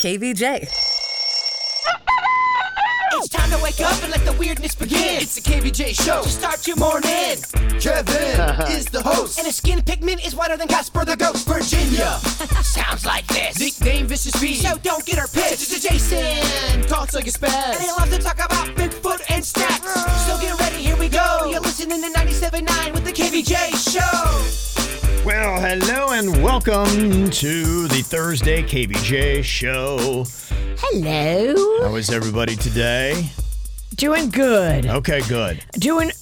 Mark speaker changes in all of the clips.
Speaker 1: KVJ.
Speaker 2: It's time to wake up and let the weirdness begin. It's the KVJ show. To start your morning. Kevin is the host. And his skin pigment is whiter than Casper the Ghost. Virginia sounds like this. Nickname Vicious Beat. So don't get her pissed. It's Jason talks like a spaz. And they love to talk about Bigfoot and snacks. So get ready, here we go. You're listening to 97.9 with the KVJ show.
Speaker 3: Well, hello and welcome to the Thursday KBJ show.
Speaker 4: Hello.
Speaker 3: How is everybody today?
Speaker 4: Doing good.
Speaker 3: Okay, good.
Speaker 4: Doing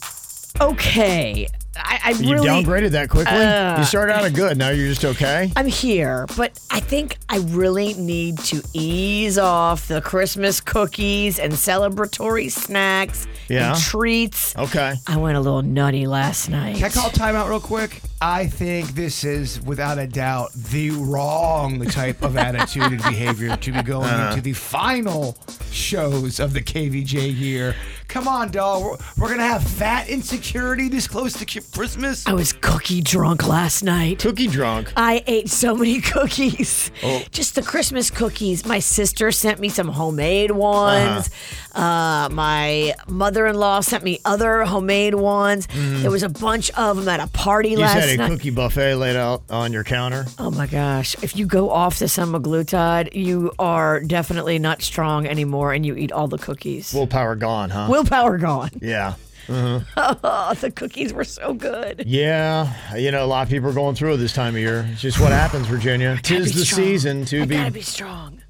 Speaker 4: okay. I, I
Speaker 3: You
Speaker 4: really.
Speaker 3: downgraded that quickly?
Speaker 4: Uh.
Speaker 3: you started out good, now you're just okay?
Speaker 4: I'm here, but I think I really need to ease off the Christmas cookies and celebratory snacks
Speaker 3: Yeah.
Speaker 4: and treats.
Speaker 3: Okay.
Speaker 4: I went a little nutty last night.
Speaker 5: Can I call timeout real quick? I think this is, without a doubt, the wrong type of attitude and behavior to be going
Speaker 3: Uh-huh.
Speaker 5: into the final shows of the KVJ year. Come on, doll. We're, we're going to have fat insecurity this close to Ki- Christmas.
Speaker 4: I was cookie drunk last night.
Speaker 3: Cookie drunk. Oh.
Speaker 4: I ate so many cookies. Just the Christmas cookies. My sister sent me some homemade ones. uh
Speaker 3: Uh-huh.
Speaker 4: my mother in law sent me other homemade ones. There was a bunch of them at a party
Speaker 3: Mm-hmm. You just
Speaker 4: last
Speaker 3: had a
Speaker 4: night.
Speaker 3: cookie buffet laid out on your counter.
Speaker 4: Oh my gosh. If you go off the semaglutide, you are definitely not strong anymore and you eat all the cookies.
Speaker 3: Willpower gone, huh?
Speaker 4: Willpower gone.
Speaker 3: yeah. Uh-huh.
Speaker 4: Oh, the cookies were so good.
Speaker 3: Yeah. You know, a lot of people are going through it this time of year. It's just what happens, Virginia. Tis
Speaker 4: Be
Speaker 3: the
Speaker 4: strong.
Speaker 3: season to
Speaker 4: I
Speaker 3: be,
Speaker 4: gotta be strong.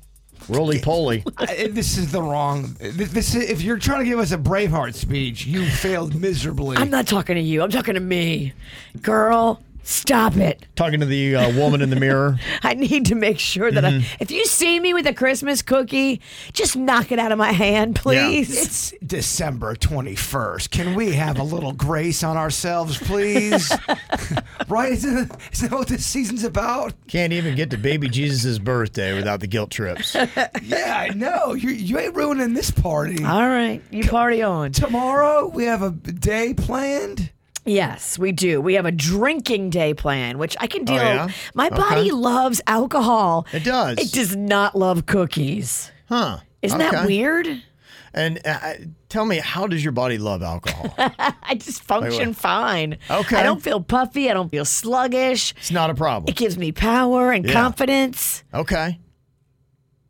Speaker 3: roly poly.
Speaker 5: I, this is the wrong. This, this is, if you're trying to give us a Braveheart speech, you failed miserably.
Speaker 4: I'm not talking to you. I'm talking to me. Girl, stop it.
Speaker 3: Talking to the uh, woman in the mirror. Mm-hmm.
Speaker 4: I need to make sure that I, if you see me with a Christmas cookie, just knock it out of my hand, please.
Speaker 5: It's December 21st. Can we have a little grace on ourselves, please? right? Isn't, isn't that what this season's about?
Speaker 3: Can't even get to baby Jesus' birthday without the guilt trips.
Speaker 5: Yeah, I know. You, you ain't ruining this party.
Speaker 4: All right, you party on.
Speaker 5: Tomorrow, we have a day planned.
Speaker 4: Yes, we do. We have a drinking day plan, which I can deal.
Speaker 3: Oh, yeah?
Speaker 4: My
Speaker 3: Okay.
Speaker 4: body loves alcohol.
Speaker 3: It does.
Speaker 4: It does not love cookies.
Speaker 3: Huh.
Speaker 4: Isn't that
Speaker 3: Okay.
Speaker 4: weird?
Speaker 3: And uh, I- tell me, how does your body love alcohol?
Speaker 4: I just function
Speaker 3: what?
Speaker 4: fine.
Speaker 3: Okay.
Speaker 4: I don't feel puffy. I don't feel sluggish.
Speaker 3: it's not a problem.
Speaker 4: It gives me power and
Speaker 3: Yeah.
Speaker 4: confidence.
Speaker 3: Okay.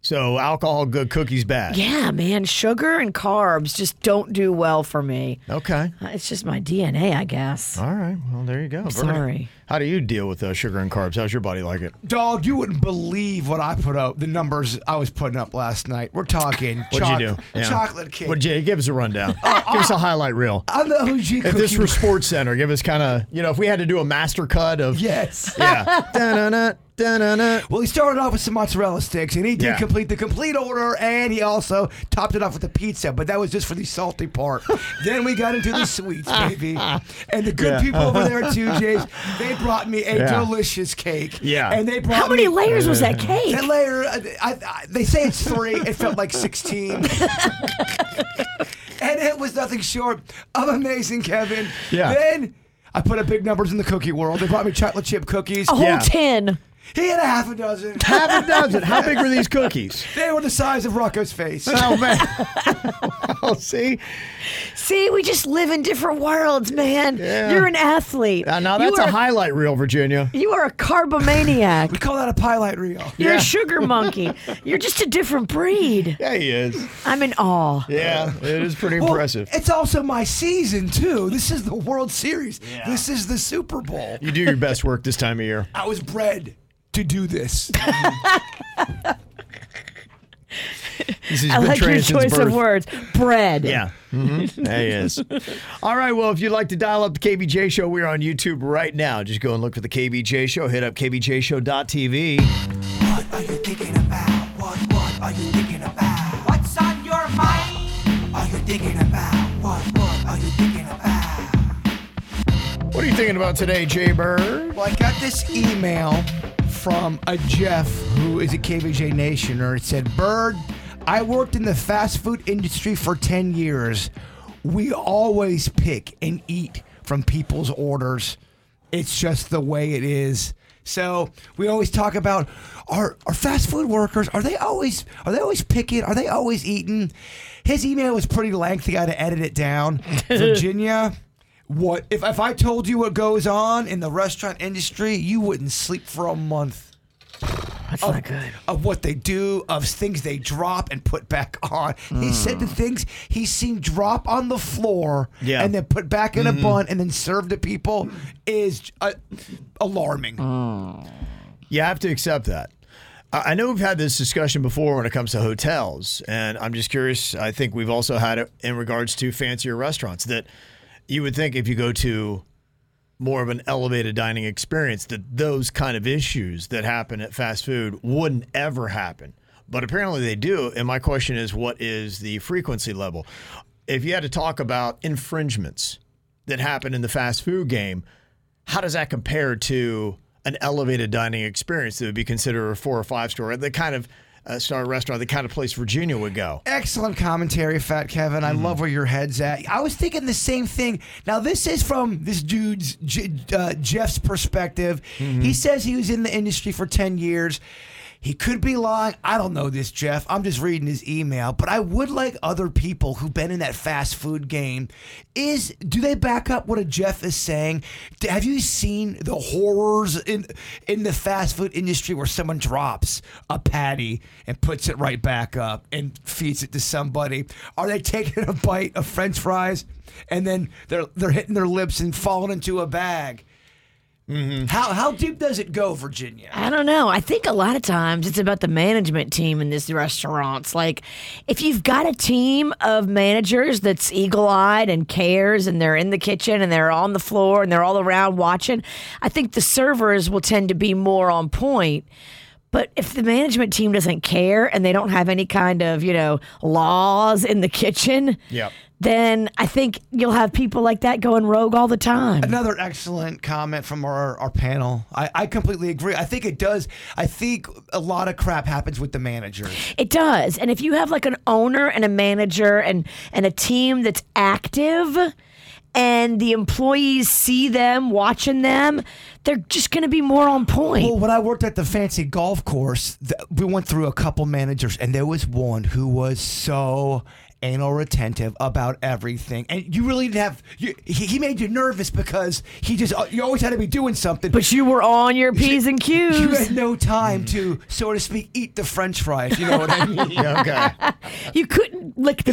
Speaker 3: So alcohol good, cookies bad.
Speaker 4: Yeah, man, sugar and carbs just don't do well for me.
Speaker 3: Okay.
Speaker 4: Uh, It's just my DNA, I guess.
Speaker 3: All right. Well, there you go. Vernon,
Speaker 4: sorry.
Speaker 3: How do you deal with uh, sugar and carbs? How's your body like it?
Speaker 5: Dog, you wouldn't believe what I put up, the numbers I was putting up last night. We're talking
Speaker 3: What'd
Speaker 5: choc-
Speaker 3: you do? Yeah.
Speaker 5: chocolate cake. Oh,
Speaker 3: What'd you, give us a rundown. give us a highlight reel.
Speaker 5: I'm the OG
Speaker 3: If this
Speaker 5: cookie.
Speaker 3: were Sports Center, give us kind of, you know, if we had to do a master cut of.
Speaker 5: yes.
Speaker 3: Yeah. Da-na-na, da-na-na.
Speaker 5: Well, he started off with some mozzarella sticks, and he did
Speaker 3: Yeah.
Speaker 5: complete the complete order, and he also topped it off with a pizza. But that was just for the salty part. then we got into the sweets, baby, and the good people over there at Jay's, they brought me a
Speaker 3: Yeah.
Speaker 5: delicious cake.
Speaker 3: Yeah.
Speaker 5: and they brought
Speaker 4: How many
Speaker 5: me-
Speaker 4: layers was that cake?
Speaker 5: That layer, uh, I, I, they say it's three. It felt like sixteen. And it was nothing short of amazing, Kevin.
Speaker 3: Yeah.
Speaker 5: Then I put up big numbers in the cookie world. They brought me chocolate chip cookies.
Speaker 4: A whole
Speaker 3: Yeah.
Speaker 4: tin.
Speaker 5: He had a half a dozen.
Speaker 3: Half a dozen. How big were these cookies?
Speaker 5: They were the size of Rocco's face.
Speaker 3: Oh, man. well, Oh, see?
Speaker 4: See, we just live in different worlds, man.
Speaker 3: Yeah.
Speaker 4: You're an athlete.
Speaker 3: Uh, now
Speaker 4: You
Speaker 3: that's a
Speaker 4: are-
Speaker 3: highlight reel, Virginia.
Speaker 4: You are a carbomaniac.
Speaker 5: We call that a pilot reel.
Speaker 4: You're
Speaker 3: Yeah.
Speaker 4: a sugar monkey. You're just a different breed.
Speaker 3: Yeah, he is.
Speaker 4: I'm in awe.
Speaker 3: Yeah, it is pretty
Speaker 5: Well,
Speaker 3: impressive.
Speaker 5: It's also my season too. This is the World Series. This is the Super Bowl.
Speaker 3: You do your best work this time of year.
Speaker 5: I was bred to do this.
Speaker 3: This has
Speaker 4: I
Speaker 3: been
Speaker 4: like your
Speaker 3: training since
Speaker 4: choice
Speaker 3: birth.
Speaker 4: of words. Bread.
Speaker 3: Yeah, mm-hmm. there he is. All right. Well, if you'd like to dial up the KBJ Show, we're on YouTube right now. Just go and look for the KBJ Show. Hit up kbjshow.tv.
Speaker 5: what are you thinking about?
Speaker 2: are you thinking about? What's on your mind? Are you thinking about? What, what are you thinking about?
Speaker 3: What are you thinking about today, Jay Bird?
Speaker 5: Well, I got this email from a Jeff who is a KVJ Nationer. It said, Bird, I worked in the fast food industry for 10 years. We always pick and eat from people's orders. It's just the way it is. So we always talk about our our fast food workers. Are they always are they always picking? Are they always eating? His email was pretty lengthy. I had to edit it down. Virginia, what if if I told you what goes on in the restaurant industry, you wouldn't sleep for a month
Speaker 4: That's not good.
Speaker 5: of what they do, of things they drop and put back on.
Speaker 4: Hmm.
Speaker 5: He said the things he's seen drop on the floor
Speaker 3: Yeah.
Speaker 5: and then put back
Speaker 4: Mm-hmm.
Speaker 5: in a bun and then serve to people is uh, alarming.
Speaker 3: You have to accept that. I I know we've had this discussion before when it comes to hotels, and I'm just curious. I think we've also had it in regards to fancier restaurants that you would think if you go to more of an elevated dining experience that those kind of issues that happen at fast food wouldn't ever happen. But apparently they do. And my question is, what is the frequency level? If you had to talk about infringements that happen in the fast food game, how does that compare to an elevated dining experience that would be considered a four or five star, the kind of uh, star restaurant, the kind of place Virginia would go?
Speaker 5: Excellent commentary, Fat Kevin. I love where your head's at. I was thinking the same thing. Now, this is from this dude's J- uh, Jeff's perspective. He says he was in the industry for 10 years. He could be lying. I don't know this, Jeff. I'm just reading his email, but I would like other people who've been in that fast food game is do they back up what a Jeff is saying? D- Have you seen the horrors in in the fast food industry where someone drops a patty and puts it right back up and feeds it to somebody? Are they taking a bite of French fries and then they're they're hitting their lips and falling into a bag? Mm-hmm. How how deep does it go, Virginia?
Speaker 4: I don't know. I think a lot of times it's about the management team in these restaurants. Like, if you've got a team of managers that's eagle eyed and cares and they're in the kitchen and they're on the floor and they're all around watching, I think the servers will tend to be more on point. But if the management team doesn't care and they don't have any kind of, you know, laws in the kitchen,
Speaker 3: Yep.
Speaker 4: then I think you'll have people like that going rogue all the time.
Speaker 5: Another excellent comment from our, our panel. I, I completely agree. I think it does. I think a lot of crap happens with the managers.
Speaker 4: It does. And if you have like an owner and a manager and and a team that's active and the employees see them watching them, they're just going to be more on point.
Speaker 5: Well, when I worked at the fancy golf course, th- we went through a couple managers, and there was one who was so anal retentive about everything, and you really didn't have. You, he, he made you nervous because he just uh, you always had to be doing something.
Speaker 4: but you were on your P's and
Speaker 5: you
Speaker 4: Q's.
Speaker 5: had no time to, so to speak, eat the French fries. You know what I mean?
Speaker 3: Yeah, okay.
Speaker 4: You couldn't lick the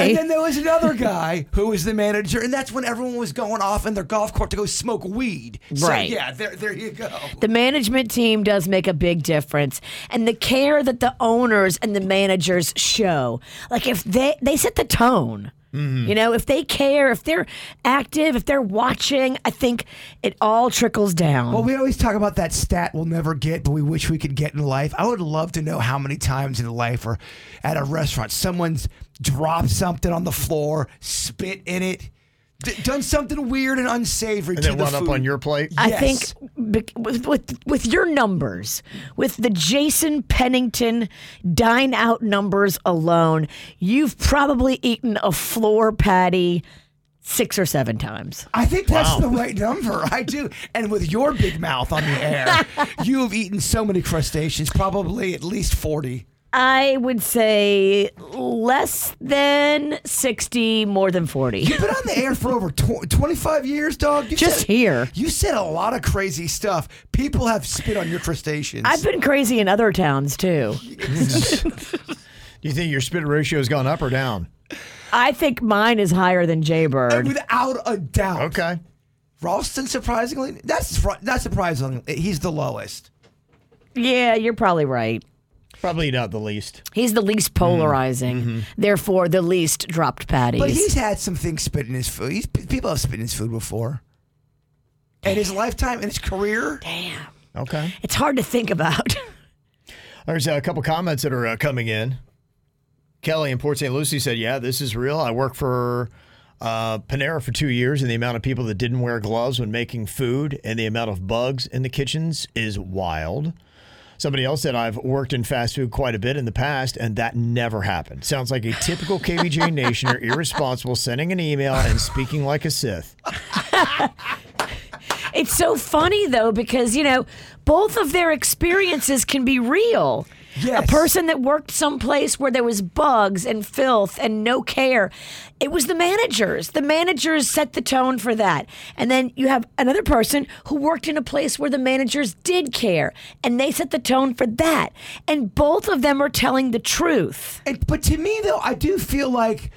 Speaker 5: And then there was another guy who was the manager, and that's when everyone was going off in their golf court to go smoke weed. So,
Speaker 4: Right.
Speaker 5: yeah, there, there you go.
Speaker 4: the management team does make a big difference and the care that the owners and the managers show like if they they set the tone
Speaker 5: Mm-hmm.
Speaker 4: you know if they care if they're active if they're watching i think it all trickles down
Speaker 5: Well, we always talk about that stat we'll never get, but we wish we could get in life. I would love to know how many times in life or at a restaurant someone's dropped something on the floor, spit in it, d- done something weird and unsavory
Speaker 3: And
Speaker 5: to
Speaker 3: then
Speaker 5: the
Speaker 3: run up
Speaker 5: food.
Speaker 3: on your plate.
Speaker 4: I
Speaker 5: Yes.
Speaker 4: think bec- with, with with your numbers, with the Jason Pennington dine out numbers alone, you've probably eaten a floor patty six or seven times.
Speaker 5: I think that's
Speaker 3: Wow.
Speaker 5: the right number. I do. And with your big mouth on the air, you have eaten so many crustaceans, probably at least 40.
Speaker 4: I would say less than 60, more than 40.
Speaker 5: You've been on the air for over tw- 25 years, dog. You
Speaker 4: Just
Speaker 5: said-
Speaker 4: here.
Speaker 5: You said a lot of crazy stuff. People have spit on your crustaceans.
Speaker 4: I've been crazy in other towns too.
Speaker 3: Do you think your spit ratio has gone up or down?
Speaker 4: I think mine is higher than Jaybird.
Speaker 5: Without a doubt.
Speaker 3: Okay.
Speaker 5: Ralston, surprisingly, that's fr- that's surprising. He's the lowest.
Speaker 4: Yeah, you're probably right.
Speaker 3: Probably not the least. Mm-hmm.
Speaker 4: He's the least polarizing, therefore the least dropped patties.
Speaker 5: But he's had some things spit in his food. He's, people have spit in his food before. In his lifetime, in his career,
Speaker 4: Damn.
Speaker 3: Okay.
Speaker 4: It's hard to think about.
Speaker 3: There's a couple comments that are uh, coming in. Kelly in Port St. Lucie said, Yeah, this is real. I worked for uh, Panera for two years, and the amount of people that didn't wear gloves when making food and the amount of bugs in the kitchens is wild. Somebody else said, I've worked in fast food quite a bit in the past, and that never happened. Sounds like a typical KVJ Nationer, irresponsible, sending an email and speaking like a Sith.
Speaker 4: It's so funny though because you know both of their experiences can be real.
Speaker 5: Yes.
Speaker 4: A person that worked someplace where there was bugs and filth and no care. It was the managers. The managers set the tone for that. And then you have another person who worked in a place where the managers did care and they set the tone for that. And both of them are telling the truth.
Speaker 5: And, but to me, though, I do feel like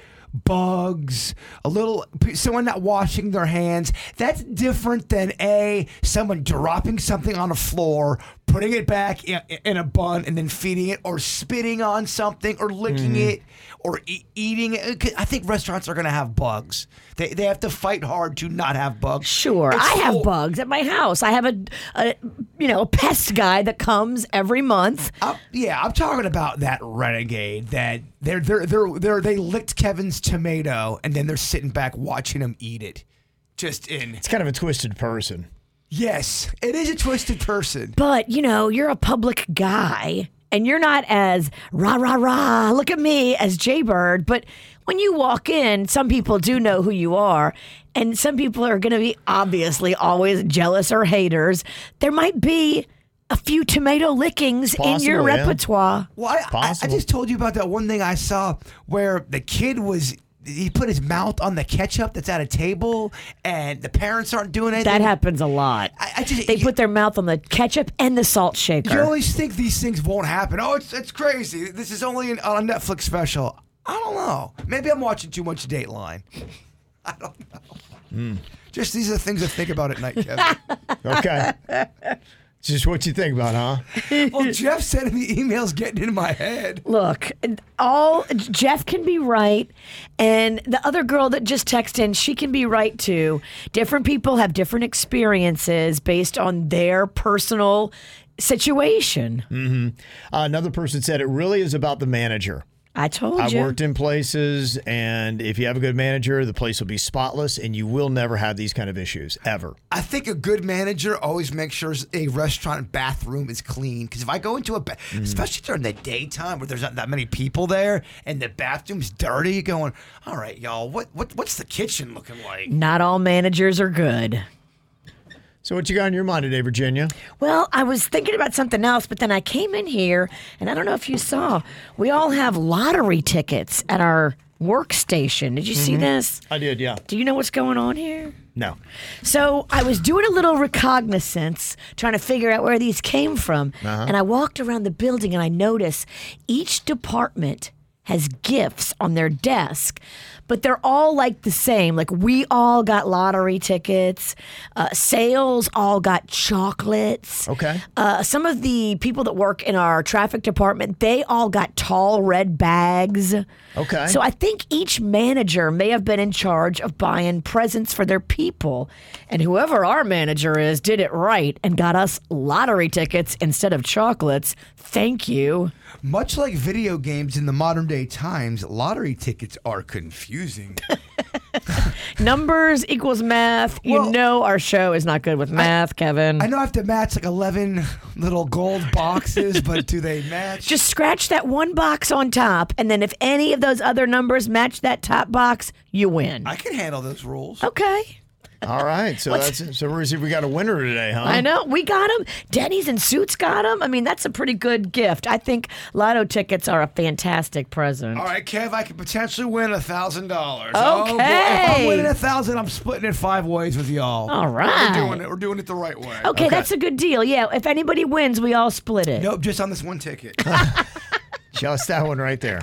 Speaker 5: bugs, a little p- someone not washing their hands. That's different than a someone dropping something on a floor, putting it back in, in a bun, and then feeding it, or spitting on something, or licking it, or e- eating it. 'Cause I think restaurants are going to have bugs. They they have to fight hard to not have bugs.
Speaker 4: Sure,
Speaker 5: It's
Speaker 4: I have
Speaker 5: full-
Speaker 4: bugs at my house. I have a, a you know, a pest guy that comes every month.
Speaker 5: I'm, yeah, I'm talking about that renegade that they're they're they're, they're they licked Kevin's tomato and then they're sitting back watching him eat it. Just in
Speaker 3: It's kind of a twisted person.
Speaker 5: yes, it is a twisted person.
Speaker 4: But you know, you're a public guy and you're not as rah rah rah, look at me as Jaybird. But when you walk in, some people do know who you are. And some people are going to be obviously always jealous or haters. There might be a few tomato lickings in your
Speaker 3: possible, yeah.
Speaker 4: repertoire.
Speaker 5: Well, I, I, I
Speaker 3: possible.
Speaker 5: just told you about that one thing I saw where the kid was. He put his mouth on the ketchup that's at a table, and the parents aren't doing anything.
Speaker 4: That happens a lot.
Speaker 5: I, I just,
Speaker 4: They
Speaker 5: you-
Speaker 4: put their mouth on the ketchup and the salt shaker.
Speaker 5: You always think these things won't happen. Oh, it's it's crazy. This is only an, on a Netflix special. I don't know. Maybe I'm watching too much Dateline. I don't know. Just these are the things I think about at night, Kevin.
Speaker 3: Okay. It's Just what you think about, huh?
Speaker 5: well, Jeff sending the emails getting in my head.
Speaker 4: Look, all Jeff can be right, and the other girl that just texted in, she can be right too. Different people have different experiences based on their personal situation.
Speaker 3: Uh, another person said it really is about the manager.
Speaker 4: I told
Speaker 3: I've
Speaker 4: you.
Speaker 3: worked in places, and if you have a good manager, the place will be spotless, and you will never have these kind of issues ever.
Speaker 5: I think a good manager always makes sure a restaurant bathroom is clean. Because if I go into a, ba-
Speaker 3: Mm-hmm.
Speaker 5: especially during the daytime where there's not that many people there, and the bathroom's dirty, you're going, all right, y'all, what, what what's the kitchen looking like?
Speaker 4: Not all managers are good.
Speaker 3: So, what you got on your mind today, Virginia?
Speaker 4: Well, I was thinking about something else, but then I came in here, and I don't know if you saw, we all have lottery tickets at our workstation. Did you
Speaker 5: Mm-hmm.
Speaker 3: Mm-hmm.
Speaker 4: see this?
Speaker 3: I did, yeah.
Speaker 4: Do you know what's going on here?
Speaker 3: No.
Speaker 4: So I was doing a little recognizance, trying to figure out where these came from. And I walked around the building and I noticed each department has gifts on their desk, but they're all like the same. Like we all got lottery tickets, uh, sales all got chocolates.
Speaker 3: Okay.
Speaker 4: Uh, some of the people that work in our traffic department, they all got tall red bags.
Speaker 3: Okay.
Speaker 4: So I think each manager may have been in charge of buying presents for their people. And whoever our manager is did it right and got us lottery tickets instead of chocolates. Thank you.
Speaker 5: Much like video games in the modern day times, lottery tickets are confusing.
Speaker 4: Numbers equals math. You
Speaker 5: Well-
Speaker 4: know our show is not good with math, Kevin.
Speaker 5: I know I have to match like 11 little gold boxes, but do they match?
Speaker 4: Just scratch that one box on top, and then if any of those other numbers match that top box, you win.
Speaker 5: I can handle those rules.
Speaker 4: okay.
Speaker 3: All right. So, that's it. So, we're gonna see if we got a winner today, huh?
Speaker 4: I know. We got them. Denny's and Suits got them. I mean, that's a pretty good gift. I think lotto tickets are a fantastic present.
Speaker 5: All right, Kev, I could potentially win $1,000. Okay. if
Speaker 4: Okay.
Speaker 5: I'm winning 1000 I'm splitting it five ways with y'all.
Speaker 4: All right.
Speaker 5: We're doing it. We're doing it the right way.
Speaker 4: Okay, that's a good deal. Yeah, if anybody wins, we all split it.
Speaker 5: Nope, just on this one ticket.
Speaker 3: Just that one right there.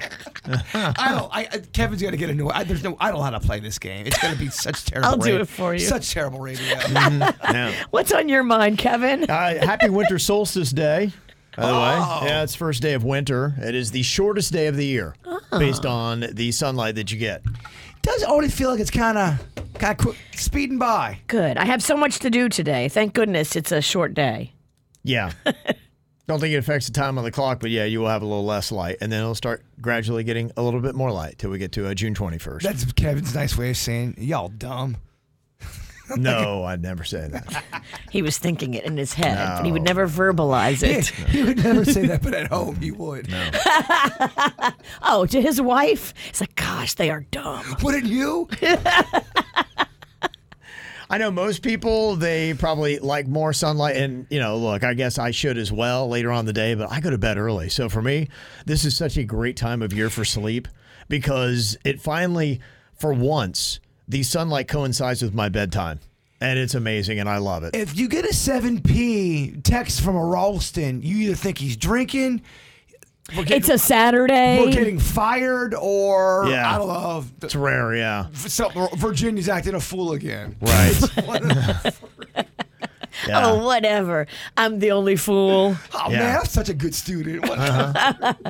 Speaker 5: I don't. I, I- Kevin's gonna get annoyed. I, there's no. I don't know how to play this game. It's gonna be such terrible.
Speaker 4: I'll do
Speaker 5: ra-
Speaker 4: it for you.
Speaker 5: Such terrible radio. Mm-hmm.
Speaker 3: Yeah.
Speaker 4: What's on your mind, Kevin?
Speaker 3: Uh, happy Winter Solstice Day. By the
Speaker 5: Oh.
Speaker 3: way, yeah, it's first day of winter. It is the shortest day of the year,
Speaker 4: Ah.
Speaker 3: based on the sunlight that you get.
Speaker 5: Does already feel like it's kind of kind of quick speeding by.
Speaker 4: Good. I have so much to do today. Thank goodness it's a short day.
Speaker 3: Yeah. Don't think it affects the time on the clock, but yeah, you will have a little less light, and then it'll start gradually getting a little bit more light till we get to uh, June 21st.
Speaker 5: That's Kevin's nice way of saying y'all dumb.
Speaker 3: no, I'd never say that.
Speaker 4: He was thinking it in his head, but he would never verbalize
Speaker 5: Yeah,
Speaker 4: it.
Speaker 5: he would never say that, but at home he would.
Speaker 4: Oh, to his wife? It's like, gosh, they are dumb.
Speaker 5: Wouldn't you?
Speaker 3: I know most people they probably like more sunlight, and you know, look, I guess I should as well later on in the day, but I go to bed early. So for me, this is such a great time of year for sleep because it finally, for once, the sunlight coincides with my bedtime, and it's amazing, and I love it.
Speaker 5: If you get a 7P text from a Ralston, you either think he's drinking, we're getting,
Speaker 4: It's a Saturday.
Speaker 5: we're getting fired, or
Speaker 3: Yeah.
Speaker 5: I don't know,
Speaker 3: It's rare, yeah.
Speaker 5: something, Virginia's acting a fool again.
Speaker 3: Right. yeah.
Speaker 4: Oh, whatever. I'm the only
Speaker 5: Oh
Speaker 4: fool.
Speaker 3: Yeah. Uh-huh.
Speaker 5: man, I'm such a good student. What-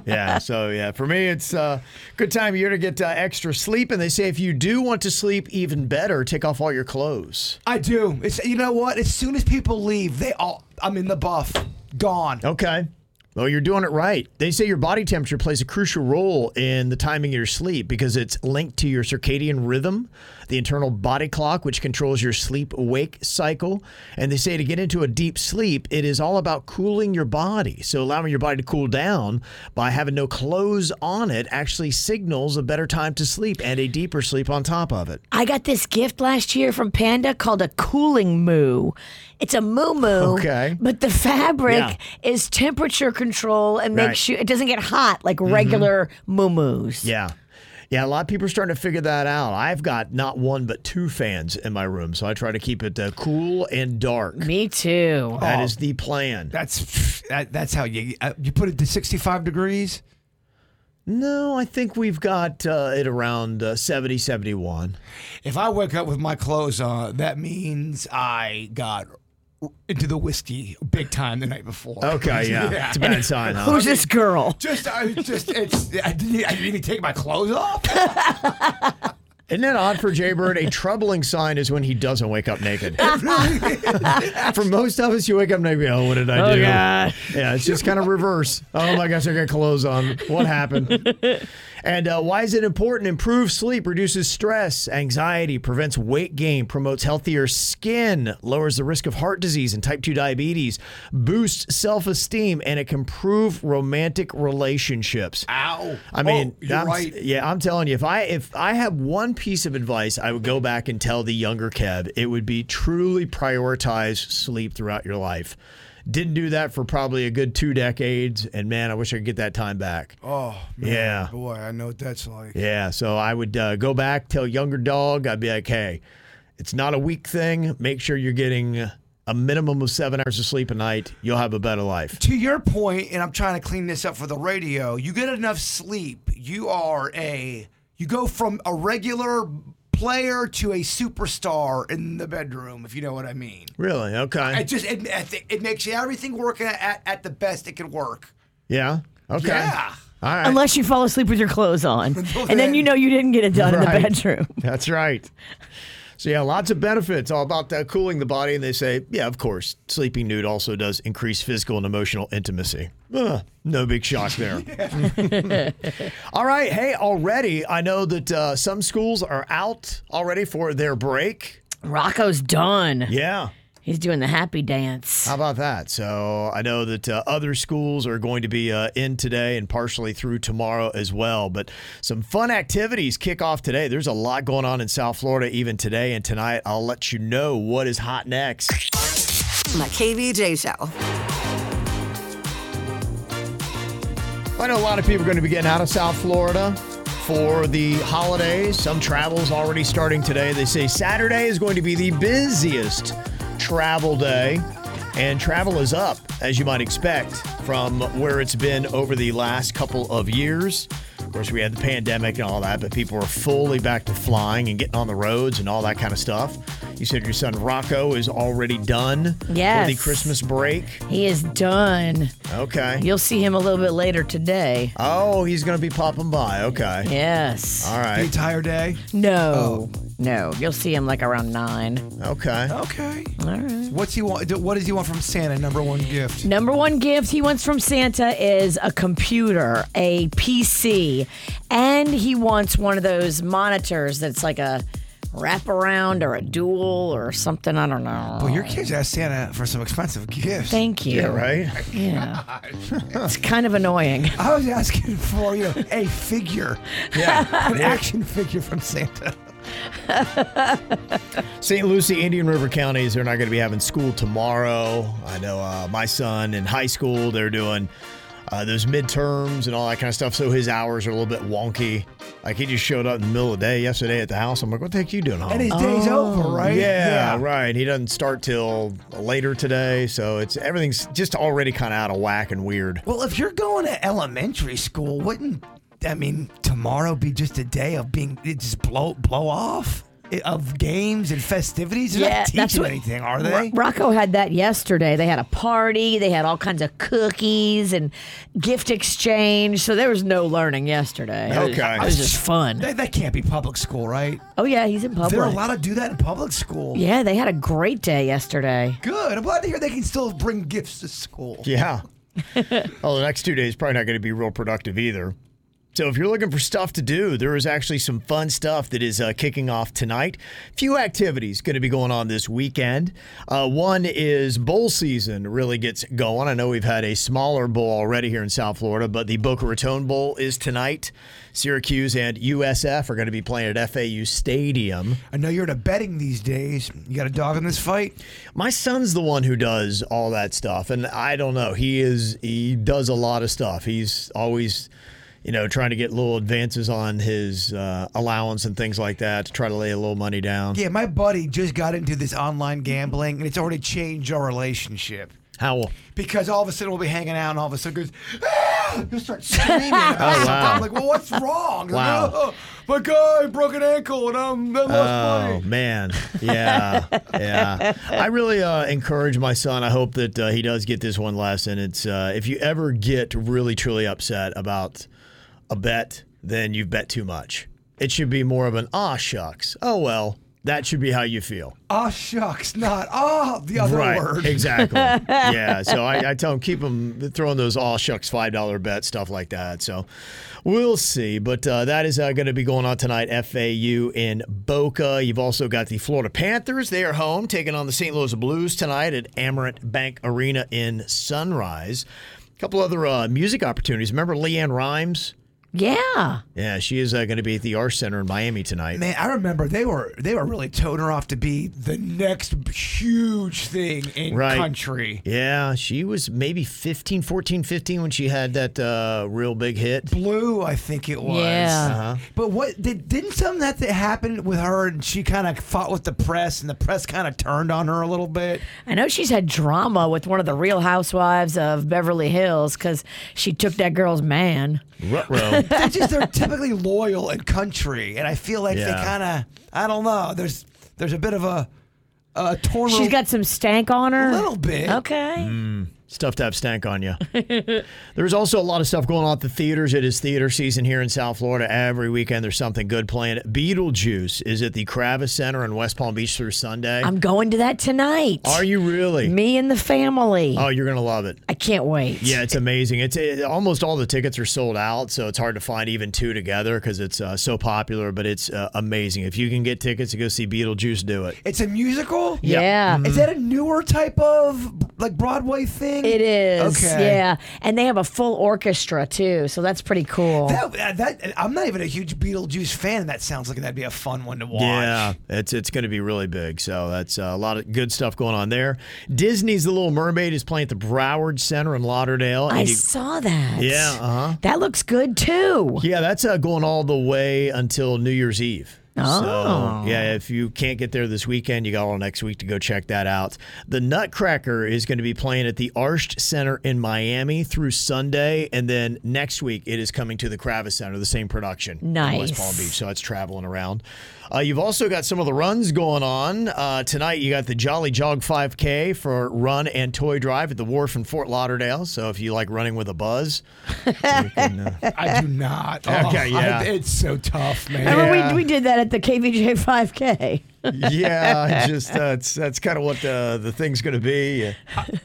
Speaker 3: yeah. So yeah, for me, it's uh, good time of year to get uh, extra sleep. And they say if you do want to sleep even better, take off all your clothes.
Speaker 5: I do. It's you know what? As soon as people leave, they all I'm in the buff, gone.
Speaker 3: Okay. Well, you're doing it right. They say your body temperature plays a crucial role in the timing of your sleep because it's linked to your circadian rhythm, the internal body clock, which controls your sleep wake cycle. And they say to get into a deep sleep, it is all about cooling your body. So, allowing your body to cool down by having no clothes on it actually signals a better time to sleep and a deeper sleep on top of it.
Speaker 4: I got this gift last year from Panda called a cooling moo. It's a moo moo.
Speaker 3: Okay.
Speaker 4: But the fabric
Speaker 3: Yeah.
Speaker 4: is temperature control and
Speaker 3: Right. Mm-hmm.
Speaker 4: makes you, it doesn't get hot like regular moo moos.
Speaker 3: Yeah. Yeah, a lot of people are starting to figure that out. I've got not one but two fans in my room, so I try to keep it uh, cool and dark.
Speaker 4: Me too.
Speaker 3: That is the plan.
Speaker 5: Oh. That's that, that's how you uh, you put it to 65 degrees.
Speaker 3: No, I think we've got uh, it around uh, 70, 71.
Speaker 5: If I wake up with my clothes on, that means I got into the whiskey big time the night before.
Speaker 3: Okay, yeah. It's a bad sign, huh?
Speaker 4: Who's this girl?
Speaker 5: Just, I just, it's. I didn't, I didn't even take my clothes off.
Speaker 3: Isn't that odd for Jaybird? A troubling sign is when he doesn't wake up naked. for most of us, you wake up naked. Oh, what did I do? Yeah, it's just kind of reverse. Oh my gosh, I got clothes on. What happened? and uh, why is it important? Improves sleep, reduces stress, anxiety, prevents weight gain, promotes healthier skin, lowers the risk of heart disease and type 2 diabetes, boosts self esteem, and it can improve romantic relationships.
Speaker 5: Ow!
Speaker 3: I mean,
Speaker 5: oh, you're
Speaker 3: I'm,
Speaker 5: right.
Speaker 3: yeah, I'm telling you, if I if I have one piece of advice, I would go back and tell the younger Kev, it would be truly prioritize sleep throughout your life. Didn't do that for probably a good two decades, and man, I wish I could get that time back.
Speaker 5: Oh, man,
Speaker 3: Yeah.
Speaker 5: boy, I know what that's like.
Speaker 3: Yeah, so I would uh, go back, tell younger dog, I'd be like, hey, it's not a weak thing. Make sure you're getting a minimum of seven hours of sleep a night. You'll have a better life.
Speaker 5: To your point, and I'm trying to clean this up for the radio. You get enough sleep, you are a you go from a regular player to a superstar in the bedroom, if you know what I mean.
Speaker 3: Really? Okay.
Speaker 5: It just it, I think it makes everything work at, at, at the best it can work.
Speaker 3: Yeah. Okay.
Speaker 5: Yeah.
Speaker 3: All right.
Speaker 4: Unless you fall asleep with your clothes on. and then you know you didn't get it done in
Speaker 3: Right.
Speaker 4: the bedroom.
Speaker 3: That's right. So yeah, lots of benefits all about that cooling the body, and they say, yeah, of course, sleeping nude also does increase physical and emotional intimacy. Ugh, no big shock there. all right, hey, already I know that uh, some schools are out already for their break.
Speaker 4: Rocco's done.
Speaker 3: Yeah,
Speaker 4: He's doing the happy dance.
Speaker 3: how about that? So I know that uh, other schools are going to be uh, in today and partially through tomorrow as well. But some fun activities kick off today. There's a lot going on in South Florida even today and tonight. I'll let you know what is hot next.
Speaker 1: My KVJ show.
Speaker 3: I know a lot of people are going to be getting out of South Florida for the holidays. Some travel's already starting today. They say Saturday is going to be the busiest travel day, and travel is up, as you might expect, from where it's been over the last couple of years. Of course, we had the pandemic and all that, but people are fully back to flying and getting on the roads and all that kind of stuff. You said your son Rocco is already done
Speaker 4: Yes.
Speaker 3: for the Christmas break.
Speaker 4: He is done.
Speaker 3: Okay.
Speaker 4: You'll see him a little bit later today.
Speaker 3: Oh, he's going to be popping by. Okay.
Speaker 4: Yes.
Speaker 3: All
Speaker 5: The
Speaker 3: right.
Speaker 5: entire day.
Speaker 4: No. No, you'll see him like around nine.
Speaker 3: Okay.
Speaker 5: Okay. All right. What's he want? What does he want from Santa? Number one gift.
Speaker 4: Number one gift he wants from Santa is a computer, a PC, and he wants one of those monitors that's like a wraparound or a dual or something. I don't know.
Speaker 3: Uh,
Speaker 5: Well, your kids asked Santa for some expensive gifts.
Speaker 4: Thank you.
Speaker 3: Yeah, right?
Speaker 4: Yeah. it's kind of annoying.
Speaker 5: I was asking for you know, a figure,
Speaker 3: Yeah.
Speaker 5: an action figure from Santa.
Speaker 3: St. Lucie, Indian River counties are not going to be having school tomorrow. I know uh, my son in high school, they're doing uh, those midterms and all that kind of stuff. So his hours are a little bit wonky. Like he just showed up in the middle of the day yesterday at the house. I'm like, what the heck you doing home?
Speaker 5: And his day's
Speaker 4: Oh,
Speaker 5: over, right?
Speaker 3: Oh. yeah, right. He doesn't start till later today. So it's everything's just already kind of out of whack and weird.
Speaker 5: Well, if you're going to elementary school, wouldn't I mean tomorrow be just a day of being it just blow blow off i- of games and festivities? They're not teaching anything, are they?
Speaker 4: Ro- Rocco had that yesterday. They had a party. They had all kinds of cookies and gift exchange. So there was no learning yesterday. It was-
Speaker 3: Okay.
Speaker 4: it was just fun.
Speaker 5: That, that can't be public school, right?
Speaker 4: Oh yeah, he's in public.
Speaker 5: They're allowed to do that in public school.
Speaker 4: yeah, they had a great day yesterday.
Speaker 5: Good. I'm glad to hear they can still bring gifts to school.
Speaker 3: Yeah. well, the next two days probably not going to be real productive either. So if you're looking for stuff to do, there is actually some fun stuff that is uh, kicking off tonight. Few activities going to be going on this weekend. Uh, one is bowl season really gets going. I know we've had a smaller bowl already here in South Florida, but the Boca Raton Bowl is tonight. Syracuse and USF are going to be playing at FAU Stadium.
Speaker 5: I know you're into betting these days. You got a dog in this fight?
Speaker 3: My son's the one who does all that stuff, and I don't know. He is he does a lot of stuff. He's always, you know, trying to get little advances on his uh, allowance and things like that to try to lay a little money down.
Speaker 5: Yeah, my buddy just got into this online gambling, and it's already changed our relationship.
Speaker 3: How?
Speaker 5: because all of a sudden we'll be hanging out and all of a sudden goes, ah! he'll start screaming. oh,
Speaker 3: wow.
Speaker 5: I'm like, well, what's wrong? He's like,
Speaker 3: Wow.
Speaker 5: "Oh, my guy broke an ankle and I'm I lost
Speaker 3: Oh
Speaker 5: money.
Speaker 3: man, yeah, yeah. I really uh, encourage my son. I hope that uh, he does get this one lesson. It's uh, if you ever get really truly upset about a bet, then you've bet too much. It should be more of an ah shucks. Oh well, that should be how you feel.
Speaker 5: Ah, shucks, not ah, the other
Speaker 3: right.
Speaker 5: word.
Speaker 3: Exactly. yeah. So I, I tell them keep them throwing those all shucks five dollar bet stuff like that. So we'll see. But uh, that is uh, going to be going on tonight. FAU in Boca. You've also got the Florida Panthers. They are home taking on the St. Louis Blues tonight at Amarant Bank Arena in Sunrise. A couple other uh, music opportunities. Remember Leanne Rhymes?
Speaker 4: Yeah.
Speaker 3: Yeah, she is uh, going to be at the Arts Center in Miami tonight.
Speaker 5: Man, I remember they were they were really toting her off to be the next huge thing in
Speaker 3: Right.
Speaker 5: country.
Speaker 3: Yeah, she was maybe 15, 14, 15 when she had that uh, real big hit. Uh-huh.
Speaker 5: Blue, I think it was.
Speaker 4: Yeah.
Speaker 5: But what did didn't something that, that happened with her and she kind of fought with the press and the press kind of turned on her a little bit?
Speaker 4: I know she's had drama with one of the real housewives of Beverly Hills because she took that girl's man.
Speaker 3: Rutro.
Speaker 5: they're just they're typically loyal and country, and I feel like
Speaker 3: Yeah.
Speaker 5: they kind of I don't know. There's there's a bit of a a torn.
Speaker 4: She's got some stank on her.
Speaker 5: a little bit.
Speaker 4: Okay.
Speaker 3: Hmm. stuff to have stank on you. There's also a lot of stuff going on at the theaters. It is theater season here in South Florida. Every weekend there's something good playing. Beetlejuice is at the Kravis Center in West Palm Beach through Sunday.
Speaker 4: I'm going to that tonight.
Speaker 3: Are you really?
Speaker 4: Me and the family.
Speaker 3: Oh, you're gonna love it.
Speaker 4: I can't wait.
Speaker 3: Yeah, it's amazing. It's it, almost all the tickets are sold out, so it's hard to find even two together because it's uh, so popular. But it's uh, amazing. If you can get tickets to go see Beetlejuice, do it.
Speaker 5: It's a musical.
Speaker 4: Yeah.
Speaker 5: Is that a newer type of like Broadway thing?
Speaker 4: It is.
Speaker 5: Okay.
Speaker 4: Yeah. And they have a full orchestra too. So that's pretty cool.
Speaker 5: That, uh, that I'm not even a huge Beetlejuice fan. That sounds like that'd be a fun one to watch.
Speaker 3: Yeah, it's it's going to be really big. So that's uh, a lot of good stuff going on there. Disney's The Little Mermaid is playing at the Broward Center in Lauderdale.
Speaker 4: I
Speaker 3: And you-
Speaker 4: saw that.
Speaker 3: Yeah, uh-huh.
Speaker 4: That looks good too.
Speaker 3: yeah, that's uh, going all the way until New Year's Eve.
Speaker 4: Oh.
Speaker 3: So, yeah, if you can't get there this weekend, you got all next week to go check that out. The Nutcracker is going to be playing at the Arsht Center in Miami through Sunday. And then next week, it is coming to the Kravis Center, the same production. in West
Speaker 4: Nice.
Speaker 3: Palm Beach. So it's traveling around. Uh, you've also got some of the runs going on. Uh, tonight, you got the Jolly Jog 5K for Run and Toy Drive at the Wharf in Fort Lauderdale. So if you like running with a buzz,
Speaker 5: I do not.
Speaker 3: Okay,
Speaker 5: I- Oh,
Speaker 3: yeah.
Speaker 5: it's so tough, man.
Speaker 4: Remember
Speaker 3: Yeah.
Speaker 4: we, we did that at at the KVJ 5K.
Speaker 3: yeah, just that's that's kind of what the the thing's going to be.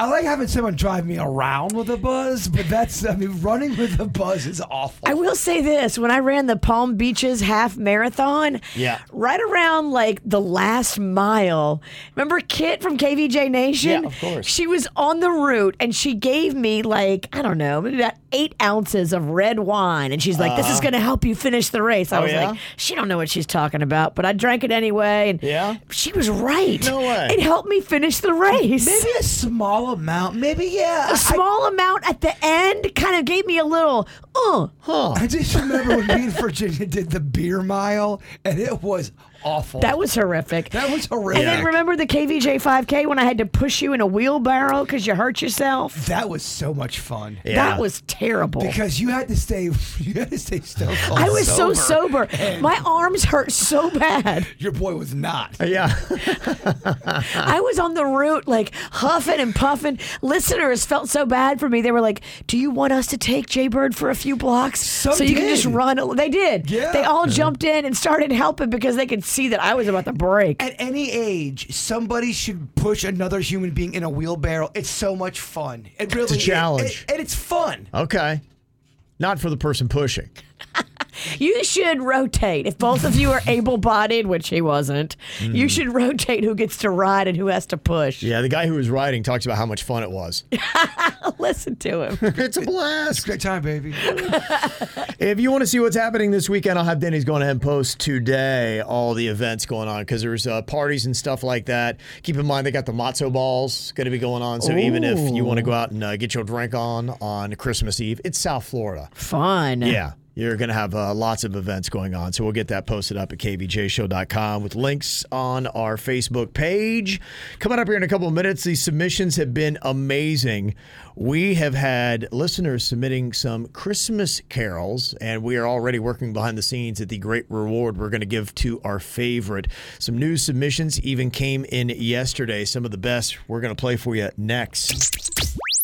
Speaker 5: I like having someone drive me around with a buzz, but that's, I mean, running with a buzz is awful.
Speaker 4: I will say this: when I ran the Palm Beaches half marathon,
Speaker 3: Yeah.
Speaker 4: right around like the last mile. Remember Kit from KVJ Nation?
Speaker 3: Yeah, of course.
Speaker 4: She was on the route, and she gave me like I don't know, maybe about eight ounces of red wine, and she's like, "This is going to help you finish the race." I
Speaker 3: Uh-huh. Oh,
Speaker 4: was
Speaker 3: yeah?
Speaker 4: like, "She don't know what she's talking about," but I drank it anyway, and
Speaker 3: Yeah?
Speaker 4: she was right.
Speaker 3: No way.
Speaker 4: It helped me finish the race
Speaker 5: Maybe a small amount. Maybe, yeah.
Speaker 4: a small amount at the end kind of gave me a little, uh, huh.
Speaker 5: I just remember when me and Virginia did the beer mile, and it was awful.
Speaker 4: That was horrific.
Speaker 5: That was
Speaker 4: and
Speaker 5: horrific.
Speaker 4: then remember the KVJ 5K when I had to push you in a wheelbarrow because you hurt yourself?
Speaker 5: that was so much fun
Speaker 3: Yeah.
Speaker 4: That was terrible.
Speaker 5: because you had to stay. You had to stay still.
Speaker 3: Oh,
Speaker 4: I was so sober. My arms hurt so bad.
Speaker 5: Your boy was not.
Speaker 3: Yeah,
Speaker 4: I was on the route, like huffing and puffing. Listeners felt so bad for me. They were like, "Do you want us to take Jaybird for a few blocks
Speaker 5: Some
Speaker 4: so you can just
Speaker 5: did.
Speaker 4: run?" a- They did.
Speaker 5: Yeah.
Speaker 4: They all jumped in and started helping because they could see that I was about to break.
Speaker 5: At any age, somebody should push another human being in a wheelbarrow. It's so much fun. It really
Speaker 3: a challenge.
Speaker 5: it- and it's fun.
Speaker 3: okay. Not for the person pushing.
Speaker 4: You should rotate. If both of you are able bodied, which he wasn't, you should rotate who gets to ride and who has to push.
Speaker 3: Hmm. Yeah, the guy who was riding talks about how much fun it was.
Speaker 4: Listen to him.
Speaker 3: it's a blast.
Speaker 5: Great time, baby.
Speaker 3: If you want to see what's happening this weekend, I'll have Denny's going ahead and post today all the events going on because there's uh, parties and stuff like that. Keep in mind they got the matzo balls going to be going on. So even if you want to go out and uh, get your drink on on Christmas Eve, it's South Florida.
Speaker 4: Fun.
Speaker 3: Yeah. You're going to have uh, lots of events going on. So we'll get that posted up at kvjshow.com with links on our Facebook page. Coming up here in a couple of minutes, these submissions have been amazing. We have had listeners submitting some Christmas carols, and we are already working behind the scenes at the great reward we're going to give to our favorite. Some new submissions even came in yesterday. Some of the best we're going to play for you next.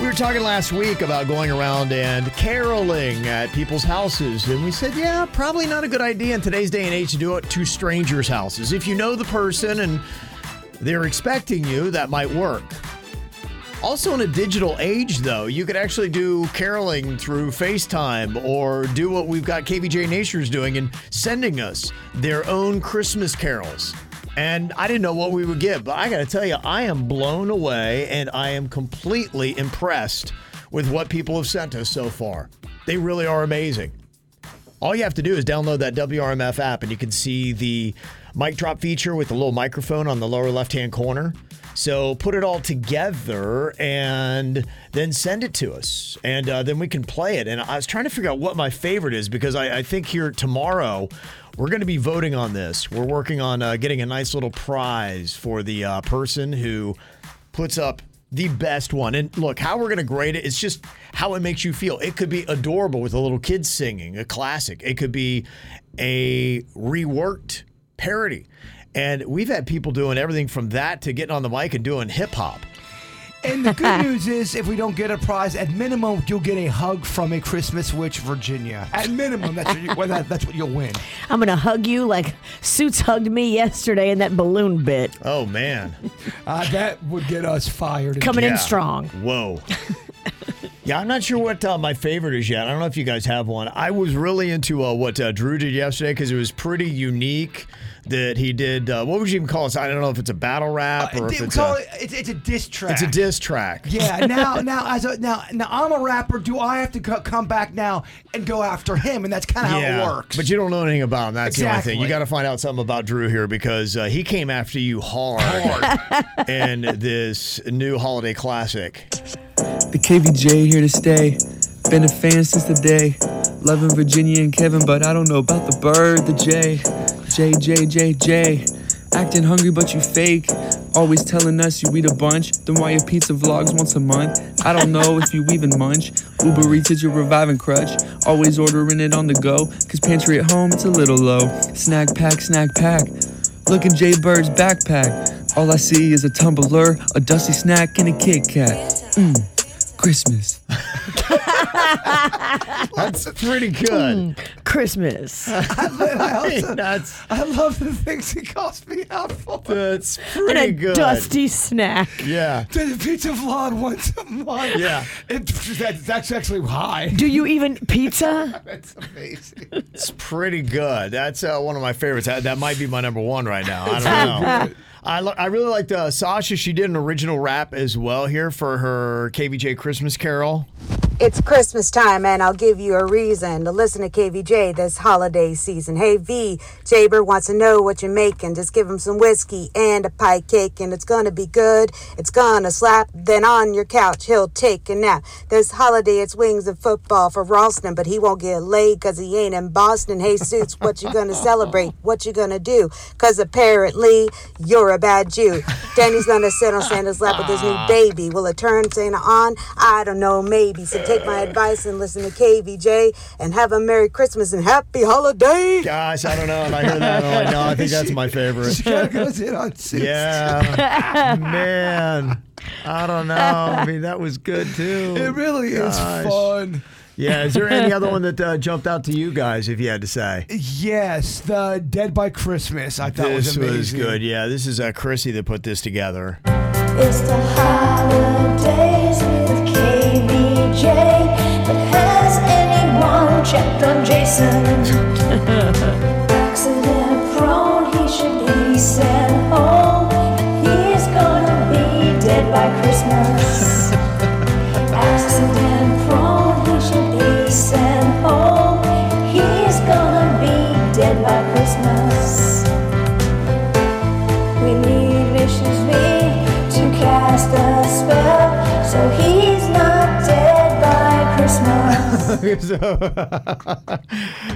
Speaker 3: We were talking last week about going around and caroling at people's houses, and we said, yeah, probably not a good idea in today's day and age to do it to strangers' houses. If you know the person and they're expecting you, that might work. Also, in a digital age, though, you could actually do caroling through FaceTime or do what we've got KVJ Nature's doing and sending us their own Christmas carols. And I didn't know what we would get, but I got to tell you, I am blown away and I am completely impressed with what people have sent us so far. They really are amazing. All you have to do is download that WRMF app and you can see the mic drop feature with the little microphone on the lower left hand corner. So put it all together and then send it to us. And uh, then we can play it. And I was trying to figure out what my favorite is because I, I think here tomorrow we're going to be voting on this. We're working on uh, getting a nice little prize for the uh, person who puts up the best one. And look, how we're going to grade it, it's just how it makes you feel. It could be adorable with a little kid singing a classic, it could be a reworked parody. And we've had people doing everything from that to getting on the mic and doing hip hop.
Speaker 5: And the good news is, if we don't get a prize, at minimum you'll get a hug from a Christmas witch, Virginia. At minimum, that's what, you, well, that, that's what you'll win.
Speaker 4: I'm going to hug you like Suits hugged me yesterday in that balloon bit.
Speaker 3: Oh, man.
Speaker 5: Uh, that would get us fired.
Speaker 4: Coming
Speaker 3: Yeah.
Speaker 4: in strong.
Speaker 3: Whoa. Yeah, I'm not sure what uh, my favorite is yet. I don't know if you guys have one. I was really into uh, what uh, Drew did yesterday because it was pretty unique that he did. Uh, what would you even call it? I don't know if it's a battle rap or if
Speaker 5: Uh, They
Speaker 3: it's
Speaker 5: call
Speaker 3: a,
Speaker 5: it- it's, it's a diss track.
Speaker 3: it's a diss track.
Speaker 5: Yeah, now, now, as a, now, now, I'm a rapper. Do I have to co- come back now and go after him? And that's kind of
Speaker 3: yeah,
Speaker 5: how it works.
Speaker 3: But you don't know anything about him. That's the only thing.
Speaker 5: Exactly.
Speaker 3: You got to find out something about Drew here because uh, he came after you hard, in this new holiday classic.
Speaker 6: The KVJ here to stay. Been a fan since the day. Loving Virginia and Kevin, but I don't know about the bird, the J. J, J, J, J. Acting hungry, but you fake. Always telling us you eat a bunch. Then why your pizza vlogs once a month? I don't know if you even munch. Uber Eats is your reviving crutch. Always ordering it on the go. Cause pantry at home, it's a little low. Snack pack, snack pack. Look at Jay Bird's backpack. All I see is a tumbler, a dusty snack, and a Kit Kat. Mm, Christmas.
Speaker 3: That's pretty good.
Speaker 4: Mm, Christmas.
Speaker 3: that's
Speaker 5: I love the things he calls me out for.
Speaker 3: that's
Speaker 4: and
Speaker 3: pretty
Speaker 4: a
Speaker 3: good.
Speaker 4: dusty snack.
Speaker 3: Yeah.
Speaker 5: Did a pizza vlog once a month.
Speaker 3: Yeah.
Speaker 5: It, that, that's actually high.
Speaker 4: Do you even pizza?
Speaker 5: That's amazing.
Speaker 3: It's pretty good. That's uh, one of my favorites. That, that might be my number one right now. I don't know. I, lo- I really liked uh, Sasha. She did an original rap as well here for her KVJ Christmas Carol.
Speaker 7: It's Christmas time, and I'll give you a reason to listen to KVJ this holiday season. Hey, V, Jaber wants to know what you're making. Just give him some whiskey and a pie cake, and it's gonna be good. It's gonna slap. Then on your couch, he'll take a nap. This holiday, it's wings and football for Ralston, but he won't get laid 'cause he ain't in Boston. Hey, Suits, what you gonna celebrate? What you gonna do? 'Cause apparently, you're a bad Jew. Danny's gonna sit on Santa's lap with his new baby. Will it turn Santa on? I don't know, maybe. So take my advice and listen to KVJ and have a Merry Christmas and Happy Holiday.
Speaker 3: Gosh, I don't know. If I hear that, I'm like, no, I think that's my favorite.
Speaker 5: She kind of goes in on suits.
Speaker 3: Yeah. Man. I don't know. I mean, that was good too.
Speaker 5: It really
Speaker 3: Oh, Gosh.
Speaker 5: is fun.
Speaker 3: Yeah. Is there any other one that uh, jumped out to you guys if you had to say?
Speaker 5: Yes, the Dead by Christmas. I thought
Speaker 3: this
Speaker 5: was amazing.
Speaker 3: was good. Yeah. This is uh, Chrissy that put this together.
Speaker 8: It's the holidays with KBJ, but has anyone checked on Jason? Accident prone, he should be sent home. He's gonna be dead by Christmas. Accident prone, he should be sent home. He's gonna be dead by Christmas. We need wishes me to cast a spell so he's not dead by Christmas.
Speaker 3: So-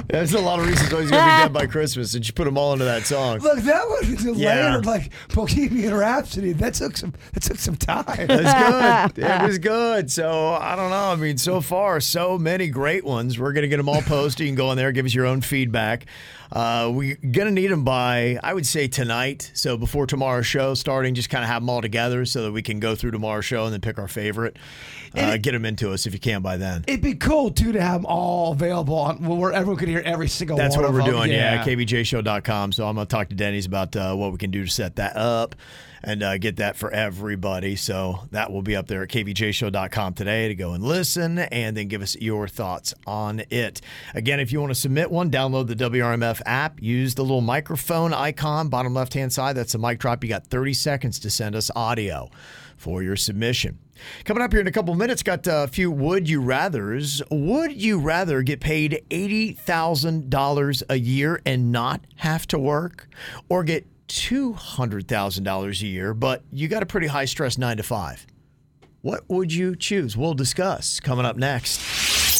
Speaker 3: There's a lot of reasons why he's gonna be dead by Christmas, and she put them all into that song.
Speaker 5: Look, that was a
Speaker 3: Yeah.
Speaker 5: layered like Bohemian Rhapsody. That took some. That took some time.
Speaker 3: That's good. It was good. So I don't know. I mean, so far, so many great ones. We're gonna get them all posted. You can go on there, give us your own feedback. Uh, we're gonna need them by, I would say, tonight. So before tomorrow's show starting, just kind of have them all together so that we can go through tomorrow's show and then pick our favorite. Uh, get them into us if you can by then.
Speaker 5: It'd be cool too to have them all available on where everyone could hear every single.
Speaker 3: That's
Speaker 5: one
Speaker 3: what
Speaker 5: of
Speaker 3: we're
Speaker 5: them.
Speaker 3: doing, yeah. KBJShow.com. So I'm going to talk to Denny's about uh, what we can do to set that up and uh, get that for everybody. So that will be up there at KBJShow.com today to go and listen and then give us your thoughts on it. Again, if you want to submit one, download the WRMF app. Use the little microphone icon, bottom left hand side. That's the mic drop. You got 30 seconds to send us audio for your submission. Coming up here in a couple minutes, got a few would you rather's. Would you rather get paid $80,000 a year and not have to work or get $200,000 a year, but you got a pretty high stress nine to five? What would you choose? We'll discuss coming up next.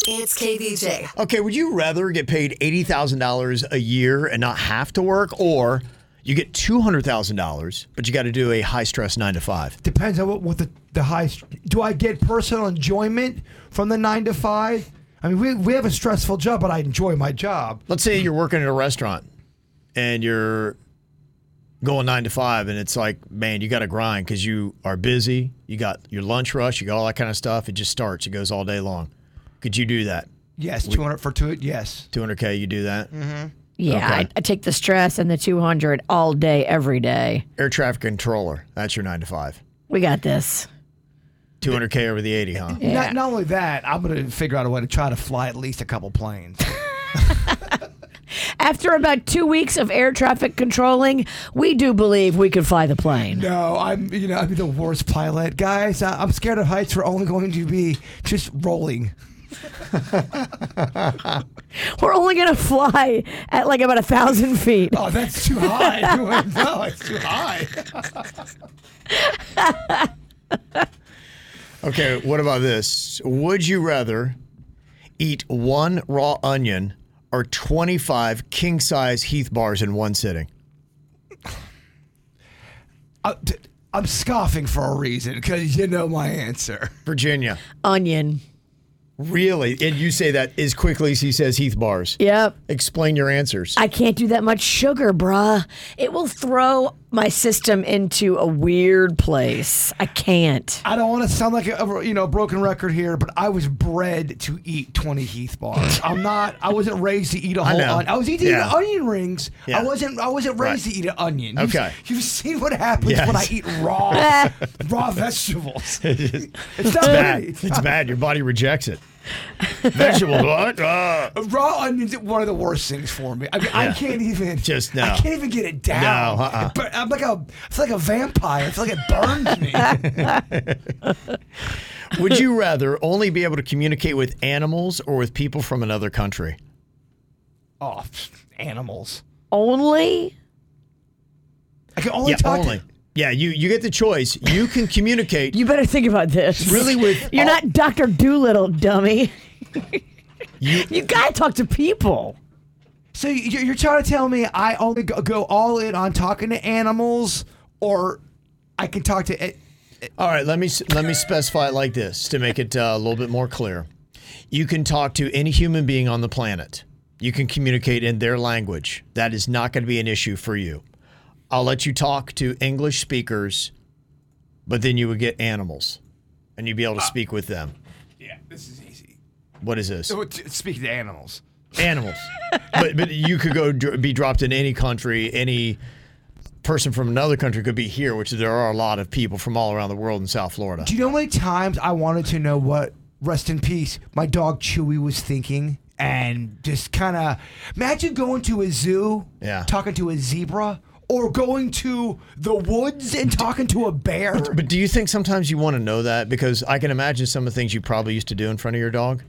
Speaker 1: It's KVJ.
Speaker 3: Okay, would you rather get paid $80,000 a year and not have to work or you get $200,000, but you got to do a high stress nine to five?
Speaker 5: Depends on what, what the the high. Do I get personal enjoyment from the nine to five? I mean, we, we have a stressful job, but I enjoy my job.
Speaker 3: let's say you're working at a restaurant and you're going nine to five and it's like man you got to grind because you are busy you got your lunch rush you got all that kind of stuff it just starts it goes all day long could you do that
Speaker 5: Yes, two hundred for two. Yes. Mm-hmm.
Speaker 3: 200k you do that
Speaker 4: Yeah, I, I take the stress and the 200 all day, every day.
Speaker 3: air traffic controller that's your nine to five
Speaker 4: We got this.
Speaker 3: 200K over the 80, huh?
Speaker 5: Not, not only that, I'm going to figure out a way to try to fly at least a couple planes.
Speaker 4: After about two weeks of air traffic controlling, we do believe we could fly the plane.
Speaker 5: No, I'm you know I'm the worst pilot, guys. I, I'm scared of heights. We're only going to be just rolling.
Speaker 4: We're only going to fly at like about a thousand feet.
Speaker 5: Oh, that's too high. no, it's too high.
Speaker 3: Okay, what about this? Would you rather eat one raw onion or 25 king size Heath bars in one sitting?
Speaker 5: I, am scoffing for a reason because you know my answer.
Speaker 3: Virginia.
Speaker 4: Onion.
Speaker 3: Really? And you say that as quickly as he says Heath bars.
Speaker 4: Yep.
Speaker 3: Explain your answers.
Speaker 4: I can't do that much sugar, bruh. It will throw my system into a weird place. I can't.
Speaker 5: I don't want to sound like a a, you know broken record here, but I was bred to eat 20 Heath bars. I'm not. I wasn't raised to eat a
Speaker 3: I
Speaker 5: whole
Speaker 3: know.
Speaker 5: onion. I was eating
Speaker 3: Yeah.
Speaker 5: onion rings.
Speaker 3: Yeah.
Speaker 5: I wasn't. I wasn't raised
Speaker 3: Right.
Speaker 5: to eat an onion. You've-
Speaker 3: Okay.
Speaker 5: You've, seen what happens when I
Speaker 3: Yes.
Speaker 5: eat raw raw vegetables.
Speaker 3: it's
Speaker 5: It's not
Speaker 3: bad.
Speaker 5: pretty. It's
Speaker 3: It's
Speaker 5: not-
Speaker 3: bad. Your body rejects it. Vegetable. what? Ah.
Speaker 5: Raw onions are one of the worst things for me. I, mean, I
Speaker 3: Yeah.
Speaker 5: can't even.
Speaker 3: Just no.
Speaker 5: I can't even get it down.
Speaker 3: No, uh-uh.
Speaker 5: It bur- I'm like a. It's like a vampire. It's like it burns me.
Speaker 3: Would you rather only be able to communicate with animals or with people from another country?
Speaker 5: oh, pfft, animals.
Speaker 4: Only?
Speaker 5: I can only talk. to-
Speaker 3: Yeah, you, you get the choice. You can communicate.
Speaker 4: You better think about this.
Speaker 3: Really with
Speaker 4: You're
Speaker 3: all-
Speaker 4: not Dr. Doolittle, dummy.
Speaker 3: You-
Speaker 4: you got to talk to people.
Speaker 5: so you- you're trying to tell me I only go, go all in on talking to animals, or I can talk to. a-
Speaker 3: All right, let me s- let me specify it like this to make it uh, a little bit more clear. You can talk to any human being on the planet. You can communicate in their language. That is not going to be an issue for you. I'll let you talk to English speakers, but then you would get animals, and you'd be
Speaker 5: Ah.
Speaker 3: able to speak with them.
Speaker 5: Yeah, this is easy.
Speaker 3: What is this?
Speaker 5: So, t- Speaking to animals.
Speaker 3: Animals. but but you could go dr- be dropped in any country. Any person from another country could be here, which there are a lot of people from all around the world in South Florida.
Speaker 5: Do you know how many times I wanted to know what rest in peace my dog Chewy was thinking? And just kind of imagine going to a zoo,
Speaker 3: Yeah.
Speaker 5: talking to a zebra, or going to the woods and talking to a bear.
Speaker 3: But do you think sometimes you want to know that? Because I can imagine some of the things you probably used to do in front of your dog.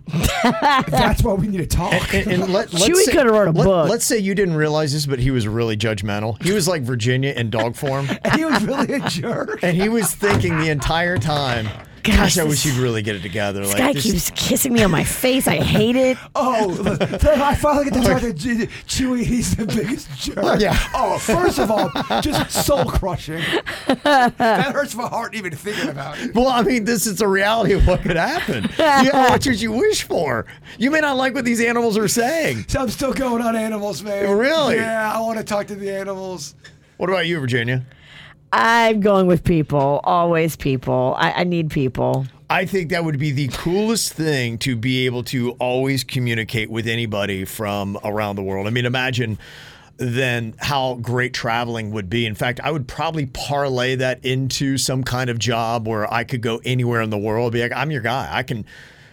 Speaker 5: That's why we need to talk.
Speaker 3: And, and let, let's
Speaker 4: Chewie
Speaker 3: say-
Speaker 4: coulda wrote a
Speaker 3: let-
Speaker 4: book.
Speaker 3: Let's say you didn't realize this, but he was really judgmental. He was like Virginia in dog form,
Speaker 5: he was really a jerk.
Speaker 3: and he was thinking the entire time, "Gosh, I
Speaker 4: this-
Speaker 3: wish you'd really get it together."
Speaker 4: This
Speaker 3: like
Speaker 4: guy
Speaker 3: this-
Speaker 4: keeps kissing me on my face. I hate it.
Speaker 5: Oh, look, I finally get to talk to Che- Chewy. He's the biggest jerk.
Speaker 3: Yeah.
Speaker 5: Oh, first of all, just soul crushing.
Speaker 3: Uh.
Speaker 5: that hurts my heart even thinking about it.
Speaker 3: Well, I mean, this is the reality of what could happen. You gotta watch what you wish for. You may not like what these animals are saying.
Speaker 5: So I'm still going on animals, man.
Speaker 3: Really?
Speaker 5: Yeah, I want to talk to the animals.
Speaker 3: What about you, Virginia?
Speaker 4: I'm going with people. Always people. I, I need people.
Speaker 3: I think that would be the coolest thing to be able to always communicate with anybody from around the world. I mean, imagine then how great traveling would be. In fact, I would probably parlay that into some kind of job where I could go anywhere in the world. Be like, I'm your guy. I can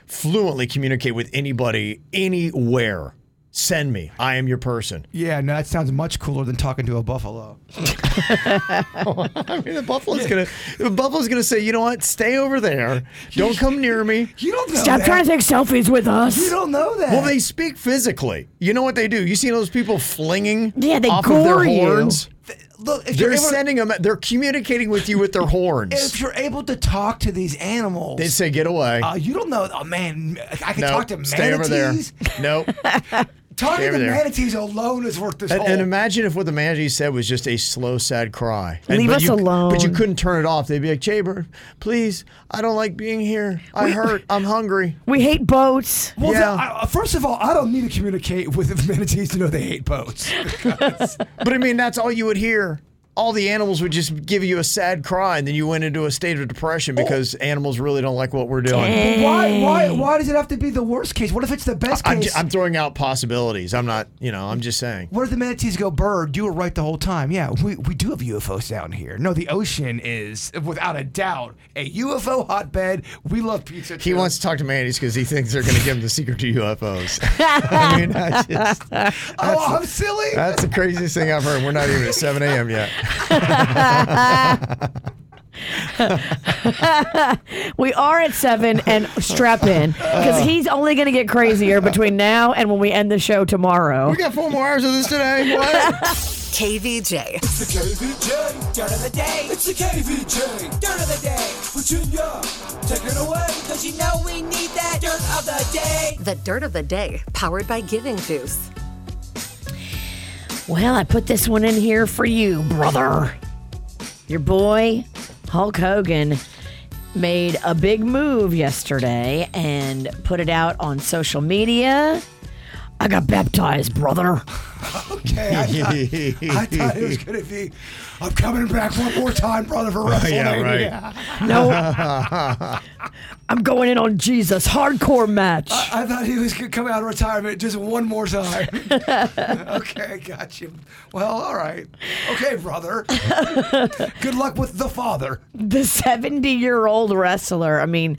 Speaker 3: fluently communicate with anybody anywhere. Send me. I am your person.
Speaker 5: Yeah, no, that sounds much cooler than talking to a buffalo.
Speaker 3: I mean, the buffalo's gonna the buffalo's gonna say, you know what? Stay over there. Don't come near me.
Speaker 5: You don't know
Speaker 4: Stop
Speaker 5: that.
Speaker 4: trying to take selfies with us.
Speaker 5: You don't know that.
Speaker 3: Well, they speak physically. You know what they do? You see those people flinging
Speaker 4: Yeah, they
Speaker 3: off of their
Speaker 4: gore you.
Speaker 3: horns?
Speaker 5: look. If you're,
Speaker 3: They're
Speaker 5: able,
Speaker 3: sending them, they're communicating with you with their horns.
Speaker 5: if you're able to talk to these animals,
Speaker 3: They say, get away.
Speaker 5: uh, you don't know. Oh man, I can
Speaker 3: no,
Speaker 5: talk to manatees.
Speaker 3: stay over there. No. Stay
Speaker 5: Talking
Speaker 3: over
Speaker 5: to
Speaker 3: there.
Speaker 5: manatees alone is worth this
Speaker 3: And,
Speaker 5: whole.
Speaker 3: and imagine if what the manager said was just a slow, sad cry. And,
Speaker 4: Leave
Speaker 3: but
Speaker 4: us
Speaker 3: you, But you
Speaker 4: alone.
Speaker 3: couldn't turn it off. They'd be like, Jaber, please, I don't like being here. I hurt. I'm hungry.
Speaker 4: We hate boats.
Speaker 5: well,
Speaker 3: yeah.
Speaker 5: then, I, first of all, I don't need to communicate with manatees to know they hate boats.
Speaker 3: But I mean, that's all you would hear all the animals would just give you a sad cry, and then you went into a state of depression because animals really don't like what we're doing.
Speaker 5: Oh. Why, why, why does it have to be the worst case? What if it's the best
Speaker 3: I'm,
Speaker 5: case?
Speaker 3: ju- I'm throwing out possibilities. I'm not, you know, I'm just saying.
Speaker 5: what if the manatees go bird? You were right the whole time. Yeah, we, we do have UFOs down here. No, the ocean is, without a doubt, a UFO hotbed. We love pizza.
Speaker 3: He wants to talk to Manny's because he thinks they're going to give him the secret to UFOs. I mean, I just, that's
Speaker 5: Oh, I'm
Speaker 3: the-
Speaker 5: silly.
Speaker 3: That's the craziest thing I've heard. We're not even at 7 a.m. yet.
Speaker 4: we are at seven, and strap in because he's only going to get crazier between now and when we end the show tomorrow.
Speaker 3: We got four more hours of this today.
Speaker 1: KVJ.
Speaker 2: It's the KVJ. Dirt of the day. It's the KVJ. Dirt of the day. Virginia, take it away. Cause you know we need that dirt of the day.
Speaker 1: The dirt of the day, powered by Giving Goose.
Speaker 4: Well, I put this one in here for you, brother. Your boy, Hulk Hogan, made a big move yesterday and put it out on social media. I got baptized, brother.
Speaker 5: Okay, I thought, I thought it was going to be, I'm coming back one more time, brother, for
Speaker 3: Oh,
Speaker 5: WrestleMania.
Speaker 3: yeah, right.
Speaker 4: No. I'm going in on Jesus. Hardcore match.
Speaker 5: I thought he was going to come out of retirement just one more time. okay, got you. Well, all right. Okay, brother. Uh, Good luck with the father.
Speaker 4: the 70 year old wrestler. I mean,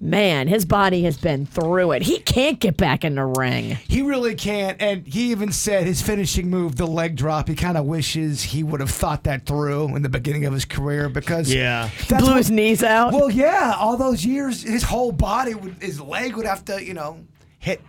Speaker 4: man, his body has been through it. He can't get back in the ring.
Speaker 5: He really can't. And he even said his finishing move, the leg drop, he kind of wishes he would have thought that through in the beginning of his career because.
Speaker 3: Yeah.
Speaker 5: That's
Speaker 4: Blew
Speaker 5: what-
Speaker 4: his knees out.
Speaker 5: Well, yeah, all those years, his whole body, would, his leg would have to, you know, hit,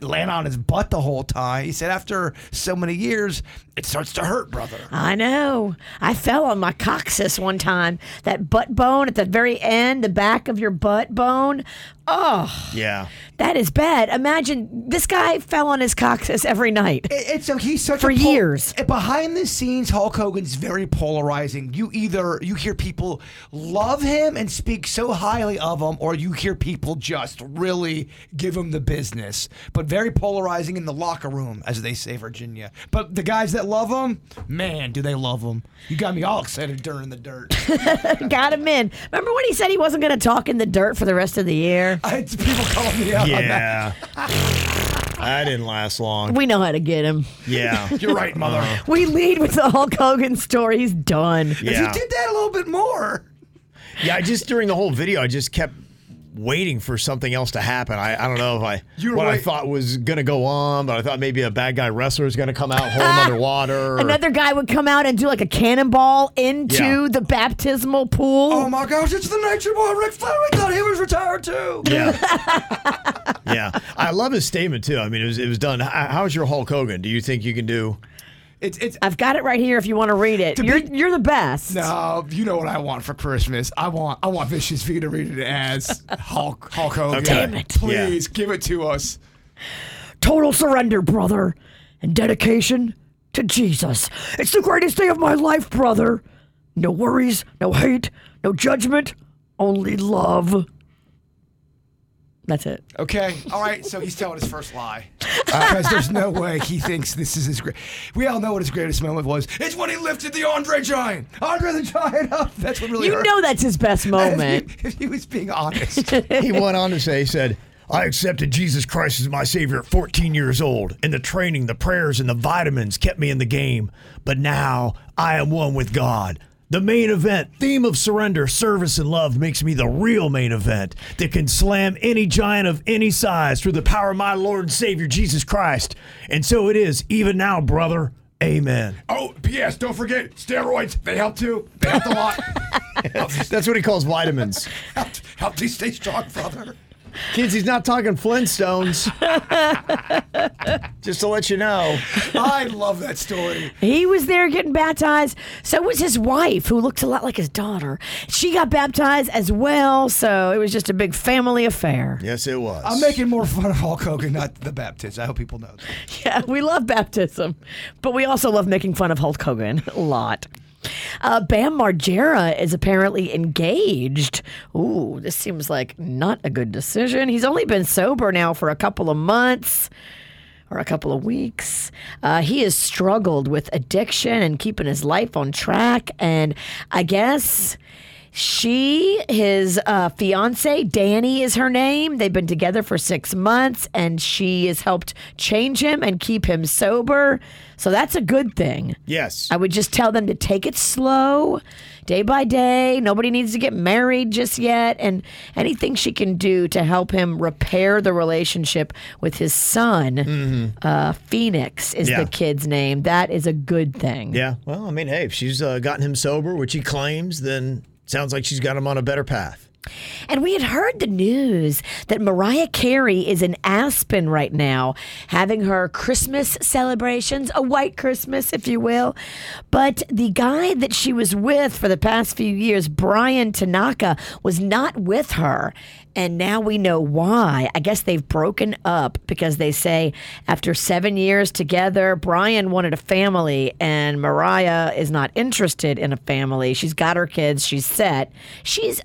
Speaker 5: land on his butt the whole time. He said after so many years, it starts to hurt, brother.
Speaker 4: I know. I fell on my coccyx one time. That butt bone at the very end, the back of your butt bone. Oh,
Speaker 3: Yeah.
Speaker 4: that is bad. Imagine this guy fell on his coccyx every night.
Speaker 5: It- it's so he's such
Speaker 4: For
Speaker 5: a pol-
Speaker 4: years.
Speaker 5: and behind the scenes, Hulk Hogan's very polarizing. You either you hear people love him and speak so highly of him, or you hear people just really give him the business. But very polarizing in the locker room, as they say, Virginia. But the guys that love him, man, do they love him? You got me all excited during the dirt.
Speaker 4: Got him in. Remember when he said he wasn't going to talk in the dirt for the rest of the year?
Speaker 5: I had people calling me out on that.
Speaker 3: Yeah. I didn't last long.
Speaker 4: We know how to get him.
Speaker 3: Yeah. Uh,
Speaker 5: You're right, mother.
Speaker 4: We lead with the Hulk Hogan story. He's done.
Speaker 3: Yeah.
Speaker 5: If you did that a little bit more.
Speaker 3: Yeah, I just during the whole video, I just kept waiting for something else to happen. I, I don't know if I
Speaker 5: You were
Speaker 3: what I
Speaker 5: wait-
Speaker 3: thought was gonna go on, but I thought maybe a bad guy wrestler is gonna come out, hold him underwater. or-
Speaker 4: Another guy would come out and do like a cannonball into
Speaker 3: Yeah.
Speaker 4: the baptismal pool.
Speaker 5: Oh my gosh, it's the nature boy, Rick Flair. We thought he was retired too.
Speaker 3: yeah, yeah. I love his statement too. I mean, it was it was done. H- How's your Hulk Hogan? Do you think you can do?
Speaker 5: It's it's
Speaker 4: I've got it right here if you want to read it.
Speaker 5: To
Speaker 4: You're,
Speaker 5: be-
Speaker 4: you're the best.
Speaker 5: No, you know what I want for Christmas. I want I want Vicious V to read it as Hulk Hulk Hogan.
Speaker 3: Okay. Damn it.
Speaker 5: Please give it to us.
Speaker 4: Total surrender, brother, and dedication to Jesus. It's the greatest day of my life, brother. No worries, no hate, no judgment, only love. That's it.
Speaker 5: Okay. All right. So he's telling his first lie because there's no way he thinks this is his great. We all know what his greatest moment was. It's when he lifted the Andre Giant, Andre the Giant up. That's what really
Speaker 4: You
Speaker 5: hurt.
Speaker 4: know that's his best
Speaker 5: If
Speaker 4: moment.
Speaker 5: he, if he was being honest.
Speaker 3: He went on to say, he said. I accepted Jesus Christ as my Savior at 14 years old, and the training, the prayers, and the vitamins kept me in the game. But now I am one with God. The main event, theme of surrender, service, and love makes me the real main event that can slam any giant of any size through the power of my Lord and Savior Jesus Christ. And so it is, even now, brother. Amen.
Speaker 5: oh, P.S. Don't forget steroids. They help too. They help a lot.
Speaker 3: That's what he calls vitamins.
Speaker 5: help, help you stay strong, brother.
Speaker 3: Kids, he's not talking Flintstones. Just to let you know.
Speaker 5: I love that story.
Speaker 4: He was there getting baptized. So was his wife, who looks a lot like his daughter. She got baptized as well. So it was just a big family affair.
Speaker 3: Yes, it was.
Speaker 5: I'm making more fun of Hulk Hogan, not the Baptist. I hope people know. That.
Speaker 4: Yeah, we love baptism, but we also love making fun of Hulk Hogan a lot. Uh, Bam Margera is apparently engaged. Ooh, this seems like not a good decision. He's only been sober now for a couple of months. or a couple of weeks. Uh, he has struggled with addiction and keeping his life on track. And I guess she, his uh, fiance, Danny is her name. They've been together for six months and she has helped change him and keep him sober. So that's a good thing.
Speaker 3: Yes.
Speaker 4: I would just tell them to take it slow, day by day. Nobody needs to get married just yet. And anything she can do to help him repair the relationship with his son, uh, Phoenix is
Speaker 3: Mm-hmm. Yeah.
Speaker 4: the kid's name. That is a good thing.
Speaker 3: Yeah. Well, I mean, hey, if she's uh, gotten him sober, which he claims, then sounds like she's got him on a better path.
Speaker 4: And we had heard the news that Mariah Carey is in Aspen right now, having her Christmas celebrations, a white Christmas, if you will. But the guy that she was with for the past few years, Brian Tanaka, was not with her. And now we know why. I guess they've broken up because they say after seven years together, Brian wanted a family and Mariah is not interested in a family. She's got her kids, she's set. She's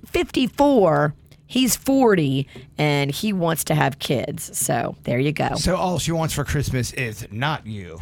Speaker 4: 54, he's 40, and he wants to have kids. So there you go.
Speaker 5: So all she wants for Christmas is not you.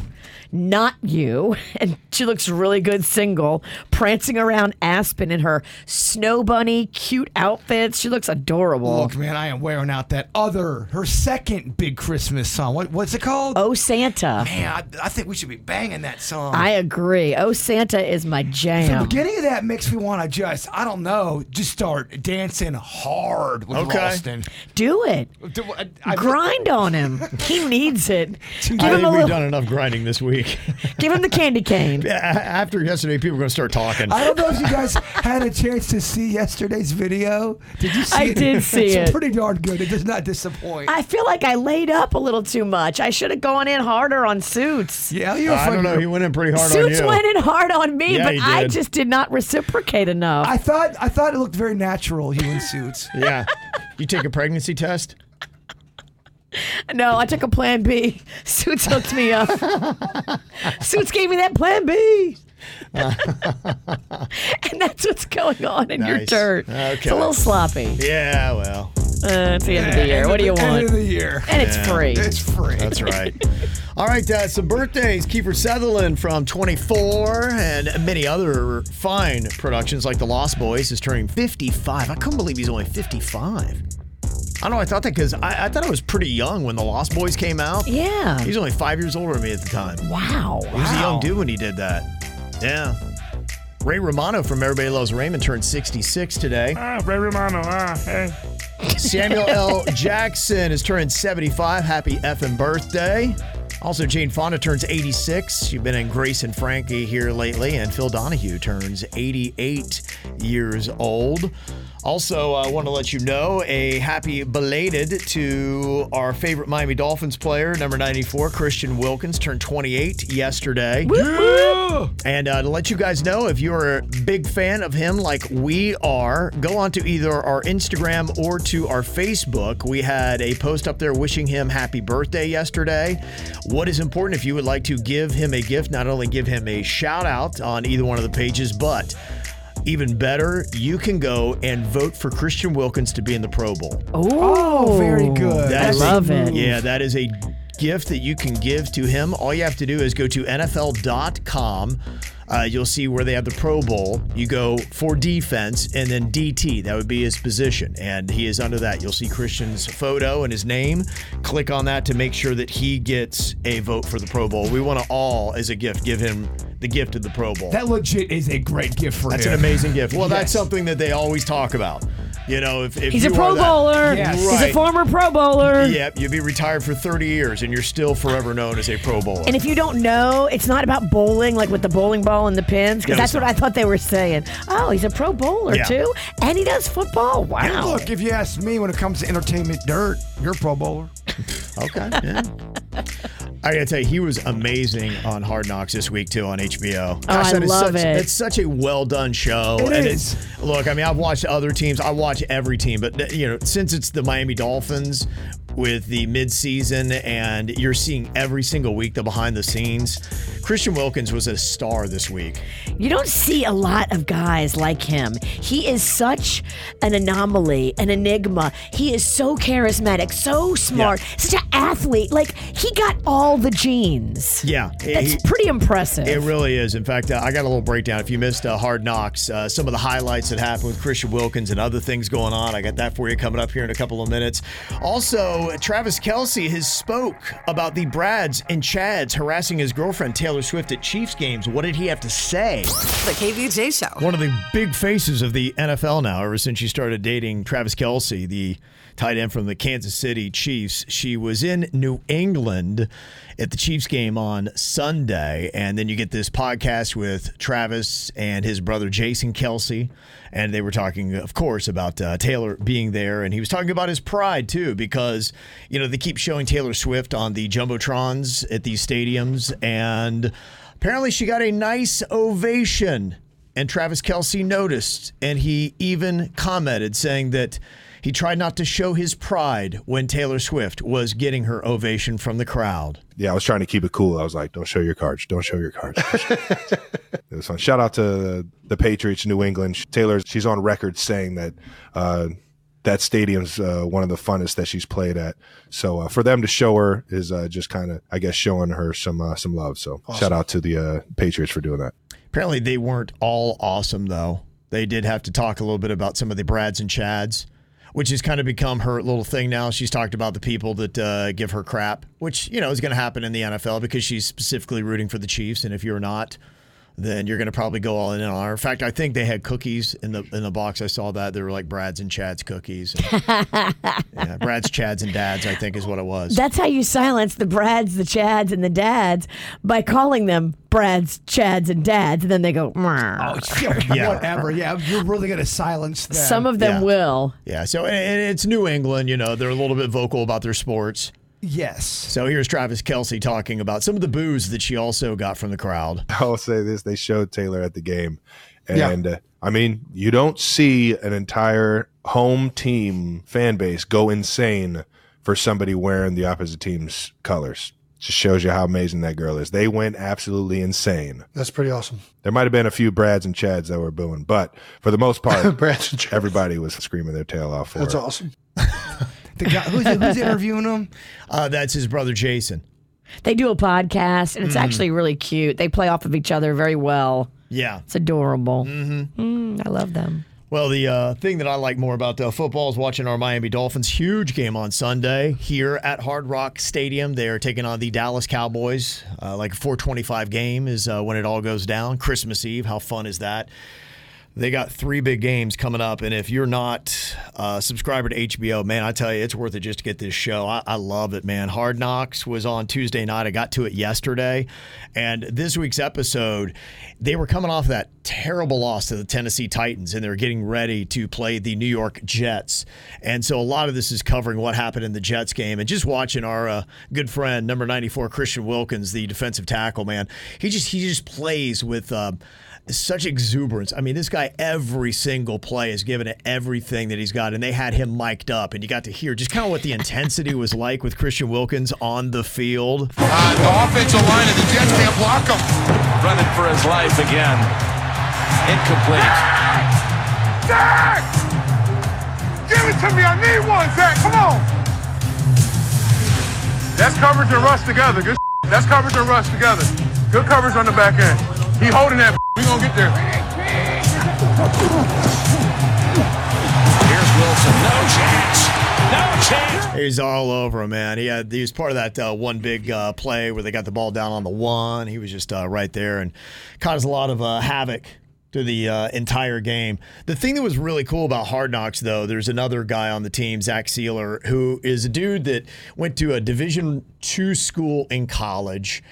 Speaker 4: not you. And she looks really good single, prancing around Aspen in her snow bunny cute outfits. She looks adorable.
Speaker 5: Look, man, I am wearing out that other, her second big Christmas song. What, what's it called?
Speaker 4: Oh, Santa.
Speaker 5: Man, I, I think we should be banging that song.
Speaker 4: I agree. Oh, Santa is my
Speaker 5: From the
Speaker 4: jam.
Speaker 5: beginning of that mix, we want to just, I don't know, just start dancing hard with
Speaker 4: Okay.
Speaker 5: Ralston.
Speaker 4: Do it.
Speaker 5: Do- I-
Speaker 4: Grind on him. He needs it. Give
Speaker 3: I
Speaker 4: him
Speaker 3: think
Speaker 4: a
Speaker 3: we've
Speaker 4: little.
Speaker 3: done enough grinding this week.
Speaker 4: Give him the candy cane.
Speaker 3: After yesterday, people are going to start talking.
Speaker 5: I don't know if you guys had a chance to see yesterday's video. Did you see
Speaker 4: I
Speaker 5: it?
Speaker 4: did see
Speaker 5: it's
Speaker 4: it.
Speaker 5: pretty darn good. It does not disappoint.
Speaker 4: I feel like I laid up a little too much. I should have gone in harder on suits.
Speaker 5: Yeah,
Speaker 3: you're I don't fucking- know. He went in pretty hard on
Speaker 4: suits
Speaker 3: you.
Speaker 4: went in hard on me,
Speaker 3: Yeah,
Speaker 4: but
Speaker 3: he
Speaker 4: I
Speaker 3: did.
Speaker 4: just did not reciprocate enough.
Speaker 5: I thought I thought it looked very natural, you in suits.
Speaker 3: yeah. You take a pregnancy test?
Speaker 4: no, I took a plan B. Suits hooked me up. suits gave me that plan B. and that's what's going on in your
Speaker 3: Nice.
Speaker 4: dirt. It's a little sloppy.
Speaker 3: Yeah, well.
Speaker 4: Uh, it's the end of the year. What do you want?
Speaker 3: End of the year.
Speaker 4: And it's
Speaker 3: Yeah.
Speaker 4: free.
Speaker 3: It's
Speaker 5: free.
Speaker 3: That's right. All right, uh, some birthdays. Kiefer Sutherland from 24 and many other fine productions like The Lost Boys is turning 55. I couldn't believe he's only 55. I know I thought that because I, I thought I was pretty young when The Lost Boys came out.
Speaker 4: Yeah.
Speaker 3: He's only five years older than me at the time.
Speaker 4: Wow.
Speaker 3: He was a young dude when he did that. Yeah. Ray Romano from Everybody Loves Raymond turned 66 today.
Speaker 9: Ah, Ray Romano. Ah, hey.
Speaker 3: Samuel L. Jackson is turning 75. Happy effing birthday. Also, Jane Fonda turns 86. She's been in Grace and Frankie here lately. And Phil Donahue turns 88 years old. Also, I want to let you know a happy belated to our favorite Miami Dolphins player, number 94, Christian Wilkins, turned 28 yesterday. And uh, to let you guys know, if you're a big fan of him like we are, go on to either our Instagram or to our Facebook. We had a post up there wishing him happy birthday yesterday. What is important if you would like to give him a gift, not only give him a shout out on either one of the pages, but even better, you can go and vote for Christian Wilkins to be in the Pro Bowl.
Speaker 4: Oh,
Speaker 5: very good.
Speaker 3: That
Speaker 4: I
Speaker 3: is a-
Speaker 4: love it.
Speaker 3: Yeah, that is a gift that you can give to him. All you have to do is go to NFL.com. Uh, you'll see where they have the Pro Bowl. You go for defense and then DT. That would be his position. And he is under that. You'll see Christian's photo and his name. Click on that to make sure that he gets a vote for the Pro Bowl. We want to all, as a gift, give him the gift of the Pro Bowl.
Speaker 5: That legit is a great gift for
Speaker 3: That's
Speaker 5: him.
Speaker 3: an amazing gift. Well, that's
Speaker 5: Yes.
Speaker 3: something that they always talk about. You know, if, if
Speaker 4: He's a
Speaker 3: you
Speaker 4: Pro
Speaker 3: are that-
Speaker 4: Bowler. He's a
Speaker 3: Right.
Speaker 4: former Pro Bowler.
Speaker 3: Yep, you'll be retired for 30 years and you're still forever known as a Pro Bowler.
Speaker 4: And if you don't know, it's not about bowling, like with the bowling ball and the pins, because
Speaker 3: No,
Speaker 4: that's
Speaker 3: it's
Speaker 4: what I thought they were saying. Oh, he's a pro bowler
Speaker 5: Yeah.
Speaker 4: too, and he does football.
Speaker 5: And
Speaker 4: Wow.
Speaker 5: look, if you ask me, when it comes to entertainment dirt, you're a Pro Bowler.
Speaker 3: okay. Yeah. I gotta tell you, he was amazing on Hard Knocks this week too on HBO.
Speaker 4: Oh, I
Speaker 3: that is
Speaker 4: love
Speaker 3: such,
Speaker 4: it.
Speaker 3: It's such a well done show.
Speaker 4: It
Speaker 3: and
Speaker 4: is.
Speaker 3: It's, look, I mean, I've watched other teams. I watch every team, but you know, since it's the Miami Dolphins, with the midseason, and you're seeing every single week the behind the scenes. Christian Wilkins was a star this week.
Speaker 4: You don't see a lot of guys like him. He is such an anomaly, an enigma. He is so charismatic, so smart, such an athlete. Like, he got all the genes.
Speaker 3: Yeah,
Speaker 4: That's
Speaker 3: he-
Speaker 4: pretty impressive.
Speaker 3: It really is. In fact, uh, I got a little breakdown. If you missed uh, Hard Knocks, uh, some of the highlights that happened with Christian Wilkins and other things going on, I got that for you coming up here in a couple of minutes. Also, Travis Kelsey has spoke about the Brads and Chads harassing his girlfriend Taylor Swift at Chiefs games. What did he have to say?
Speaker 1: The KVJ Show.
Speaker 3: One of the big faces of the NFL now, ever since she started dating Travis Kelsey, the tight end from the Kansas City Chiefs. She was in New England at the Chiefs game on Sunday. And then you get this podcast with Travis and his brother Jason Kelsey. And they were talking, of course, about uh, Taylor being there. And he was talking about his pride, too, because, you know, they keep showing Taylor Swift on the Jumbotrons at these stadiums. And apparently she got a nice ovation. And Travis Kelsey noticed, and he even commented saying that he tried not to show his pride when Taylor Swift was getting her ovation from the crowd.
Speaker 10: Yeah, I was trying to keep it cool. I was like, "Don't show your cards. Don't show your cards." Don't show your cards." it was fun. Shout out to the Patriots, New England. Taylor, she's on record saying that uh, that stadium's uh, one of the funnest that she's played at. So uh, for them to show her is uh, just kind of, I guess, showing her some uh, some love. So
Speaker 3: Awesome.
Speaker 10: shout out to the uh, Patriots for doing that.
Speaker 3: Apparently, they weren't all awesome, though. They did have to talk a little bit about some of the Brads and Chads, which has kind of become her little thing now. She's talked about the people that uh, give her crap, which, you know, is going to happen in the NFL because she's specifically rooting for the Chiefs. And if you're not, then you're going to probably go all in on her. In fact, I think they had cookies in the in the box. I saw that. They were like Brad's and Chad's cookies. yeah, Brad's, Chad's, and Dad's, I think, is what it was.
Speaker 4: That's how you silence the Brads, the Chads, and the Dads by calling them Brads, Chads, and Dads. And then they go, oh,
Speaker 5: Whatever. Yeah, you're really gonna silence them.
Speaker 4: Some of them will.
Speaker 3: Yeah. So, and- and it's New England, you know, they're a little bit vocal about their sports.
Speaker 5: Yes. So
Speaker 3: here's Travis Kelsey talking about some of the boos that she also got from the crowd.
Speaker 10: I'll say this: they showed Taylor at the game, and uh, I mean, you don't see an entire home team fan base go insane for somebody wearing the opposite team's colors. Just shows you how amazing that girl is. They went absolutely insane.
Speaker 11: That's pretty awesome.
Speaker 10: There might have been a few Brads and Chads that were booing, but for the most part,
Speaker 11: Brads and
Speaker 10: everybody was screaming their tail off for
Speaker 11: That's
Speaker 10: her.
Speaker 11: awesome.
Speaker 5: The guy, who's, who's interviewing him?
Speaker 3: Uh, that's his brother Jason.
Speaker 4: They do a podcast, and it's
Speaker 3: Mm.
Speaker 4: actually really cute. They play off of each other very well.
Speaker 3: Yeah.
Speaker 4: It's adorable. Mm-hmm. I love them.
Speaker 3: Well, the uh, thing that I like more about uh, football is watching our Miami Dolphins. Huge game on Sunday here at Hard Rock Stadium. They are taking on the Dallas Cowboys. Uh, like a 425 game is uh, when it all goes down. Christmas Eve. How fun is that? They got three big games coming up, and if you're not a subscriber to HBO, man, I tell you, it's worth it just to get this show. I, I love it, man. Hard Knocks was on Tuesday night. I got to it yesterday, and this week's episode, they were coming off that terrible loss to the Tennessee Titans, and they're getting ready to play the New York Jets. And so a lot of this is covering what happened in the Jets game, and just watching our uh, good friend number 94 Christian Wilkins, the defensive tackle, man, he just he just plays with. Um, such exuberance. I mean, this guy every single play is giving it everything that he's got, and they had him mic'd up, and you got to hear just kind of what the intensity was like with Christian Wilkins on the field.
Speaker 12: The offensive line of the Jets can't block him. Running for his life again. Incomplete.
Speaker 9: Zach! Give it to me. I need one, Zach. Come on. That's coverage and rush together. Good. s***. That's coverage and rush together. Good coverage on the back end. He holding that. We gonna get there.
Speaker 12: Here's Wilson. No chance. No chance.
Speaker 3: He's all over him, man. He had he was part of that uh, one big uh, play where they got the ball down on the one. He was just uh, right there and caused a lot of uh, havoc through the uh, entire game. The thing that was really cool about Hard Knocks, though, there's another guy on the team, Zach Sealer, who is a dude that went to a Division two school in college.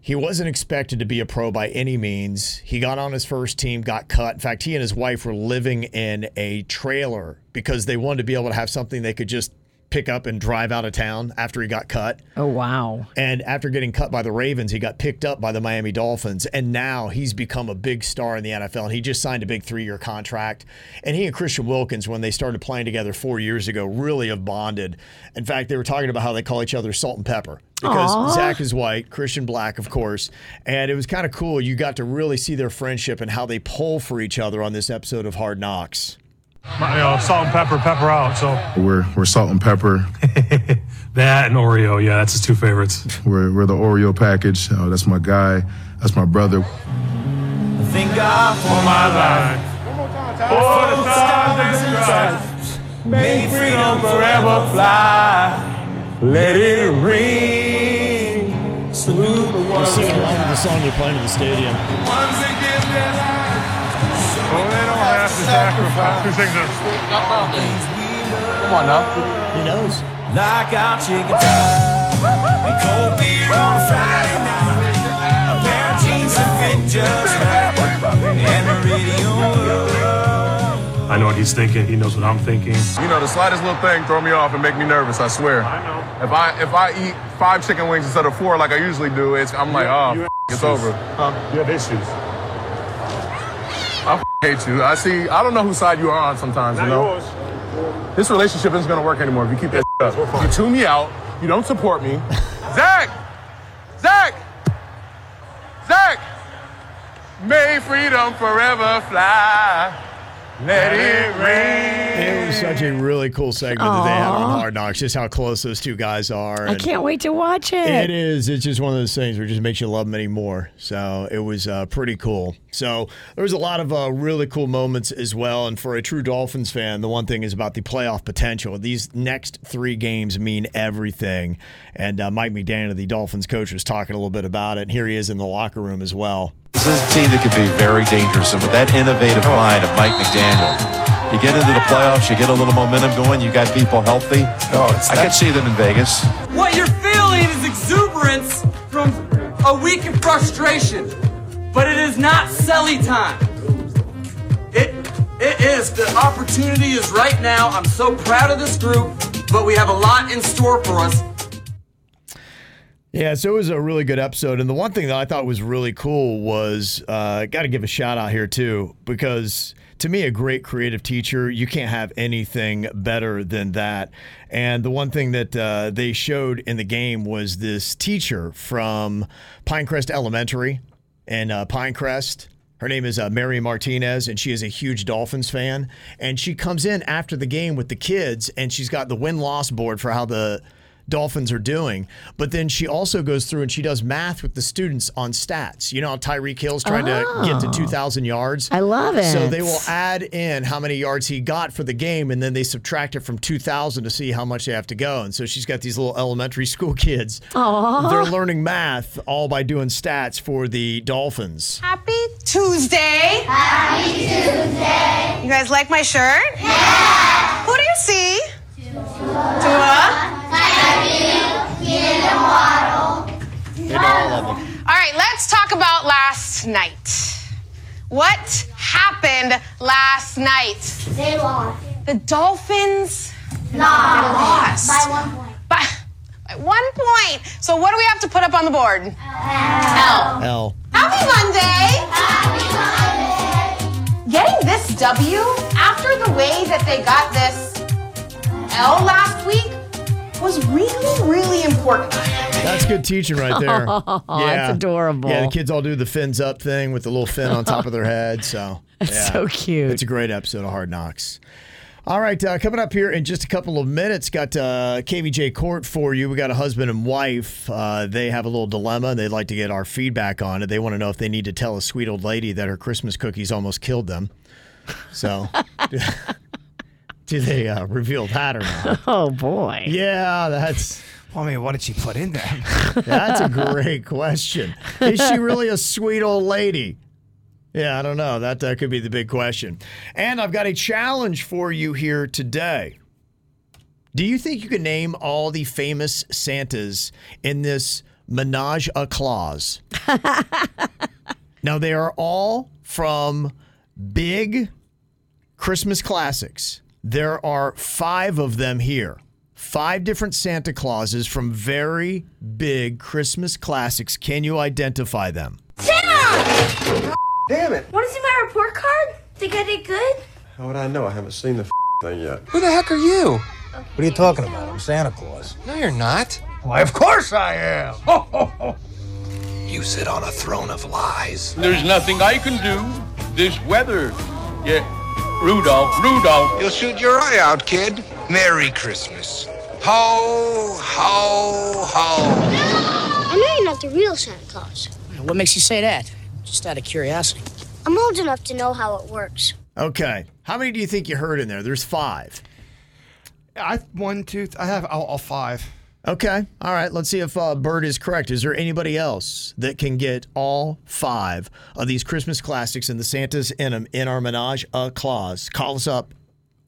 Speaker 3: He wasn't expected to be a pro by any means. He got on his first team, got cut. In fact, he and his wife were living in a trailer because they wanted to be able to have something they could just pick up and drive out of town after he got cut.
Speaker 4: Oh wow!
Speaker 3: And after getting cut by the Ravens, he got picked up by the Miami Dolphins, and now he's become a big star in the NFL. And he just signed a big three-year contract. And he and Christian Wilkins, when they started playing together four years ago, really have bonded. In fact, they were talking about how they call each other salt and pepper because
Speaker 11: Aw.
Speaker 3: Zach is white, Christian black, of course. And it was kind of cool. You got to really see their friendship and how they pull for each other on this episode of Hard Knocks.
Speaker 13: you know, uh, salt and pepper, pepper out. So
Speaker 14: We're we're salt and pepper.
Speaker 13: that and Oreo, yeah, that's his two favorites.
Speaker 14: We're we're the Oreo package. Uh, that's my guy. That's my brother.
Speaker 2: Thank God for my life. For the stars and stripes. May freedom forever fly. Let it ring. Salute the
Speaker 3: Just sing along with the song they're playing in the stadium.
Speaker 2: ones that give their lives. Oh, they don't have to
Speaker 9: sacrifice. Who sings
Speaker 2: this? Come on now.
Speaker 3: He knows.
Speaker 2: Like our chicken tie. And cold beer on a Friday night. A pair of jeans that fit just right. And the radio.
Speaker 13: I know what he's thinking. He knows what I'm thinking.
Speaker 9: You know, the slightest little thing throw me off and make me nervous. I swear. I know. If I if I eat five chicken wings instead of four like I usually do, it's I'm like, oh,
Speaker 13: you have
Speaker 9: it's over. You have issues. I hate you. I see. I don't know whose side you are on sometimes. you know. This relationship isn't gonna work anymore if you keep that up. You tune me out. You don't support me. Zach, Zach, Zach. May freedom forever fly. Let it rain.
Speaker 3: It was such a really cool segment that they had
Speaker 4: Aw.
Speaker 3: on Hard Knocks, just how close those two guys are.
Speaker 4: I
Speaker 3: and-
Speaker 4: can't wait to watch it.
Speaker 3: It is. It's just one of those things where it just makes you love them anymore. So it was uh, pretty cool. So there was a lot of uh, really cool moments as well. And for a true Dolphins fan, the one thing is about the playoff potential. These next three games mean everything. And uh, Mike McDaniel, the Dolphins coach, was talking a little bit about it. And here he is in the locker room as well.
Speaker 15: This is a team that can be very dangerous, and with that innovative mind of Mike McDaniel, you get into the playoffs, you get a little momentum going, you got people healthy.
Speaker 16: Oh,
Speaker 15: I could see them in Vegas.
Speaker 17: What you're feeling is exuberance from a week of frustration, but it is not selly time. It it is the opportunity is right now. I'm so proud of this group, but we have a lot in store for us.
Speaker 3: Yeah, so it was a really good episode. And the one thing that I thought was really cool was uh, got to give a shout out here, too, because to me, a great creative teacher, you can't have anything better than that. And the one thing that uh, they showed in the game was this teacher from Pinecrest Elementary in uh, Pinecrest. Her name is uh, Mary Martinez, and she is a huge Dolphins fan. And she comes in after the game with the kids, and she's got the win loss board for how the Dolphins are doing. But then she also goes through and she does math with the students on stats. You know how Tyreek Hill's trying to get to
Speaker 4: Oh.
Speaker 3: 2,000 yards?
Speaker 4: I love it.
Speaker 3: So they will add in how many yards he got for the game, and then they subtract it from 2,000 to see how much they have to go. And so she's got these little elementary school kids.
Speaker 2: Aw.
Speaker 3: They're learning math all by doing stats for the Dolphins.
Speaker 18: Happy Tuesday. Happy Tuesday. You guys like my shirt? Yeah. Who do you see? Tua. All right, let's talk about last night. What happened last night? They lost. The Dolphins They lost.
Speaker 8: By one
Speaker 18: point. By, by one point. So what do we have to put up on the board? L.
Speaker 3: L.
Speaker 18: Happy Monday! Happy Monday! Getting this W after the way that they got this L last week was really, really important.
Speaker 3: That's good teaching right there.
Speaker 4: Aw, that's Oh, adorable.
Speaker 3: Yeah, the kids all do the fins up thing with the little fin on top of their head. So
Speaker 4: That's so
Speaker 3: cute. It's a great episode of Hard Knocks. All right, uh, coming up here in just a couple of minutes, got uh, KVJ Court for you. We got a husband and wife. Uh, they have a little dilemma. They'd like to get our feedback on it. They want to know if they need to tell a sweet old lady that her Christmas cookies almost killed them. So, do they uh, reveal that or not?
Speaker 4: Oh boy.
Speaker 3: Yeah, that's.
Speaker 5: Well, I mean, what did she put in there?
Speaker 3: That's a great question. Is she really a sweet old lady? Yeah, I don't know. That, that could be the big question. And I've got a challenge for you here today. Do you think you can name all the famous Santas in this menage a clause? now, they are all from big Christmas classics. There are five of them here. Five different Santa Clauses from very big Christmas classics. Can you identify them?
Speaker 11: Santa!
Speaker 16: Damn it.
Speaker 11: Want to see my report card? Think I did good?
Speaker 16: How would I know? I haven't seen the f- thing yet.
Speaker 11: Who the heck are you?
Speaker 16: What are you talking about? I'm Santa Claus.
Speaker 11: No, you're not.
Speaker 16: Why, of course I am.
Speaker 12: You sit on a throne of lies. There's nothing I can do. This weather. Yeah. Rudolph, Rudolph. You'll shoot your eye out, kid. Merry Christmas.
Speaker 16: Ho, ho, ho.
Speaker 11: I know you're not the real Santa Claus.
Speaker 19: What makes you say that? Just out of curiosity.
Speaker 11: I'm old enough to know how it works.
Speaker 3: Okay. How many do you think you heard in there? There's five.
Speaker 5: I one, two, th- I have all, all five.
Speaker 3: Okay. All right. Let's see if uh, Bird is correct. Is there anybody else that can get all five of these Christmas classics and the Santas in 'em in our Menage a Clause? Call us up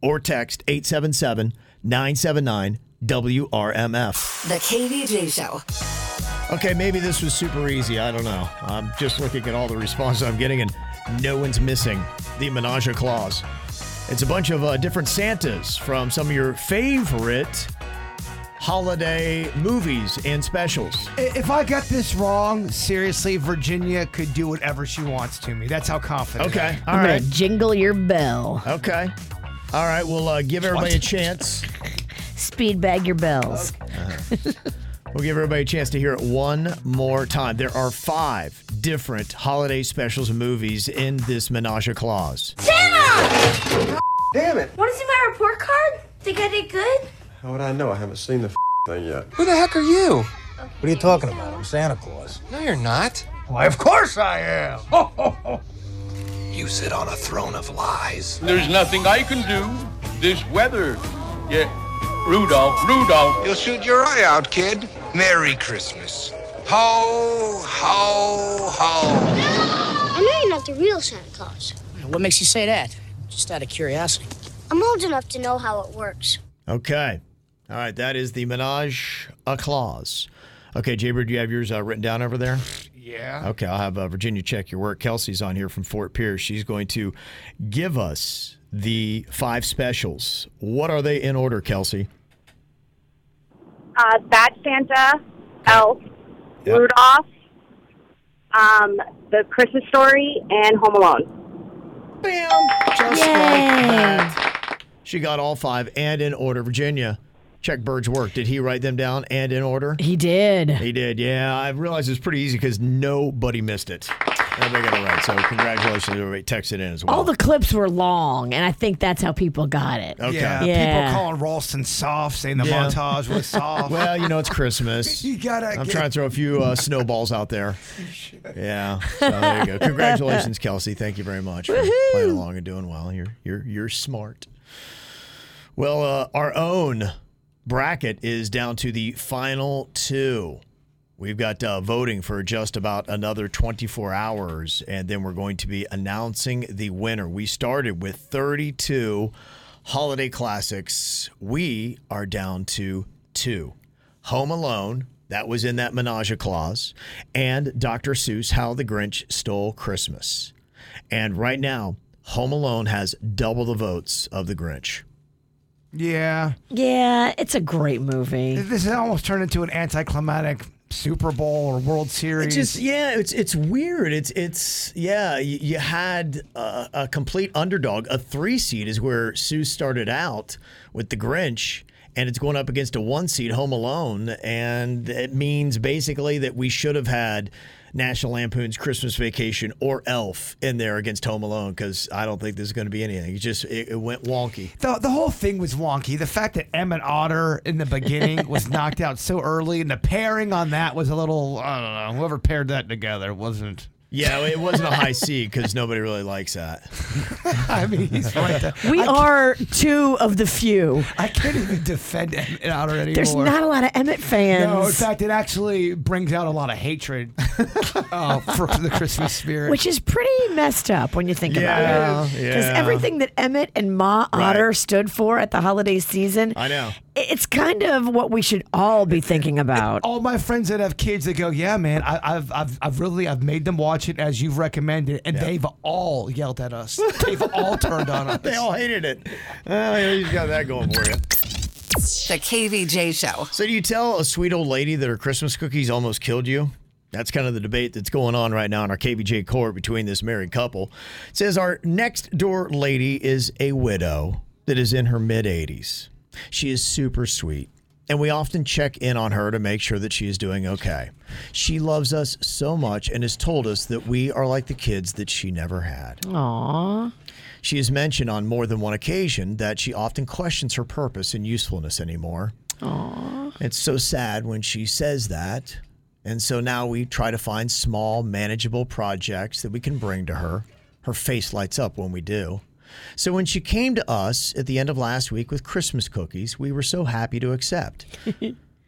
Speaker 3: or text 877 979 WRMF.
Speaker 1: The KVJ Show.
Speaker 3: Okay, maybe this was super easy. I don't know. I'm just looking at all the responses I'm getting, and no one's missing the Menage a Clause. It's a bunch of uh, different Santas from some of your favorite holiday movies and specials.
Speaker 5: I- If I got this wrong, seriously, Virginia could do whatever she wants to me. That's how confident.
Speaker 3: Okay,
Speaker 5: I
Speaker 3: all
Speaker 5: am.
Speaker 3: right.
Speaker 4: Jingle your bell.
Speaker 3: Okay. All right, we'll uh, give everybody a
Speaker 4: What?
Speaker 3: chance.
Speaker 4: Speed bag your bells.
Speaker 3: Uh-huh. We'll give everybody a chance to hear it one more time. There are five different holiday specials and movies in this Menage a Clause.
Speaker 11: Santa!
Speaker 16: Damn it.
Speaker 11: Want to see my report card? Think I did good?
Speaker 16: How would I know? I haven't seen the f- thing yet.
Speaker 11: Who the heck are you?
Speaker 16: What are you talking about? I'm Santa Claus.
Speaker 12: No, you're not.
Speaker 16: Why, of course I am.
Speaker 12: You sit on a throne of lies. There's nothing I can do. This weather. Yeah. Rudolph, Rudolph. You'll shoot your eye out, kid. Merry Christmas.
Speaker 16: Ho, ho, ho.
Speaker 11: I know you're not the real Santa Claus.
Speaker 19: What makes you say that? Just out of curiosity.
Speaker 11: I'm old enough to know how it works.
Speaker 3: Okay. All right, that is the Menage a Clause. Okay, Jaber, do you have yours uh, written down over there?
Speaker 5: Yeah.
Speaker 3: Okay, I'll have uh, Virginia check your work. Kelsey's on here from Fort Pierce. She's going to give us the five specials. What are they in order, Kelsey?
Speaker 20: Uh, Bad Santa, Elf, Rudolph, um, The Christmas Story, and Home Alone.
Speaker 3: Just like that. She got all five and in order. Virginia, check Bird's work. Did he write them down and in order?
Speaker 4: He did.
Speaker 3: He did, yeah. I realized it's pretty easy because nobody missed it. Everybody got it right. So congratulations to everybody. Text it in as well.
Speaker 4: All the clips were long, and I think that's how people got it.
Speaker 3: Okay.
Speaker 5: Yeah,
Speaker 4: Yeah.
Speaker 5: People calling Ralston soft, saying the
Speaker 3: Yeah.
Speaker 5: montage was soft.
Speaker 3: Well, you know, it's Christmas.
Speaker 5: You gotta
Speaker 3: I'm
Speaker 5: get-
Speaker 3: trying to throw a few uh, snowballs out there. Yeah. So there you go. Congratulations, Kelsey. Thank you very much for playing along and doing well. You're you're you're smart. Well, uh, our own bracket is down to the final two. We've got uh, voting for just about another 24 hours, and then we're going to be announcing the winner. We started with 32 holiday classics. We are down to two Home Alone, that was in that Menage a Clause, and Dr. Seuss, How the Grinch Stole Christmas. And right now, Home Alone has double the votes of the Grinch.
Speaker 5: Yeah.
Speaker 4: Yeah, it's a great movie.
Speaker 5: This has almost turned into an anticlimactic Super Bowl or World Series.
Speaker 3: It just yeah, it's it's weird. It's it's yeah. You, you had a, a complete underdog. A three seed is where Sue started out with the Grinch, and it's going up against a one seed, Home Alone, and it means basically that we should have had National Lampoon's Christmas Vacation or Elf in there against Home Alone because I don't think there's going to be anything. It just it, it went wonky.
Speaker 5: The, the whole thing was wonky. The fact that Emmett Otter in the beginning was knocked out so early, and the pairing on that was a little, uh, I don't know, whoever paired that together wasn't.
Speaker 3: Yeah, it wasn't a high seed because nobody really likes that.
Speaker 5: I mean, he's right there.
Speaker 4: We are two of the few.
Speaker 5: I can't even defend Emmett Otter anymore.
Speaker 4: There's not a lot of Emmett fans.
Speaker 5: No, in fact, it actually brings out a lot of hatred uh, for the Christmas spirit.
Speaker 4: Which is pretty messed up when you think
Speaker 5: Yeah,
Speaker 4: about it. Because
Speaker 5: yeah.
Speaker 4: everything that Emmett and Ma
Speaker 5: Right.
Speaker 4: Otter stood for at the holiday season,
Speaker 5: I know.
Speaker 4: It's kind of what we should all be thinking about.
Speaker 5: all my friends that have kids that go, yeah, man, I, I've, I've, I've really, I've made them watch it as you've recommended, and they've all yelled at us. They've all turned on us.
Speaker 3: they all hated it. Uh, he's got that going for you.
Speaker 1: The KVJ Show.
Speaker 3: So, do you tell a sweet old lady that her Christmas cookies almost killed you? That's kind of the debate that's going on right now in our KVJ court between this married couple. It says our next door lady is a widow that is in her mid 80s. She is super sweet, and we often check in on her to make sure that she is doing okay. She loves us so much and has told us that we are like the kids that she never had.
Speaker 4: Aww.
Speaker 3: She has mentioned on more than one occasion that she often questions her purpose and usefulness anymore.
Speaker 4: Aww.
Speaker 3: It's so sad when she says that. And so now we try to find small, manageable projects that we can bring to her. Her face lights up when we do. So when she came to us at the end of last week with Christmas cookies, we were so happy to accept.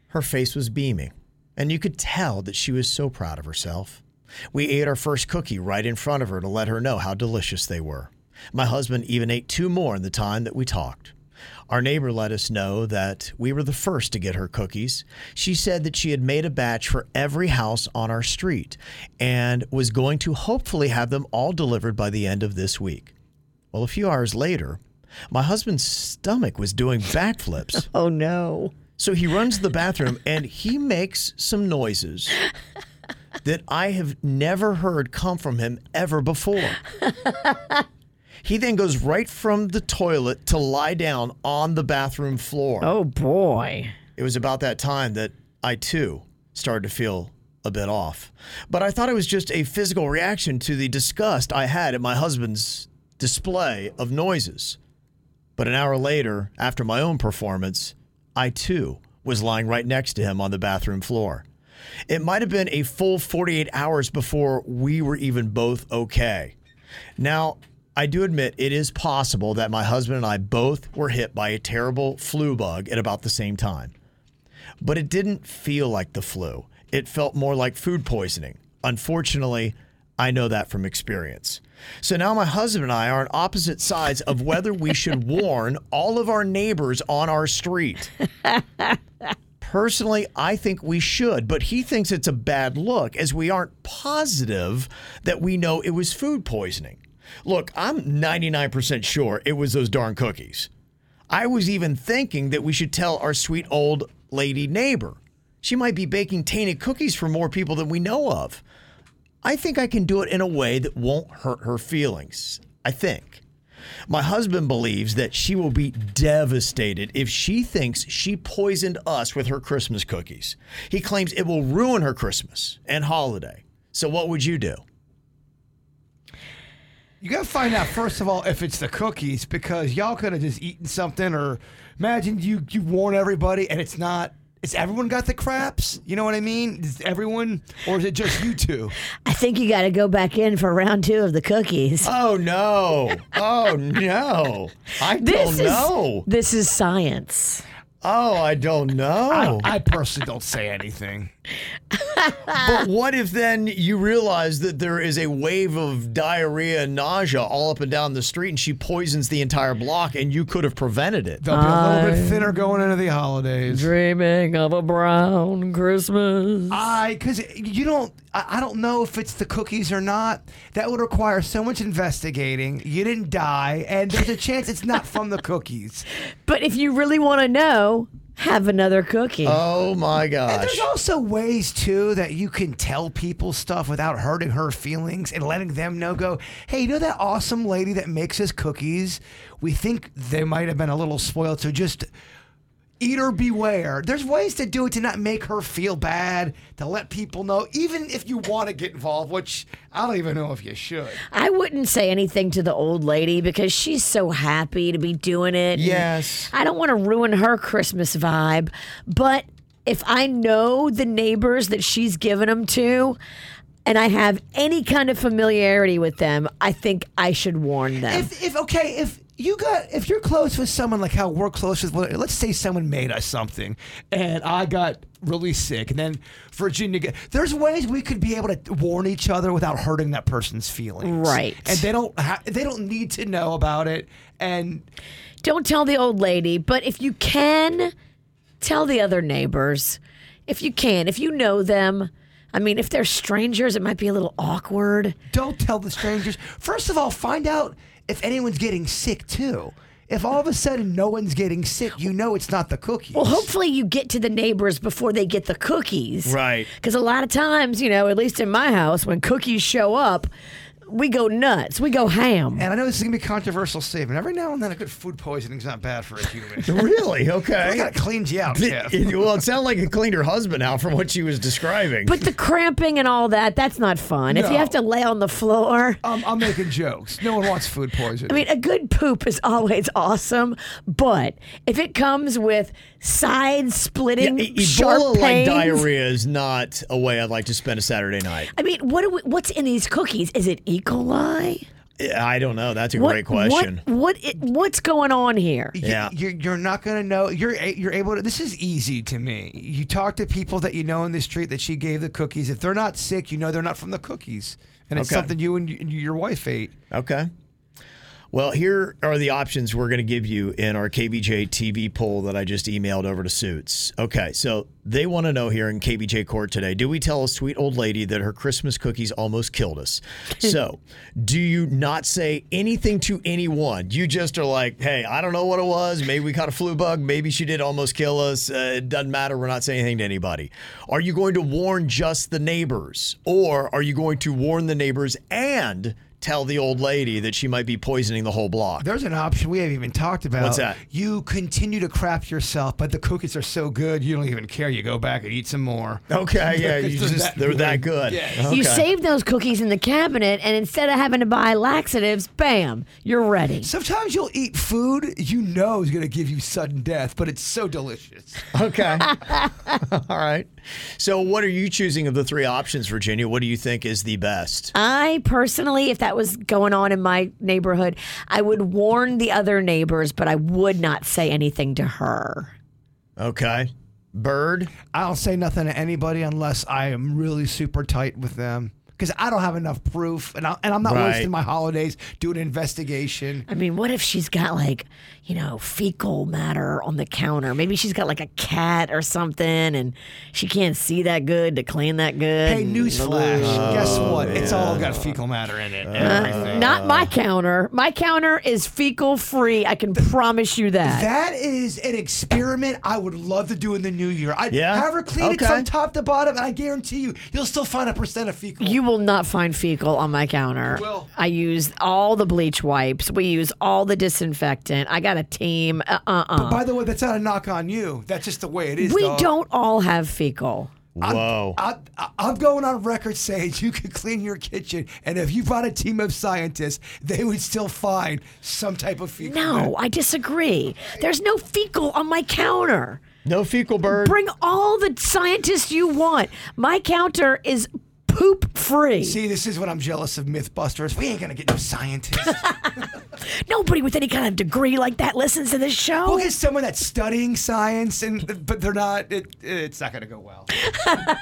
Speaker 3: her face was beaming, and you could tell that she was so proud of herself. We ate our first cookie right in front of her to let her know how delicious they were. My husband even ate two more in the time that we talked. Our neighbor let us know that we were the first to get her cookies. She said that she had made a batch for every house on our street and was going to hopefully have them all delivered by the end of this week. Well, a few hours later, my husband's stomach was doing backflips.
Speaker 4: oh, no.
Speaker 3: So he runs to the bathroom and he makes some noises that I have never heard come from him ever before. He then goes right from the toilet to lie down on the bathroom floor.
Speaker 4: Oh boy.
Speaker 3: It was about that time that I too started to feel a bit off. But I thought it was just a physical reaction to the disgust I had at my husband's display of noises. But an hour later, after my own performance, I too was lying right next to him on the bathroom floor. It might have been a full 48 hours before we were even both okay. Now, I do admit it is possible that my husband and I both were hit by a terrible flu bug at about the same time. But it didn't feel like the flu. It felt more like food poisoning. Unfortunately, I know that from experience. So now my husband and I are on opposite sides of whether we should warn all of our neighbors on our street. Personally, I think we should, but he thinks it's a bad look as we aren't positive that we know it was food poisoning. Look, I'm 99% sure it was those darn cookies. I was even thinking that we should tell our sweet old lady neighbor. She might be baking tainted cookies for more people than we know of. I think I can do it in a way that won't hurt her feelings. I think. My husband believes that she will be devastated if she thinks she poisoned us with her Christmas cookies. He claims it will ruin her Christmas and holiday. So, what would you do?
Speaker 5: You gotta find out first of all if it's the cookies because y'all could have just eaten something or imagine you you warn everybody and it's not. Is everyone got the craps? You know what I mean? Is everyone or is it just you two?
Speaker 4: I think you got to go back in for round two of the cookies.
Speaker 3: Oh no! Oh no! I don't
Speaker 4: This is-
Speaker 3: know.
Speaker 4: This is science.
Speaker 3: Oh, I don't
Speaker 4: Oh.
Speaker 3: know.
Speaker 5: I, I personally don't say anything.
Speaker 3: but what if then you realize that there is a wave of diarrhea and nausea all up and down the street, and she poisons the entire block, and you could have prevented it?
Speaker 5: They'll be a
Speaker 4: Uh,
Speaker 5: little bit thinner going into the holidays.
Speaker 4: Dreaming of a brown Christmas.
Speaker 5: I because you don't. I, I don't know if it's the cookies or not. That would require so much investigating. You didn't die, and there's a chance it's not from the cookies.
Speaker 4: But if you really want to know, have another cookie.
Speaker 3: Oh my
Speaker 5: And there's also ways too that you can tell people stuff without hurting her feelings and letting them know. Go, hey, you know that awesome lady that makes us cookies? We think they might have been a little spoiled, so just eat or beware. There's ways to do it to not make her feel bad, to let people know, even if you want to get involved, which I don't even know if you should.
Speaker 4: I wouldn't say anything to the old lady because she's so happy to be doing it. and
Speaker 5: Yes.
Speaker 4: I don't want to ruin her Christmas vibe, but if I know the neighbors that she's given them to and I have any kind of familiarity with them, I think I should warn them.
Speaker 5: If, if okay, if you got if you're close with someone like how we're close with, let's say someone made us something, and I got really sick, and then Virginia, got, there's ways we could be able to warn each other without hurting that person's feelings,
Speaker 4: Right.
Speaker 5: And they don't ha- they don't need to know about it, and
Speaker 4: Don't tell the old lady, but if you can, tell the other neighbors. If you can, if you know them. I mean, if they're strangers, it might be a little awkward.
Speaker 5: Don't tell the strangers. First of all, find out if anyone's getting sick too. If all of a sudden no one's getting sick, you know it's not the cookies.
Speaker 4: Well, hopefully you get to the neighbors before they get the cookies.
Speaker 5: Right.
Speaker 4: Because a lot of times, you know, at least in my house, when cookies show up, we go nuts. We go ham.
Speaker 5: And I know this is gonna be a controversial statement. Every now and then, a good food poisoning's not bad for a human.
Speaker 3: Really? Okay.
Speaker 5: I gotta clean you out, Jeff.
Speaker 3: It- well, it sounded like it cleaned her husband out from what she was describing.
Speaker 4: But the cramping and all that, that's not fun. If you
Speaker 5: No.
Speaker 4: have to lay on the floor.
Speaker 5: I'm, um, I'm making jokes. No one wants food poisoning.
Speaker 4: I mean, a good poop is always awesome, but if it comes with side splitting,
Speaker 3: E-
Speaker 4: sharp
Speaker 3: Ebola like
Speaker 4: pains,
Speaker 3: diarrhea is not a way I'd like to spend a Saturday night.
Speaker 4: I mean, what do we, what's in these cookies? Is it E. coli?
Speaker 3: I don't know. That's a
Speaker 4: What-
Speaker 3: great question.
Speaker 4: What, what it, what's going on here?
Speaker 3: Yeah.
Speaker 5: you're, you're not gonna know. You're a- you're able to. This is easy to me. You talk to people that you know in the street that she gave the cookies. If they're not sick, you know they're not from the cookies, and it's
Speaker 3: Okay.
Speaker 5: something you and, y- and your wife ate.
Speaker 3: Okay. Well, here are the options we're going to give you in our KBJ TV poll that I just emailed over to Suits. Okay, so they want to know here in KBJ court today do we tell a sweet old lady that her Christmas cookies almost killed us? so, do you not say anything to anyone? You just are like, hey, I don't know what it was. Maybe we caught a flu bug. Maybe she did almost kill us. Uh, it doesn't matter. We're not saying anything to anybody. Are you going to warn just the neighbors, or are you going to warn the neighbors and tell the old lady that she might be poisoning the whole block.
Speaker 5: There's an option we haven't even talked about.
Speaker 3: What's that?
Speaker 5: You continue to crap yourself, but the cookies are so good you don't even care. You go back and eat some more.
Speaker 3: Okay, yeah, you
Speaker 5: They're
Speaker 3: just- they're that good.
Speaker 5: Yeah.
Speaker 4: You save those cookies in the cabinet, and instead of having to buy laxatives, bam, you're ready.
Speaker 5: Sometimes you'll eat food you know is going to give you sudden death, but it's so delicious.
Speaker 3: Okay. All right. So, what are you choosing of the three options, Virginia? What do you think is the best?
Speaker 4: I personally, if that was going on in my neighborhood, I would warn the other neighbors, but I would not say anything to her.
Speaker 3: Okay. Bird?
Speaker 5: I'll say nothing to anybody unless I am really super tight with them because I don't have enough proof and, I, and I'm not
Speaker 4: Right.
Speaker 5: wasting my holidays doing an investigation.
Speaker 4: I mean, what if she's got like, you know, fecal matter on the counter? Maybe she's got like a cat or something and she can't see that good to clean that good.
Speaker 5: Hey,
Speaker 4: and-
Speaker 5: newsflash.
Speaker 3: Oh,
Speaker 5: Guess what? It's all
Speaker 3: man.
Speaker 5: got fecal matter in it.
Speaker 4: Uh,
Speaker 5: everything.
Speaker 4: not my counter. My counter is fecal free. I can promise you that.
Speaker 5: That is an experiment I would love to do in the new year. I'd
Speaker 4: Yeah?
Speaker 5: have her clean
Speaker 4: Okay.
Speaker 5: it from top to bottom, and I guarantee you, you'll still find a percent of fecal.
Speaker 4: You will not find fecal on my counter.
Speaker 5: You will.
Speaker 4: I use all the bleach wipes. We use all the disinfectant. I got a team. Uh uh.
Speaker 5: But by the way, that's not a knock on you. That's just the way it is.
Speaker 4: we
Speaker 5: dog.
Speaker 4: don't all have fecal.
Speaker 3: Whoa.
Speaker 5: I, I, I'm going on record saying you could clean your kitchen, and if you brought a team of scientists, they would still find some type of fecal.
Speaker 4: No, Oh, I disagree. There's no fecal on my counter.
Speaker 3: No fecal bird.
Speaker 4: Bring all the scientists you want. My counter is poop free.
Speaker 5: See, this is what I'm jealous of MythBusters. We ain't gonna get no scientists.
Speaker 4: Nobody with any kind of degree like that listens to this show.
Speaker 5: we'll get someone that's studying science, and but they're not. It, it's not gonna go well.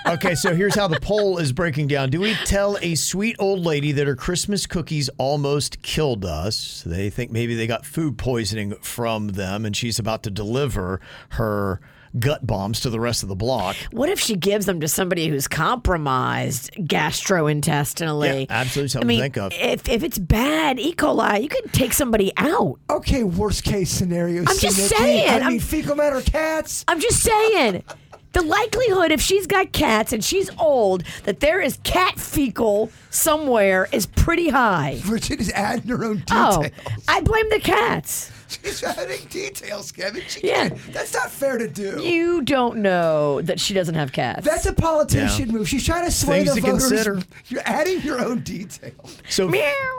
Speaker 3: okay, so here's how the poll is breaking down. Do we tell a sweet old lady that her Christmas cookies almost killed us? They think maybe they got food poisoning from them and she's about to deliver her gut bombs to the rest of the block.
Speaker 4: What if she gives them to somebody who's compromised gastrointestinally?
Speaker 3: Yeah, absolutely
Speaker 4: I
Speaker 3: something
Speaker 4: mean,
Speaker 3: to think of.
Speaker 4: if, if it's bad E. coli, you could take somebody out.
Speaker 5: Okay, worst case scenario.
Speaker 4: I'm just
Speaker 5: Nikki.
Speaker 4: saying.
Speaker 5: I
Speaker 4: I'm-
Speaker 5: mean, fecal matter cats.
Speaker 4: I'm just saying. The likelihood if she's got cats and she's old that there is cat fecal somewhere is pretty high.
Speaker 5: Virginia's adding her own
Speaker 4: Oh,
Speaker 5: details.
Speaker 4: I blame the cats.
Speaker 5: She's adding details, Kevin. She
Speaker 4: Yeah.
Speaker 5: can't. That's not fair to do.
Speaker 4: You don't know that she doesn't have cats.
Speaker 5: That's a politician move. She's trying to sway
Speaker 3: Things
Speaker 5: the
Speaker 3: to
Speaker 5: voters.
Speaker 3: consider.
Speaker 5: You're adding your own details.
Speaker 3: So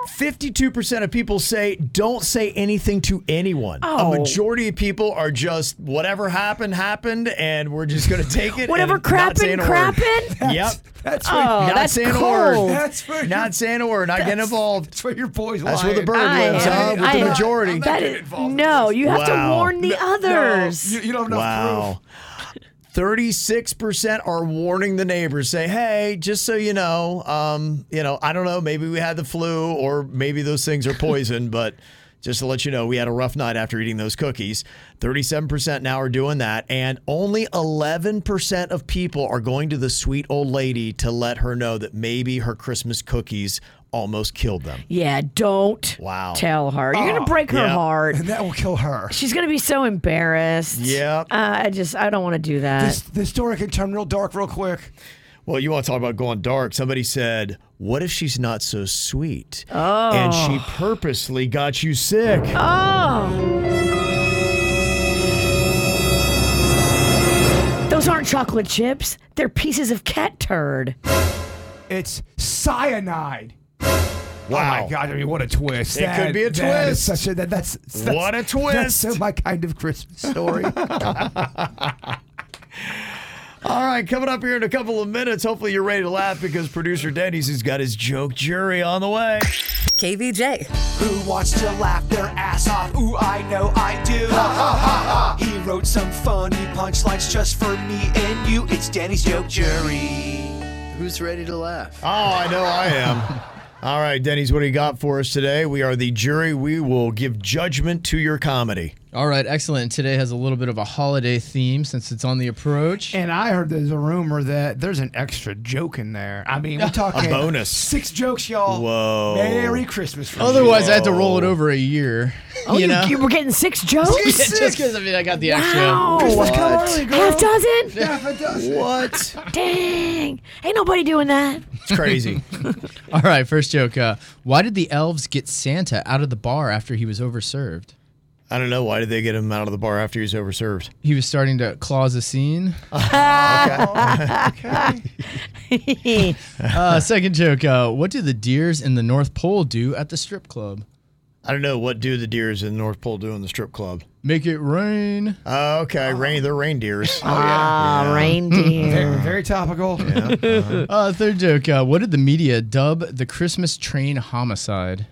Speaker 3: 52% of people say don't say anything to anyone.
Speaker 4: Oh.
Speaker 3: A majority of people are just whatever happened happened and we're just going to take it.
Speaker 4: Whatever
Speaker 3: and not say
Speaker 4: crappin',
Speaker 3: a word.
Speaker 4: crappin'?
Speaker 3: Yep.
Speaker 4: That's where- Oh,
Speaker 3: not
Speaker 4: that's
Speaker 3: saying a
Speaker 4: cold.
Speaker 3: word.
Speaker 4: That's where
Speaker 3: not saying a word. Not getting
Speaker 4: that's-
Speaker 3: involved.
Speaker 5: That's where your boys
Speaker 3: That's where the bird
Speaker 4: I
Speaker 3: lives, huh?
Speaker 4: am-
Speaker 3: With
Speaker 4: I
Speaker 3: the
Speaker 4: am-
Speaker 3: majority.
Speaker 4: that is- no, you have to
Speaker 3: Wow.
Speaker 4: warn the others.
Speaker 5: you, you don't have enough proof.
Speaker 3: Wow. 36% are warning the neighbors say hey just so you know um, you know i don't know maybe we had the flu or maybe those things are poison but just to let you know we had a rough night after eating those cookies 37% now are doing that and only 11% of people are going to the sweet old lady to let her know that maybe her christmas cookies almost killed them.
Speaker 4: Yeah, don't
Speaker 3: wow.
Speaker 4: tell her. You're going to break her
Speaker 3: Yeah.
Speaker 4: heart.
Speaker 3: And
Speaker 5: Oh. that will kill her.
Speaker 4: She's going to be so embarrassed.
Speaker 3: Yep.
Speaker 4: Uh, I just, I don't want to do that.
Speaker 5: This, this story can turn real dark real quick.
Speaker 3: Well, you want to talk about going dark. Somebody said, What if she's not so sweet?
Speaker 4: Oh.
Speaker 3: And she purposely got you sick.
Speaker 5: Oh.
Speaker 4: Those aren't chocolate chips. They're pieces of cat turd.
Speaker 5: It's cyanide.
Speaker 3: Wow.
Speaker 5: Oh my God, I mean, what a twist.
Speaker 3: It could be a
Speaker 5: that is
Speaker 3: twist.
Speaker 5: Such a, that, that's, that's-
Speaker 3: What a
Speaker 5: That's so
Speaker 3: twist.
Speaker 5: my kind of Christmas story.
Speaker 3: All right, coming up here in a couple of minutes. Hopefully, you're ready to laugh because producer Denny's has got his joke jury on the way. KVJ.
Speaker 2: Who wants to laugh their ass off? Ooh, I know I do. Ha ha ha ha. He wrote some funny punchlines just for me and you. It's Danny's Joke Jury. Who's ready to laugh?
Speaker 3: Oh, I know I am. All right, Denny's, what do you got for us today? We are the jury. We will give judgment to your comedy.
Speaker 21: All right, excellent. Today has a little bit of a holiday theme since it's on the approach.
Speaker 5: And I heard there's a rumor that there's an extra joke in there. I mean, we're talking
Speaker 21: bonus.
Speaker 5: Six jokes, y'all.
Speaker 21: Whoa.
Speaker 5: Merry Christmas. From
Speaker 21: Otherwise,
Speaker 5: you.
Speaker 21: I had
Speaker 3: Oh.
Speaker 21: to roll it over a year.
Speaker 4: Oh,
Speaker 21: you
Speaker 4: you,
Speaker 21: know?
Speaker 4: you were getting six jokes?
Speaker 21: Yeah, just because I mean I got the extra.
Speaker 4: Wow. Half dozen?
Speaker 21: Half a dozen.
Speaker 3: What?
Speaker 4: Dang. Ain't nobody doing that.
Speaker 21: It's crazy. All right, first joke. Uh, why did the elves get Santa out of the bar after he was overserved?
Speaker 3: I don't know. Why did they get him out of the bar after he was overserved?
Speaker 21: He was starting to cause a scene.
Speaker 3: Oh,
Speaker 21: uh, second joke. Uh, what do the deers in the North Pole do at the strip club?
Speaker 3: I don't know. What do the deers in the North Pole do in the strip club?
Speaker 21: Make it rain.
Speaker 3: Oh, okay. Rain. They're reindeers. Oh,
Speaker 4: yeah.
Speaker 5: Very, very topical.
Speaker 21: Uh, third joke. Uh, what did the media dub the Christmas train homicide?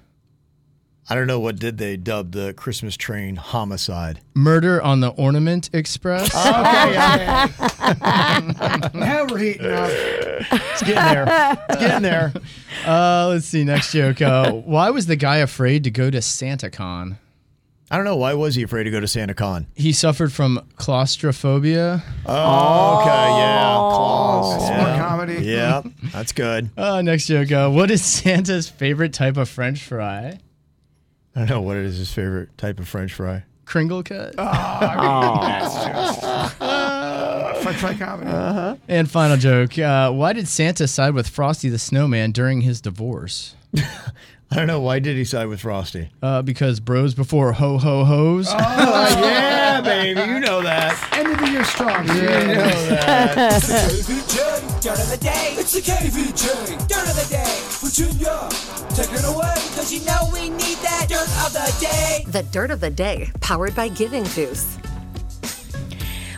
Speaker 3: I don't know. What did they dub the Christmas train homicide?
Speaker 21: Murder on the Ornament Express.
Speaker 5: now we're heating up.
Speaker 3: It's getting there. It's getting there.
Speaker 21: Uh, let's see. Next joke. Uh, why was the guy afraid to go to SantaCon?
Speaker 3: I don't know. Why was he afraid to go to SantaCon?
Speaker 21: He suffered from claustrophobia.
Speaker 3: Oh, okay. Yeah. Claws.
Speaker 21: That's
Speaker 3: yeah.
Speaker 21: more comedy.
Speaker 3: Yeah. That's good.
Speaker 21: Uh, next joke. Uh, what is Santa's favorite type of French fry?
Speaker 3: I don't know. What is his favorite type of French fry?
Speaker 21: Kringle cut.
Speaker 5: Oh, French fry comedy.
Speaker 2: Uh-huh.
Speaker 21: Uh-huh. And final joke. Uh, why did Santa side with Frosty the Snowman during his divorce?
Speaker 3: I don't know. Why did he side with Frosty?
Speaker 21: Uh, because bros before ho ho hoes.
Speaker 3: Oh, yeah, baby. You know that.
Speaker 5: End of the year strong.
Speaker 3: You know
Speaker 2: it's
Speaker 3: that.
Speaker 2: the KVJ, dirt of the day. It's the KVJ, dirt of the day. Virginia, take it away. Cause you know we need that dirt of the day.
Speaker 1: The dirt of the day, powered by Giving Juice.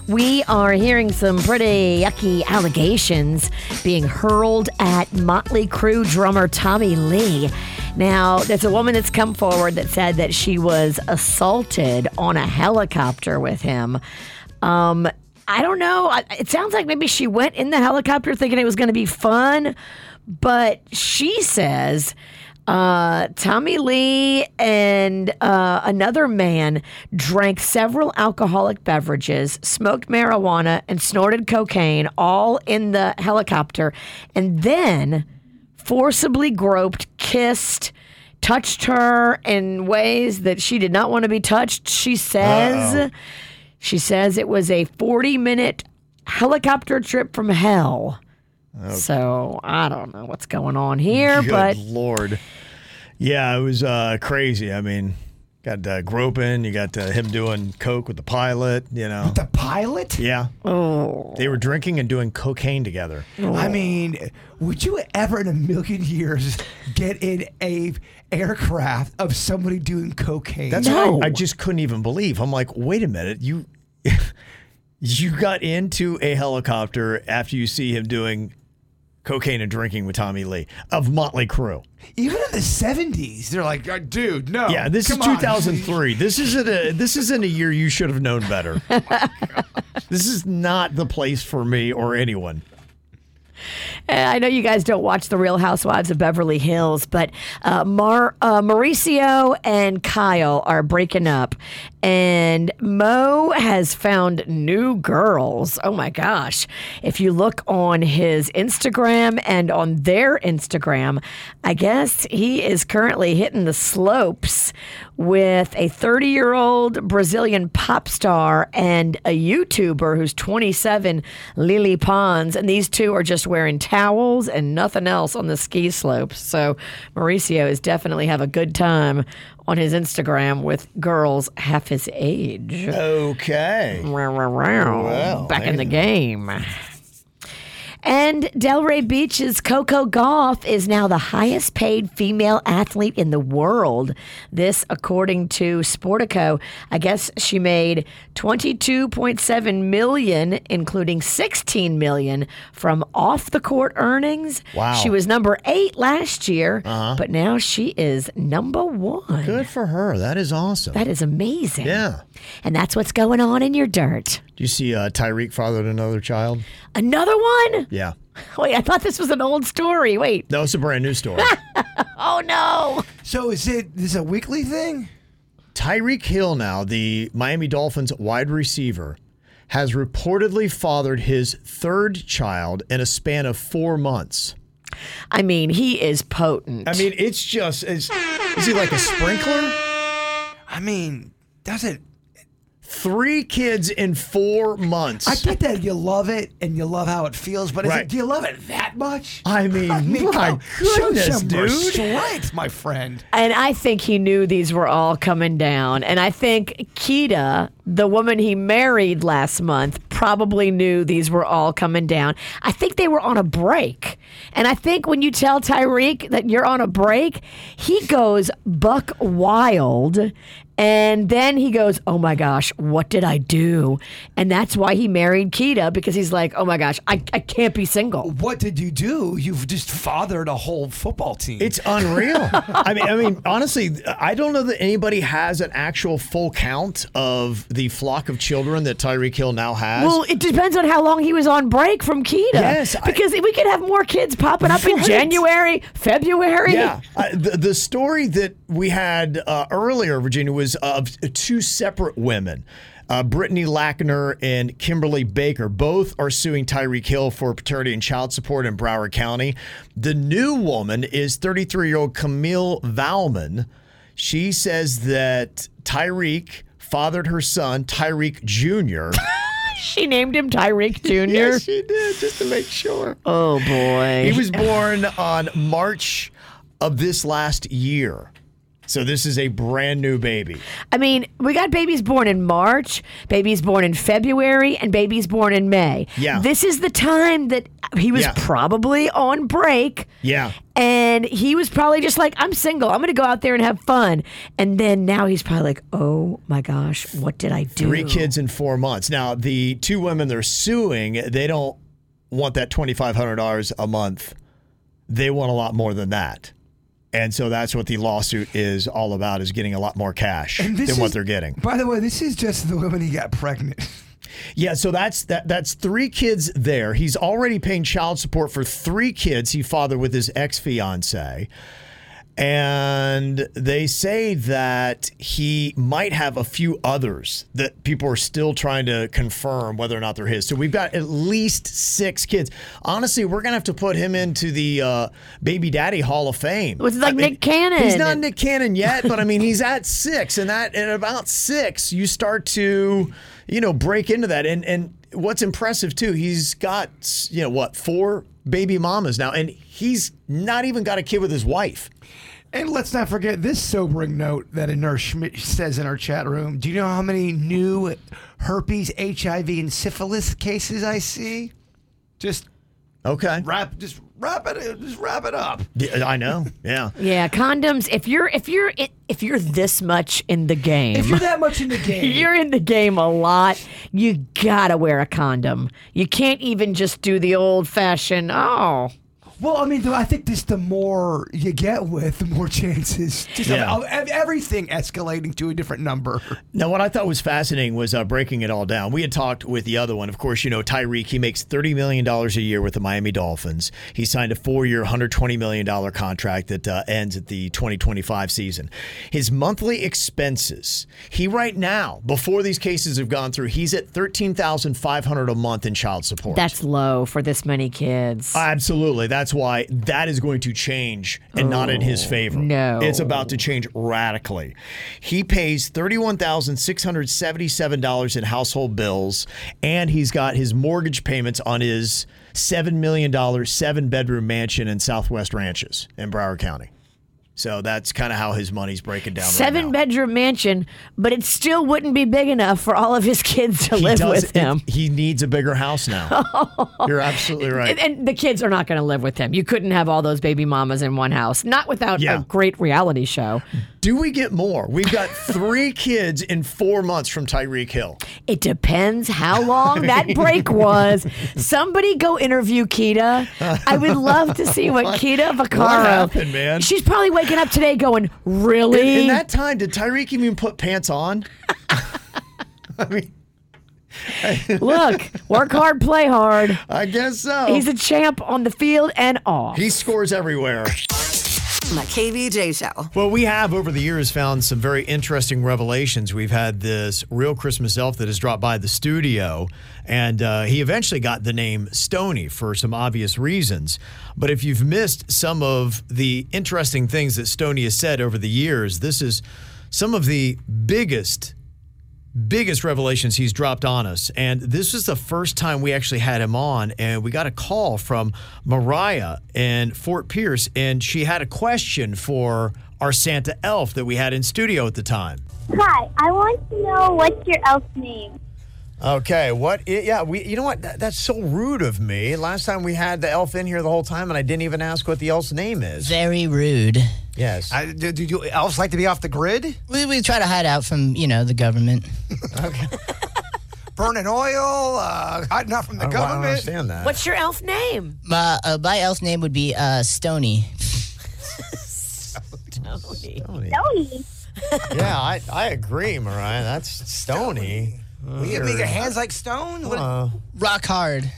Speaker 4: We are hearing some pretty yucky allegations being hurled at Motley Crue drummer Tommy Lee. Now, there's a woman that's come forward that said that she was assaulted on a helicopter with him. Um, I don't know. I- It sounds like maybe she went in the helicopter thinking it was going to be fun, but she says uh, Tommy Lee and uh, another man drank several alcoholic beverages, smoked marijuana, and snorted cocaine all in the helicopter, and then forcibly groped, kissed, touched her in ways that she did not want to be touched. She says.
Speaker 1: Uh-oh.
Speaker 4: She says it was a 40 minute helicopter trip from hell. So I don't know what's going on here,
Speaker 3: Oh, Good
Speaker 4: but
Speaker 3: Lord. Yeah, it was uh, crazy. I mean, got uh, groping. You got uh, him doing coke with the pilot, you know.
Speaker 5: The pilot?
Speaker 3: yeah.
Speaker 4: Oh.
Speaker 3: They were drinking and doing cocaine together.
Speaker 5: I mean, would you ever in a million years get in a aircraft of somebody doing cocaine?
Speaker 3: That's what I, I just couldn't even believe. I'm like, wait a minute, you you got into a helicopter after you see him doing cocaine and drinking with Tommy Lee of Motley Crue.
Speaker 5: Even in the seventies, they're like, "Uh, dude, no.
Speaker 3: yeah, this is
Speaker 5: come on."
Speaker 3: 2003. This isn't a this isn't a year you should have known better. this is not the place for me or anyone.
Speaker 4: And Uh, I know you guys don't watch The Real Housewives of Beverly Hills, but uh, Mar- uh, Mauricio and Kyle are breaking up. And Mo has found new girls. Oh my gosh. If you look on his Instagram and on their Instagram, I guess he is currently hitting the slopes with a 30 year old Brazilian pop star and a YouTuber who's 27, Lily Pons. And these two are just wearing towels and nothing else on the ski slopes. So Mauricio is definitely have a good time on his Instagram with girls half his age.
Speaker 3: Okay. Well,
Speaker 4: Back in the game. And Delray Beach's Coco Golf is now the highest paid female athlete in the world. This, according to Sportico, I guess she made 22.7 million, including 16 million from off the court earnings.
Speaker 3: Wow.
Speaker 4: She was number eight last year, but now she is number one. Good
Speaker 3: Uh-huh. for her. That is awesome.
Speaker 4: That is amazing.
Speaker 3: Yeah.
Speaker 4: And that's what's going on in your dirt.
Speaker 3: Do you see uh, Tyreek fathered another child?
Speaker 4: Another one?
Speaker 3: Yeah.
Speaker 4: Wait, I thought this was an old story. Wait.
Speaker 3: No, it's a brand new story.
Speaker 4: oh no!
Speaker 3: So is it this a weekly thing? Tyreek Hill now, the Miami Dolphins wide receiver, has reportedly fathered his third child in a span of four months.
Speaker 4: I mean, he is potent.
Speaker 3: I mean, it's just it's, is he like a sprinkler?
Speaker 5: I mean, does it
Speaker 3: three kids in four months?
Speaker 5: I get that you love it and you love how it feels, but is
Speaker 3: Right.
Speaker 5: it, do you love it that much?
Speaker 3: I mean,
Speaker 4: my
Speaker 5: come- show
Speaker 4: goodness,
Speaker 5: some
Speaker 4: dude.
Speaker 5: restraint, my friend.
Speaker 4: And I think he knew these were all coming down. And I think Kita, the woman he married last month, probably knew these were all coming down. I think they were on a break. And I think when you tell Tyreek that you're on a break, he goes buck wild. And then he goes, Oh my gosh, what did I do? And that's why he married Kita because he's like, Oh my gosh, I, I can't be single.
Speaker 5: What did you do? You've just fathered a whole football team.
Speaker 3: It's unreal. I mean, I mean, honestly, I don't know that anybody has an actual full count of the flock of children that Tyreek Hill now has.
Speaker 4: Well, it depends on how long he was on break from keto.
Speaker 3: Yes, I-
Speaker 4: because we could have more kids popping up in
Speaker 3: Right.
Speaker 4: January, February.
Speaker 3: yeah, uh, the, the story that we had uh, earlier, Virginia, was of two separate women. Uh, Brittany Lackner and Kimberly Baker both are suing Tyreek Hill for paternity and child support in Broward County. The new woman is 33 year old Camille Valman. She says that Tyreek fathered her son, Tyreek Jr.
Speaker 4: She named him Tyreek Jr.
Speaker 3: Yes, she did, just to make sure.
Speaker 4: Oh boy.
Speaker 3: He was born on March of this last year. So this is a brand new baby.
Speaker 4: I mean, we got babies born in March, babies born in February, and babies born in May.
Speaker 3: Yeah.
Speaker 4: This is the time that he was
Speaker 3: Yeah.
Speaker 4: probably on break.
Speaker 3: Yeah.
Speaker 4: And he was probably just like, I'm single. I'm going to go out there and have fun. And then now he's probably like, oh my gosh, what did I do?
Speaker 3: Three kids in four months. Now, the two women they're suing, they don't want that $2,500 a month. They want a lot more than that. And so that's what the lawsuit is all about is getting a lot more cash than
Speaker 5: And this
Speaker 3: what
Speaker 5: is-
Speaker 3: they're getting.
Speaker 5: By the way, this is just the woman he got pregnant.
Speaker 3: Yeah, so that's that. That's three kids there. He's already paying child support for three kids he fathered with his ex fiance, and they say that he might have a few others that people are still trying to confirm whether or not they're his. So we've got at least six kids. Honestly, we're gonna have to put him into the uh, baby daddy hall of fame.
Speaker 4: It's like
Speaker 3: I mean,
Speaker 4: Nick Cannon.
Speaker 3: He's not Nick Cannon yet, but I mean he's at six, and that and about six you start to, you know, break into that. And and what's impressive too, he's got you know what four baby mamas now, and he's not even got a kid with his wife.
Speaker 5: And let's not forget this sobering note that a nurse Schmidt says in our chat room. Do you know how many new herpes, HIV, and syphilis cases I see? Just
Speaker 3: okay.
Speaker 5: Wrap just wrap it just wrap it up.
Speaker 3: Yeah, I know. Yeah.
Speaker 4: Yeah, condoms. If you're if you're i- if you're this much in the game,
Speaker 5: If you're that much in the game,
Speaker 4: you're in the game a lot. You gotta wear a condom. You can't even just do the old fashioned. Oh,
Speaker 5: Well, I mean, the- I think just the more you get with, the more chances. Just
Speaker 3: Yeah.
Speaker 5: of- of everything escalating to a different number.
Speaker 3: Now, what I thought was fascinating was uh, breaking it all down. We had talked with the other one. Of course, you know, Tyreek, he makes $30 million a year with the Miami Dolphins. He signed a four year, $120 million contract that uh, ends at the 2025 season. His monthly expenses, he right now, before these cases have gone through, he's at $13,500 a month in child support.
Speaker 4: That's low for this many kids.
Speaker 3: Absolutely. That's why that is going to change and not in
Speaker 4: Oh,
Speaker 3: his favor. No. It's about to change radically. He pays $31,677 in household bills, and he's got his mortgage payments on his $7 million, seven bedroom mansion in Southwest Ranches in Broward County. So that's kind of how his money's breaking down. right
Speaker 4: Seven bedroom mansion, but it still wouldn't be big enough for all of his kids to
Speaker 3: now. He
Speaker 4: live
Speaker 3: does-
Speaker 4: with him.
Speaker 3: He needs a bigger house now. You're absolutely right.
Speaker 4: And, and the kids are not going to live with him. You couldn't have all those baby mamas in one house, not without
Speaker 3: Yeah.
Speaker 4: a great reality show.
Speaker 3: Do we get more? We've got three kids in four months from Tyreek Hill.
Speaker 4: It depends how long that break was. Somebody go interview Kita. I would love to see what
Speaker 3: What-
Speaker 4: Kita
Speaker 3: what
Speaker 4: Vaccaro.
Speaker 3: happened, man?
Speaker 4: She's probably waking up today going, "Really?"
Speaker 3: In, in that time, did Tyreek even put pants on? I mean,
Speaker 4: Look, work hard, play hard.
Speaker 3: I guess so.
Speaker 4: He's a champ on the field and off.
Speaker 3: he scores everywhere.
Speaker 1: My KVJ show.
Speaker 3: Well, we have over the years found some very interesting revelations. We've had this real Christmas elf that has dropped by the studio, and uh, he eventually got the name Stony for some obvious reasons. But if you've missed some of the interesting things that Stony has said over the years, this is some of the biggest biggest revelations he's dropped on us. And this is the first time we actually had him on. And we got a call from Mariah in Fort Pierce, and she had a question for our Santa elf that we had in studio at the time.
Speaker 22: Hi, I want to know what's your elf name.
Speaker 3: Okay, what? i- Yeah, we. You know what? That, that's so rude of me. Last time we had the elf in here the whole time, and I didn't even ask what the elf's name is.
Speaker 23: Very rude.
Speaker 3: Yes.
Speaker 23: I, do, do elves like to be off the grid? We, we try to hide out from, you know, the government.
Speaker 5: Burning oil, uh, hiding out from the government.
Speaker 3: understand that.
Speaker 4: What's your elf name?
Speaker 23: My, uh, my elf's name would be uh, Stony.
Speaker 3: Stony.
Speaker 22: Tony.
Speaker 3: yeah, I, I agree, Mariah. That's stony.
Speaker 23: We
Speaker 3: Weird.
Speaker 23: like stone?
Speaker 3: Uh,
Speaker 23: Rock hard.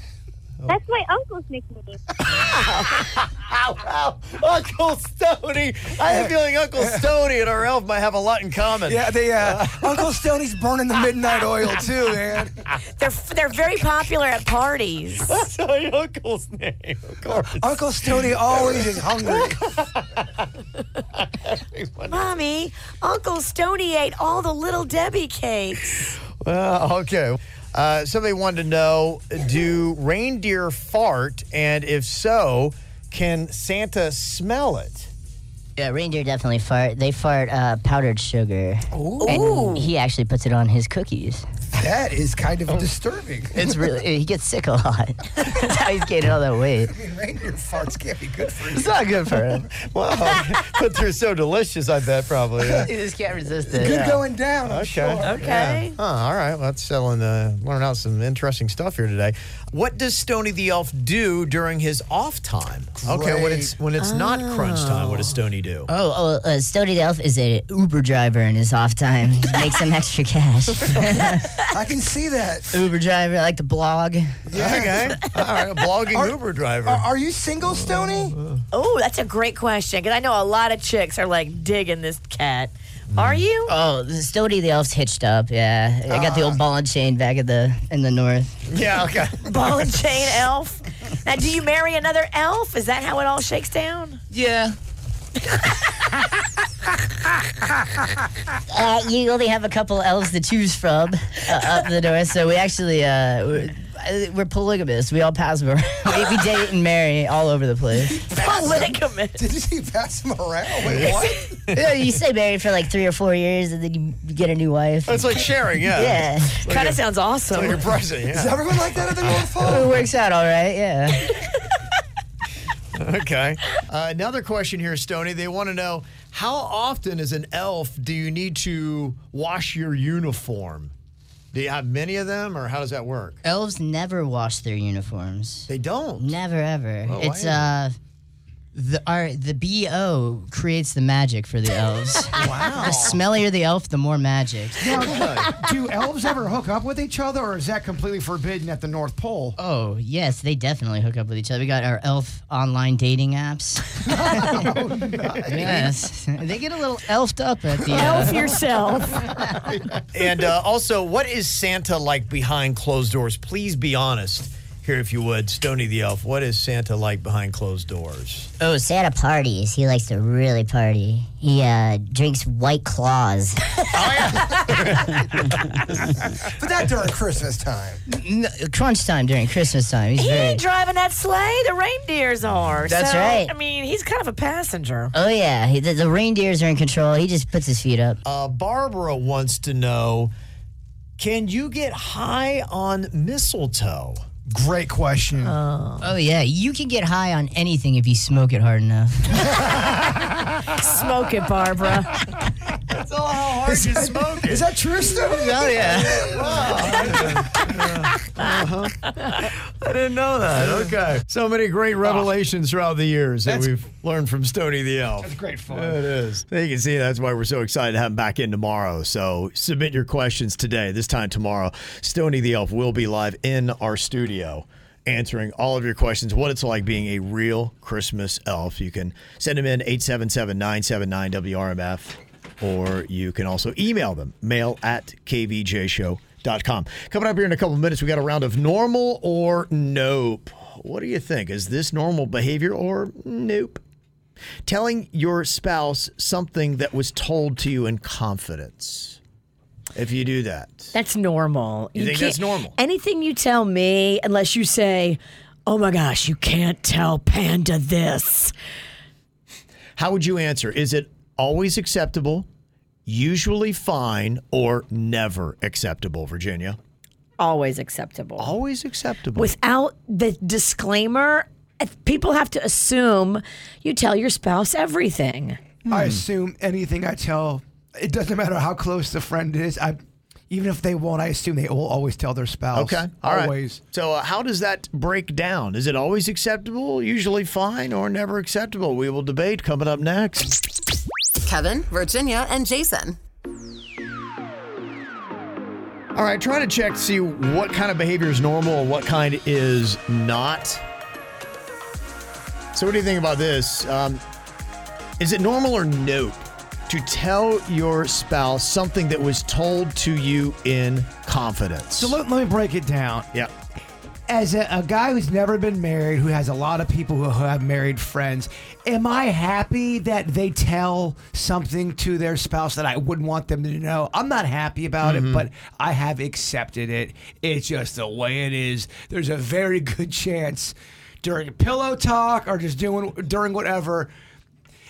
Speaker 22: That's my uncle's nickname.
Speaker 3: Ow, ow. Uncle Stony. I have a feeling Uncle Stony and our elf might have a lot in common.
Speaker 5: Yeah, they, uh, Uncle Stoney's burning the midnight oil too, man.
Speaker 4: They're they're very popular at parties.
Speaker 3: That's my uncle's name, of course.
Speaker 5: Uncle Stoney always is hungry.
Speaker 4: Mommy, Uncle Stony ate all the little Debbie cakes.
Speaker 3: Well, okay. Uh, somebody wanted to know do reindeer fart? And if so, can Santa smell it?
Speaker 23: Yeah, reindeer definitely fart. They fart uh, powdered sugar. And he actually puts it on his cookies.
Speaker 5: That is kind of disturbing.
Speaker 23: It's really, he gets sick a lot. That's how he's gaining all that weight.
Speaker 5: I mean, reindeer farts can't be good for you.
Speaker 23: It's not good for him.
Speaker 3: Well, but they're so delicious, I bet, probably. yeah.
Speaker 23: He just can't resist it.
Speaker 5: Good
Speaker 3: Yeah.
Speaker 5: going down. I'm
Speaker 3: Okay.
Speaker 5: sure.
Speaker 3: Yeah. Huh, all right. Well, that's selling, uh, learning out some interesting stuff here today. What does Stony the Elf do during his off time? Okay, when it's when it's not crunch time, what does Stony do?
Speaker 23: Oh, oh uh, Stony the Elf is a Uber driver in his off time. Make some extra cash.
Speaker 5: I can see that.
Speaker 23: Uber driver, I like to blog.
Speaker 3: Okay. All right. A blogging
Speaker 23: Are-
Speaker 3: Uber driver.
Speaker 23: are-
Speaker 5: Are you single, Stony?
Speaker 4: Oh, that's a great question because I know a lot of chicks are like digging this cat. Are you?
Speaker 23: Oh, Stony the Elf's hitched up. Yeah, I got the
Speaker 3: Ah.
Speaker 23: old ball and chain back at the in the north.
Speaker 3: yeah. Okay.
Speaker 4: Ball and chain elf. Now, do you marry another elf? Is that how it all shakes down?
Speaker 23: Yeah. Uh, you only have a couple elves to choose from uh, up the north, so we actually uh, we're, uh, we're polygamous. We all pass around. we, we date and marry all over the place.
Speaker 4: Polygamy.
Speaker 5: Did you see pass him around? Wait, what?
Speaker 23: Yeah, you stay married for like three or four years, and then you get a new wife.
Speaker 3: It's like sharing, yeah.
Speaker 23: Yeah.
Speaker 4: Kind of sounds awesome.
Speaker 3: Like a present, yeah.
Speaker 5: Is everyone like that at the North Pole?
Speaker 23: It works out all right, yeah.
Speaker 3: Okay. Uh, another question here, Stony. They want to know how often, as an elf, do you need to wash your uniform? Do you have many of them, or how does that work?
Speaker 23: Elves never wash their uniforms.
Speaker 3: They don't.
Speaker 23: Never ever.
Speaker 3: Oh, why
Speaker 23: it's
Speaker 3: is it?
Speaker 23: uh The our, the bo creates the magic for the elves.
Speaker 5: Wow.
Speaker 23: The smellier the elf, the more magic.
Speaker 5: Now, do elves ever hook up with each other, or is that completely forbidden at the North Pole?
Speaker 23: Oh yes, they definitely hook up with each other. We got our elf online dating apps.
Speaker 5: Oh,
Speaker 23: yes, they get a little elfed up at the
Speaker 4: Elf yourself.
Speaker 3: And uh, also, what is Santa like behind closed doors? Please be honest here, if you would. Stony the Elf, what is Santa like behind closed doors?
Speaker 24: Oh, Santa parties. He likes to really party. He uh, drinks White Claws.
Speaker 16: But not during Christmas time.
Speaker 23: N- crunch time during Christmas time. He's
Speaker 4: He
Speaker 23: very,
Speaker 4: ain't driving that sleigh. The reindeers are.
Speaker 23: That's
Speaker 4: So,
Speaker 23: right.
Speaker 4: I mean, he's kind of a passenger.
Speaker 23: oh yeah, he, the, the reindeers are in control. He just puts his feet up.
Speaker 3: Uh, Barbara wants to know can you get high on mistletoe?
Speaker 5: Great question.
Speaker 23: Oh yeah, you can get high on anything if you smoke it hard enough.
Speaker 4: Smoke it, Barbara.
Speaker 3: That's all how hard you smoke it.
Speaker 5: Is that true, Stone?
Speaker 23: Oh yeah.
Speaker 3: I didn't know that. Okay. So many great revelations throughout the years that we've learned from Stony the Elf. That's
Speaker 5: great fun.
Speaker 3: It is. You can see that's why we're so excited to have him back in tomorrow. So submit your questions today. This time tomorrow, Stony the Elf will be live in our studio answering all of your questions, what it's like being a real Christmas elf. You can send them in 877-979-WRMF or you can also email them mail at kvjshow.com. Coming up here in a couple of minutes, we got a round of normal or nope. What do you think? Is this normal behavior or nope? Telling your spouse something that was told to you in confidence. If you do that,
Speaker 4: That's normal.
Speaker 3: You think that's
Speaker 4: can't-
Speaker 3: normal?
Speaker 4: Anything you tell me, unless you say, "Oh my gosh, you can't tell Panda this."
Speaker 3: how would you answer? Is it always acceptable, usually fine, or never acceptable, Virginia?
Speaker 4: Always acceptable.
Speaker 3: Always acceptable.
Speaker 4: Without the disclaimer, if people have to assume you tell your spouse everything.
Speaker 5: I assume anything I tell, it doesn't matter how close the friend is. I, even if they won't, I assume they will always tell their spouse.
Speaker 3: Okay. all right.
Speaker 5: always.
Speaker 3: So, uh, how does that break down? Is it always acceptable, usually fine, or never acceptable? We will debate coming up next.
Speaker 1: Kevin, Virginia, and Jason.
Speaker 3: All right, try to check to see what kind of behavior is normal and what kind is not. So, what do you think about this? Um, is it normal or nope to tell your spouse something that was told to you in confidence?
Speaker 5: So let, let me break it down.
Speaker 3: Yeah.
Speaker 5: As a, a guy who's never been married, who has a lot of people who have married friends, am I happy that they tell something to their spouse that I wouldn't want them to know? I'm not happy about
Speaker 3: Mhm.
Speaker 5: it, but I have accepted it. It's just the way it is. There's a very good chance during pillow talk or just doing during whatever.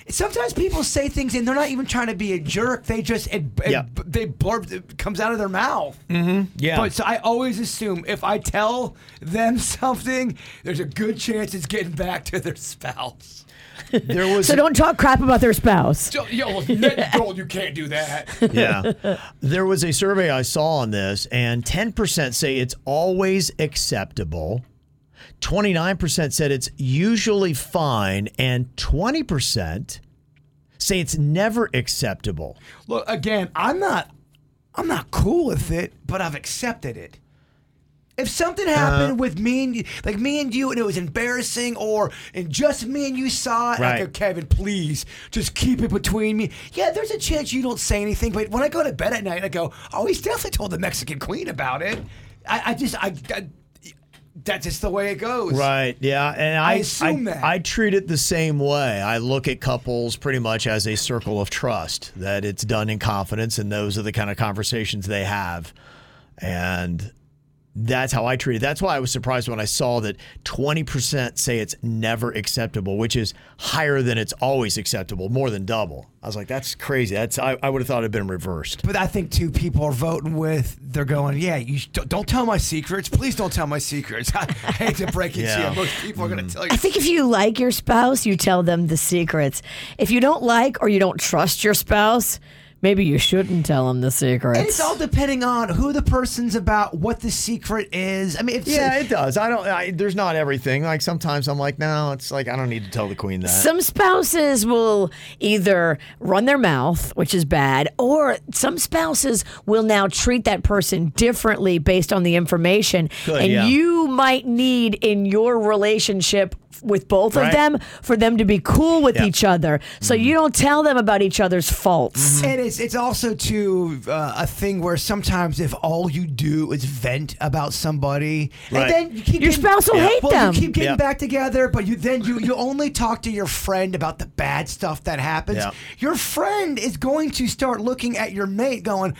Speaker 5: Sometimes people say things and they're not even trying to be a jerk. They just it, it-
Speaker 3: Yeah.
Speaker 5: they blurb it comes out of their mouth.
Speaker 3: Mm-hmm. Yeah.
Speaker 5: But so I always assume if I tell them something, there's a good chance it's getting back to their spouse.
Speaker 3: there was
Speaker 4: so don't talk crap about their spouse.
Speaker 5: Don't- Yo, well, Nick Gold, you can't do that.
Speaker 3: yeah. There was a survey I saw on this, and 10% say it's always acceptable. 29% said it's usually fine, and 20% say it's never acceptable.
Speaker 5: Look, again, I'm not, I'm not cool with it, but I've accepted it. If something
Speaker 3: Uh-huh.
Speaker 5: happened with me and you, like me and you, and it was embarrassing, or and just me and you saw it, and I
Speaker 3: Right.
Speaker 5: go, Kevin, please just keep it between me. Yeah, there's a chance you don't say anything, but when I go to bed at night, I go, oh, he's definitely told the Mexican queen about it. I, I just, I, I- that's just the way it goes.
Speaker 3: Right. Yeah. And I,
Speaker 5: I assume
Speaker 3: I,
Speaker 5: that.
Speaker 3: I treat it the same way. I look at couples pretty much as a circle of trust that it's done in confidence, and those are the kind of conversations they have. And that's how I treat it. That's why I was surprised when I saw that 20% say it's never acceptable, which is higher than it's always acceptable, more than double. I was like, that's crazy. That's I, I would have thought it'd been reversed.
Speaker 5: But I think two people are voting with. They're going, yeah. You sh- don't, don't tell my secrets. Please don't tell my secrets. I hate to break it to
Speaker 3: Yeah. Mm.
Speaker 5: you. Most people are going to tell you.
Speaker 4: I think if you like your spouse, you tell them the secrets. If you don't like or you don't trust your spouse,
Speaker 23: Maybe you shouldn't tell them the
Speaker 5: And it's
Speaker 23: secrets.
Speaker 5: all depending on who the person's about, what the secret is. I mean, it's,
Speaker 3: Yeah, it does. I don't. I, there's not everything. Like sometimes I'm like, no, it's like I don't need to tell the queen that.
Speaker 4: Some spouses will either run their mouth, which is bad, or some spouses will now treat that person differently based on the information.
Speaker 6: Good,
Speaker 4: and
Speaker 6: yeah.
Speaker 4: you might need in your relationship with both
Speaker 6: Right.
Speaker 4: of them for them to be cool with each other. So you don't tell them about each other's faults.
Speaker 5: And it's it's also too uh, a thing where sometimes if all you do is vent about somebody,
Speaker 4: Right.
Speaker 5: and then you keep
Speaker 4: Your
Speaker 5: getting-
Speaker 4: spouse will Yeah. hate
Speaker 5: well,
Speaker 4: them.
Speaker 5: You keep getting
Speaker 4: Yeah.
Speaker 5: back together, but you then you you only talk to your friend about the bad stuff that happens.
Speaker 3: Yeah.
Speaker 5: Your friend is going to start looking at your mate going.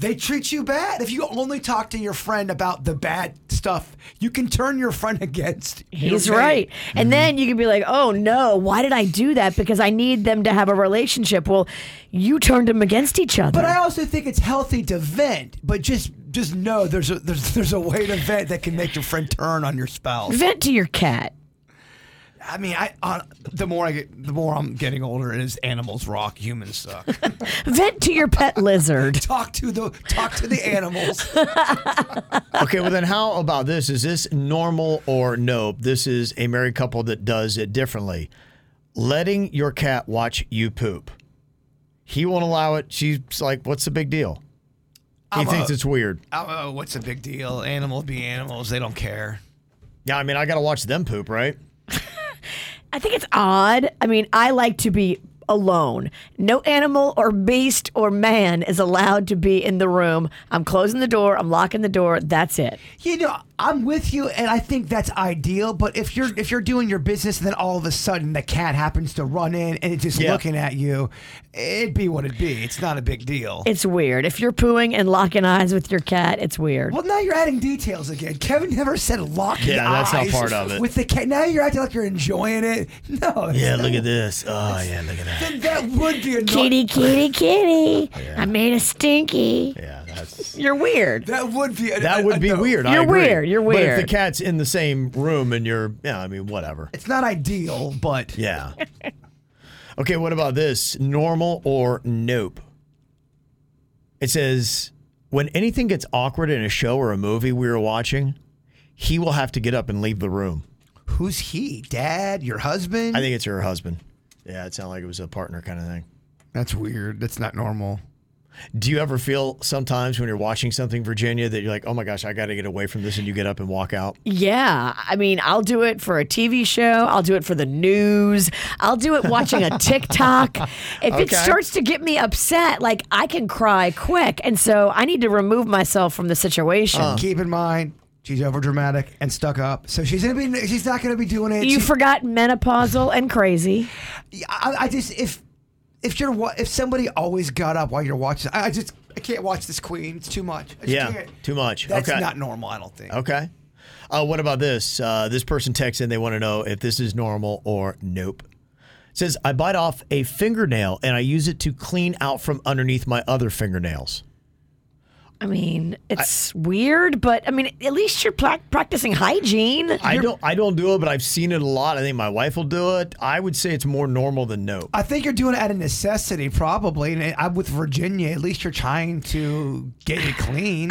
Speaker 5: They treat you bad. If you only talk to your friend about the bad stuff, you can turn your friend against. your
Speaker 4: He's
Speaker 5: mate.
Speaker 4: right. And then you can be like, oh no, why did I do that? Because I need them to have a relationship. Well, you turned them against each other.
Speaker 5: But I also think it's healthy to vent, but just just know there's a there's there's a way to vent that can make your friend turn on your spouse.
Speaker 4: Vent to your cat.
Speaker 5: I mean, I uh, the more I get, the more I'm getting older. It is animals rock, humans suck.
Speaker 4: Vent to your pet lizard.
Speaker 5: talk to the talk to the animals.
Speaker 3: okay, well then, how about this? Is this normal or nope? This is a married couple that does it differently. Letting your cat watch you poop. He won't allow it. She's like, "What's the big deal?" He
Speaker 5: I'm
Speaker 3: thinks
Speaker 5: a-
Speaker 3: it's weird.
Speaker 5: oh, what's the big deal? Animals be animals. They don't care.
Speaker 3: Yeah, I mean, I got to watch them poop, right?
Speaker 4: I think it's odd. I mean, I like to be alone. No animal or beast or man is allowed to be in the room. I'm closing the door, I'm locking the door. That's it.
Speaker 5: You know, I'm with you, and I think that's ideal. But if you're if you're doing your business, and then all of a sudden the cat happens to run in and it's just
Speaker 4: Yeah.
Speaker 5: looking at you, it'd be what it'd be. It's not a big deal.
Speaker 4: It's weird. If you're pooing and locking eyes with your cat, it's weird.
Speaker 5: well, now you're adding details again. Kevin never said lock
Speaker 3: Yeah, that's not
Speaker 5: eyes
Speaker 3: part of it.
Speaker 5: With the cat, now you're acting like you're enjoying it. No, it's
Speaker 3: Yeah,
Speaker 5: not.
Speaker 3: look at this. Oh, yeah, look at that.
Speaker 5: Then that would be annoying.
Speaker 4: Kitty, kitty, kitty. I made a stinky.
Speaker 3: Yeah, that's.
Speaker 4: You're weird.
Speaker 5: That would be. A,
Speaker 3: That would be weird. I
Speaker 4: You're
Speaker 3: agree.
Speaker 4: weird, you're
Speaker 3: But if the
Speaker 4: weird.
Speaker 3: cat's in the same room and you're, yeah, I mean, whatever.
Speaker 5: It's not ideal, but
Speaker 3: yeah. okay, what about this? Normal or nope? It says when anything gets awkward in a show or a movie we were watching, he will have to get up and leave the room.
Speaker 5: Who's he? Dad? Your husband?
Speaker 3: I think it's her husband. Yeah, it sounded like it was a partner kind of thing.
Speaker 5: That's weird. That's not normal.
Speaker 3: Do you ever feel sometimes when you're watching something, Virginia, that you're like, oh my gosh, I got to get away from this, and you get up and walk out?
Speaker 4: Yeah, I mean, I'll do it for a TV show. I'll do it for the news. I'll do it watching a TikTok. If it
Speaker 6: Okay.
Speaker 4: starts to get me upset, like I can cry quick, and so I need to remove myself from the situation.
Speaker 5: Uh, Keep in mind, she's overdramatic and stuck up, so she's gonna be. She's not gonna be doing it.
Speaker 4: You
Speaker 5: She-
Speaker 4: forgot menopausal and crazy.
Speaker 5: I, I just if if you're wa- if somebody always got up while you're watching, I, I just I can't watch this queen. It's too much. I just
Speaker 3: yeah,
Speaker 5: can't.
Speaker 3: too much.
Speaker 5: That's
Speaker 3: okay. Oh.
Speaker 5: not normal. I don't think.
Speaker 3: Okay. Uh, what about this? Uh, this person texts in. They want to know if this is normal or nope. It says I bite off a fingernail and I use it to clean out from underneath my other fingernails.
Speaker 4: I mean, it's weird, but I mean, at least you're pra- practicing hygiene.
Speaker 3: I
Speaker 4: You're-
Speaker 3: don't. I don't do it, but I've seen it a lot. I think my wife will do it. I would say it's more normal than nope.
Speaker 5: I think you're doing it out of necessity, probably. And I'm with Virginia. At least you're trying to get it clean.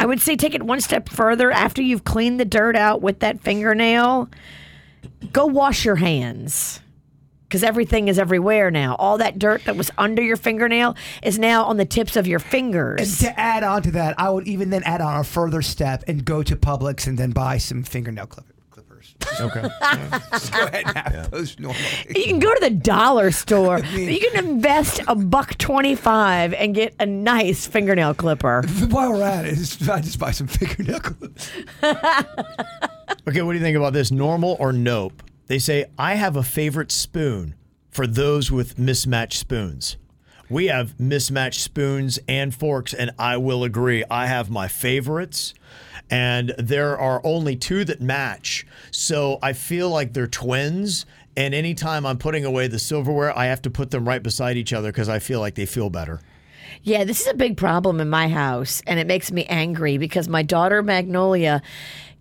Speaker 4: I would say take it one step further after you've cleaned the dirt out with that fingernail. Go wash your hands. Because everything is everywhere now. All that dirt that was under your fingernail is now on the tips of your
Speaker 5: And
Speaker 4: fingers.
Speaker 5: to add on to that, I would even then add on a further step and go to Publix and then buy some fingernail clippers.
Speaker 3: Okay.
Speaker 5: Just go ahead and have those normal.
Speaker 4: You can go to the dollar store. you can invest a buck twenty-five and get a nice fingernail clipper.
Speaker 5: While we're at it, I just buy some fingernail clippers.
Speaker 3: Okay, what do you think about this? Normal or nope? They say, I have a favorite spoon for those with mismatched spoons. We have mismatched spoons and forks, and I will agree. I have my favorites, and there are only two that match. So I feel like they're twins. And anytime I'm putting away the silverware, I have to put them right beside each other because I feel like they feel better.
Speaker 4: Yeah, this is a big problem in my house, and it makes me angry because my daughter Magnolia,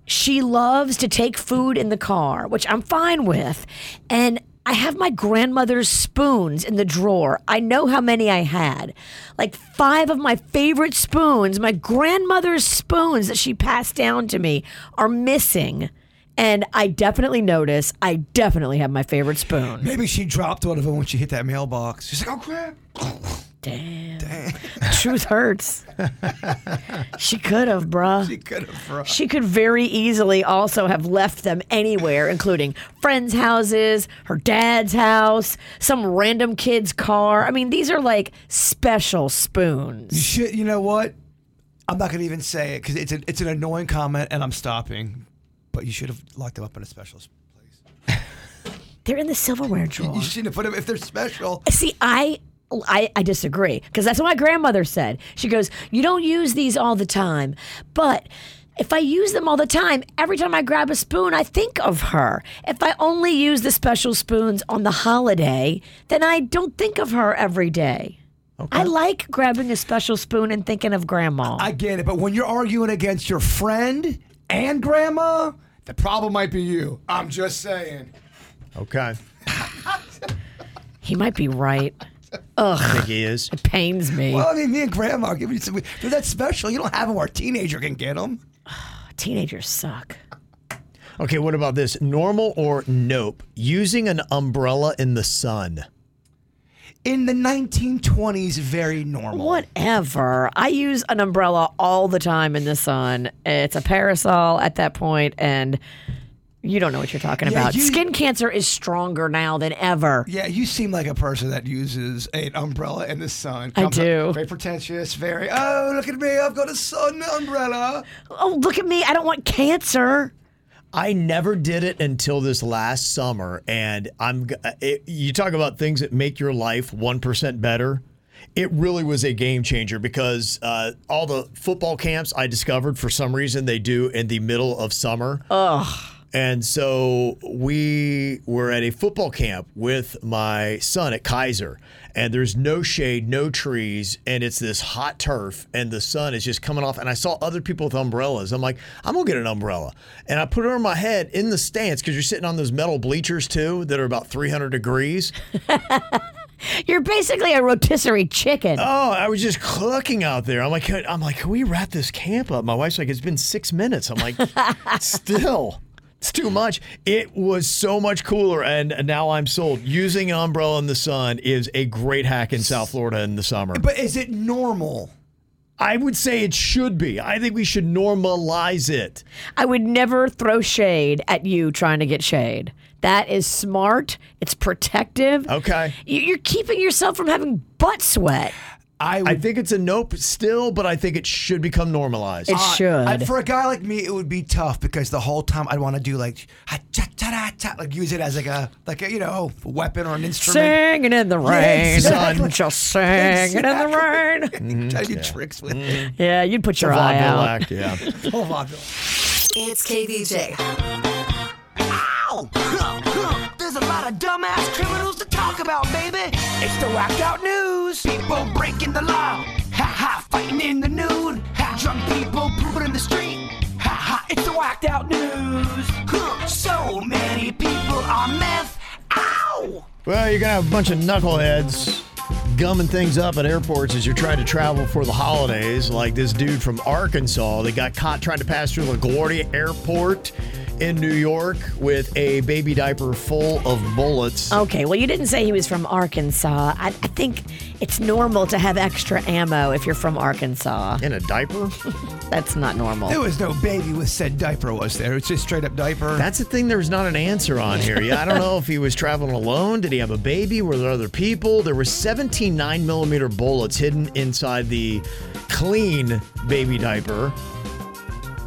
Speaker 4: she loves to take food in the car, which I'm fine with, and I have my grandmother's spoons in the drawer. I know how many I had. Like five of my favorite spoons, my grandmother's spoons that she passed down to me, are missing. And I definitely notice. I definitely have my favorite spoon.
Speaker 5: Maybe she dropped one of them when she hit that mailbox. She's like, oh crap.
Speaker 4: Damn. Truth hurts. she could have, bruh. She
Speaker 5: could have, bruh.
Speaker 4: She could very easily also have left them anywhere, including friends' houses, her dad's house, some random kid's car. I mean, these are like special spoons.
Speaker 5: You should. You know what? I'm not gonna even say it because it's an it's an annoying comment, and I'm stopping. But you should have locked them up in a special. s-
Speaker 4: They're in the silverware drawer. Uh,
Speaker 5: You shouldn't have put them if they're special.
Speaker 4: See, I I, I disagree because that's what my grandmother said. She goes, "You don't use these all the time, but." If I use them all the time, every time I grab a spoon, I think of her. If I only use the special spoons on the holiday, then I don't think of her every day. I like grabbing a special spoon and thinking of grandma.
Speaker 5: I get it, but when you're arguing against your friend and grandma, the problem might be you. I'm just saying.
Speaker 3: Okay.
Speaker 4: he might be right.
Speaker 3: I
Speaker 4: Ugh,
Speaker 3: think he is.
Speaker 4: it pains me.
Speaker 5: Well, I mean, me and grandma are giving you some. They're that special. You don't have them where a teenager can get them.
Speaker 4: Teenagers suck.
Speaker 3: Okay, what about this? Normal or nope? Using an umbrella in the sun.
Speaker 5: In the 1920s, very normal.
Speaker 4: Whatever. I use an umbrella all the time in the sun. It's a parasol at that point, and you don't know what you're talking
Speaker 5: Yeah,
Speaker 4: about.
Speaker 5: you-
Speaker 4: Skin cancer is stronger now than ever.
Speaker 5: Yeah, you seem like a person that uses an umbrella in the sun.
Speaker 4: I
Speaker 5: Comes up
Speaker 4: do.
Speaker 5: Very pretentious. Very. Oh, look at me! I've got a sun umbrella.
Speaker 4: Oh, look at me. I don't want cancer.
Speaker 3: I never did it until this last summer, and I'm. g- uh, It, you talk about things that make your life one percent better. It really was a game changer because uh, all the football camps I discovered for some reason they do in the middle of summer.
Speaker 4: Ugh.
Speaker 3: And so we were at a football camp with my son at Kaiser, and there's no shade, no trees, and it's this hot turf, and the sun is just coming off. And I saw other people with umbrellas. I'm like, I'm gonna get an umbrella, and I put it on my head in the stands because you're sitting on those metal bleachers too that are about 300 degrees.
Speaker 4: You're basically a rotisserie chicken.
Speaker 3: Oh, I was just clucking out there. I'm like, I'm like, can we wrap this camp up? My wife's like, it's been six minutes. I'm like, still, it's too much. It was so much cooler, and now I'm sold. Using an umbrella in the sun is a great hack in South Florida in the summer.
Speaker 5: But is it normal?
Speaker 3: I would say it should be. I think we should normalize it.
Speaker 4: I would never throw shade at you trying to get shade. That is smart. It's protective.
Speaker 3: Okay.
Speaker 4: You- You're keeping yourself from having butt sweat.
Speaker 5: I,
Speaker 3: I think it's a nope still, but I think it should become normalized.
Speaker 5: Uh, I- for a guy like me, it would be tough because the whole time I'd want to do like, ha, cha, cha, da, cha, like use it as like a like a you know a weapon or an instrument.
Speaker 4: Singing in the
Speaker 5: Yeah,
Speaker 4: rain,
Speaker 5: exactly.
Speaker 4: son. Just singing in the rain.
Speaker 5: Try to do tricks with. it.
Speaker 4: Yeah, you'd put your eye
Speaker 3: vaudeville
Speaker 4: out.
Speaker 3: act, yeah.
Speaker 5: Full vaudeville.
Speaker 1: It's KVJ.
Speaker 2: Ow! Huh, huh. There's a lot of dumbass criminals to talk about, baby. It's the whacked out news. People breaking the law. Ha ha, fighting in the nude. Ha, drunk people pooping in the street. Ha ha, it's the whacked out news. Huh, so many people are meth. Ow!
Speaker 3: Well, you're going to have a bunch of knuckleheads gumming things up at airports as you're trying to travel for the holidays, like this dude from Arkansas that got caught trying to pass through LaGuardia Airport in New York with a baby diaper full of bullets.
Speaker 4: Okay, well, you didn't say he was from Arkansas. I, I think it's normal to have extra ammo if you're from Arkansas.
Speaker 3: In a diaper?
Speaker 4: That's not normal.
Speaker 5: There was no baby with said diaper, was there? It's just straight up diaper.
Speaker 3: That's the thing. There's not an answer on here. Yeah, I don't know if he was traveling alone. Did he have a baby? Were there other people? There were 17 9 millimeter bullets hidden inside the clean baby diaper.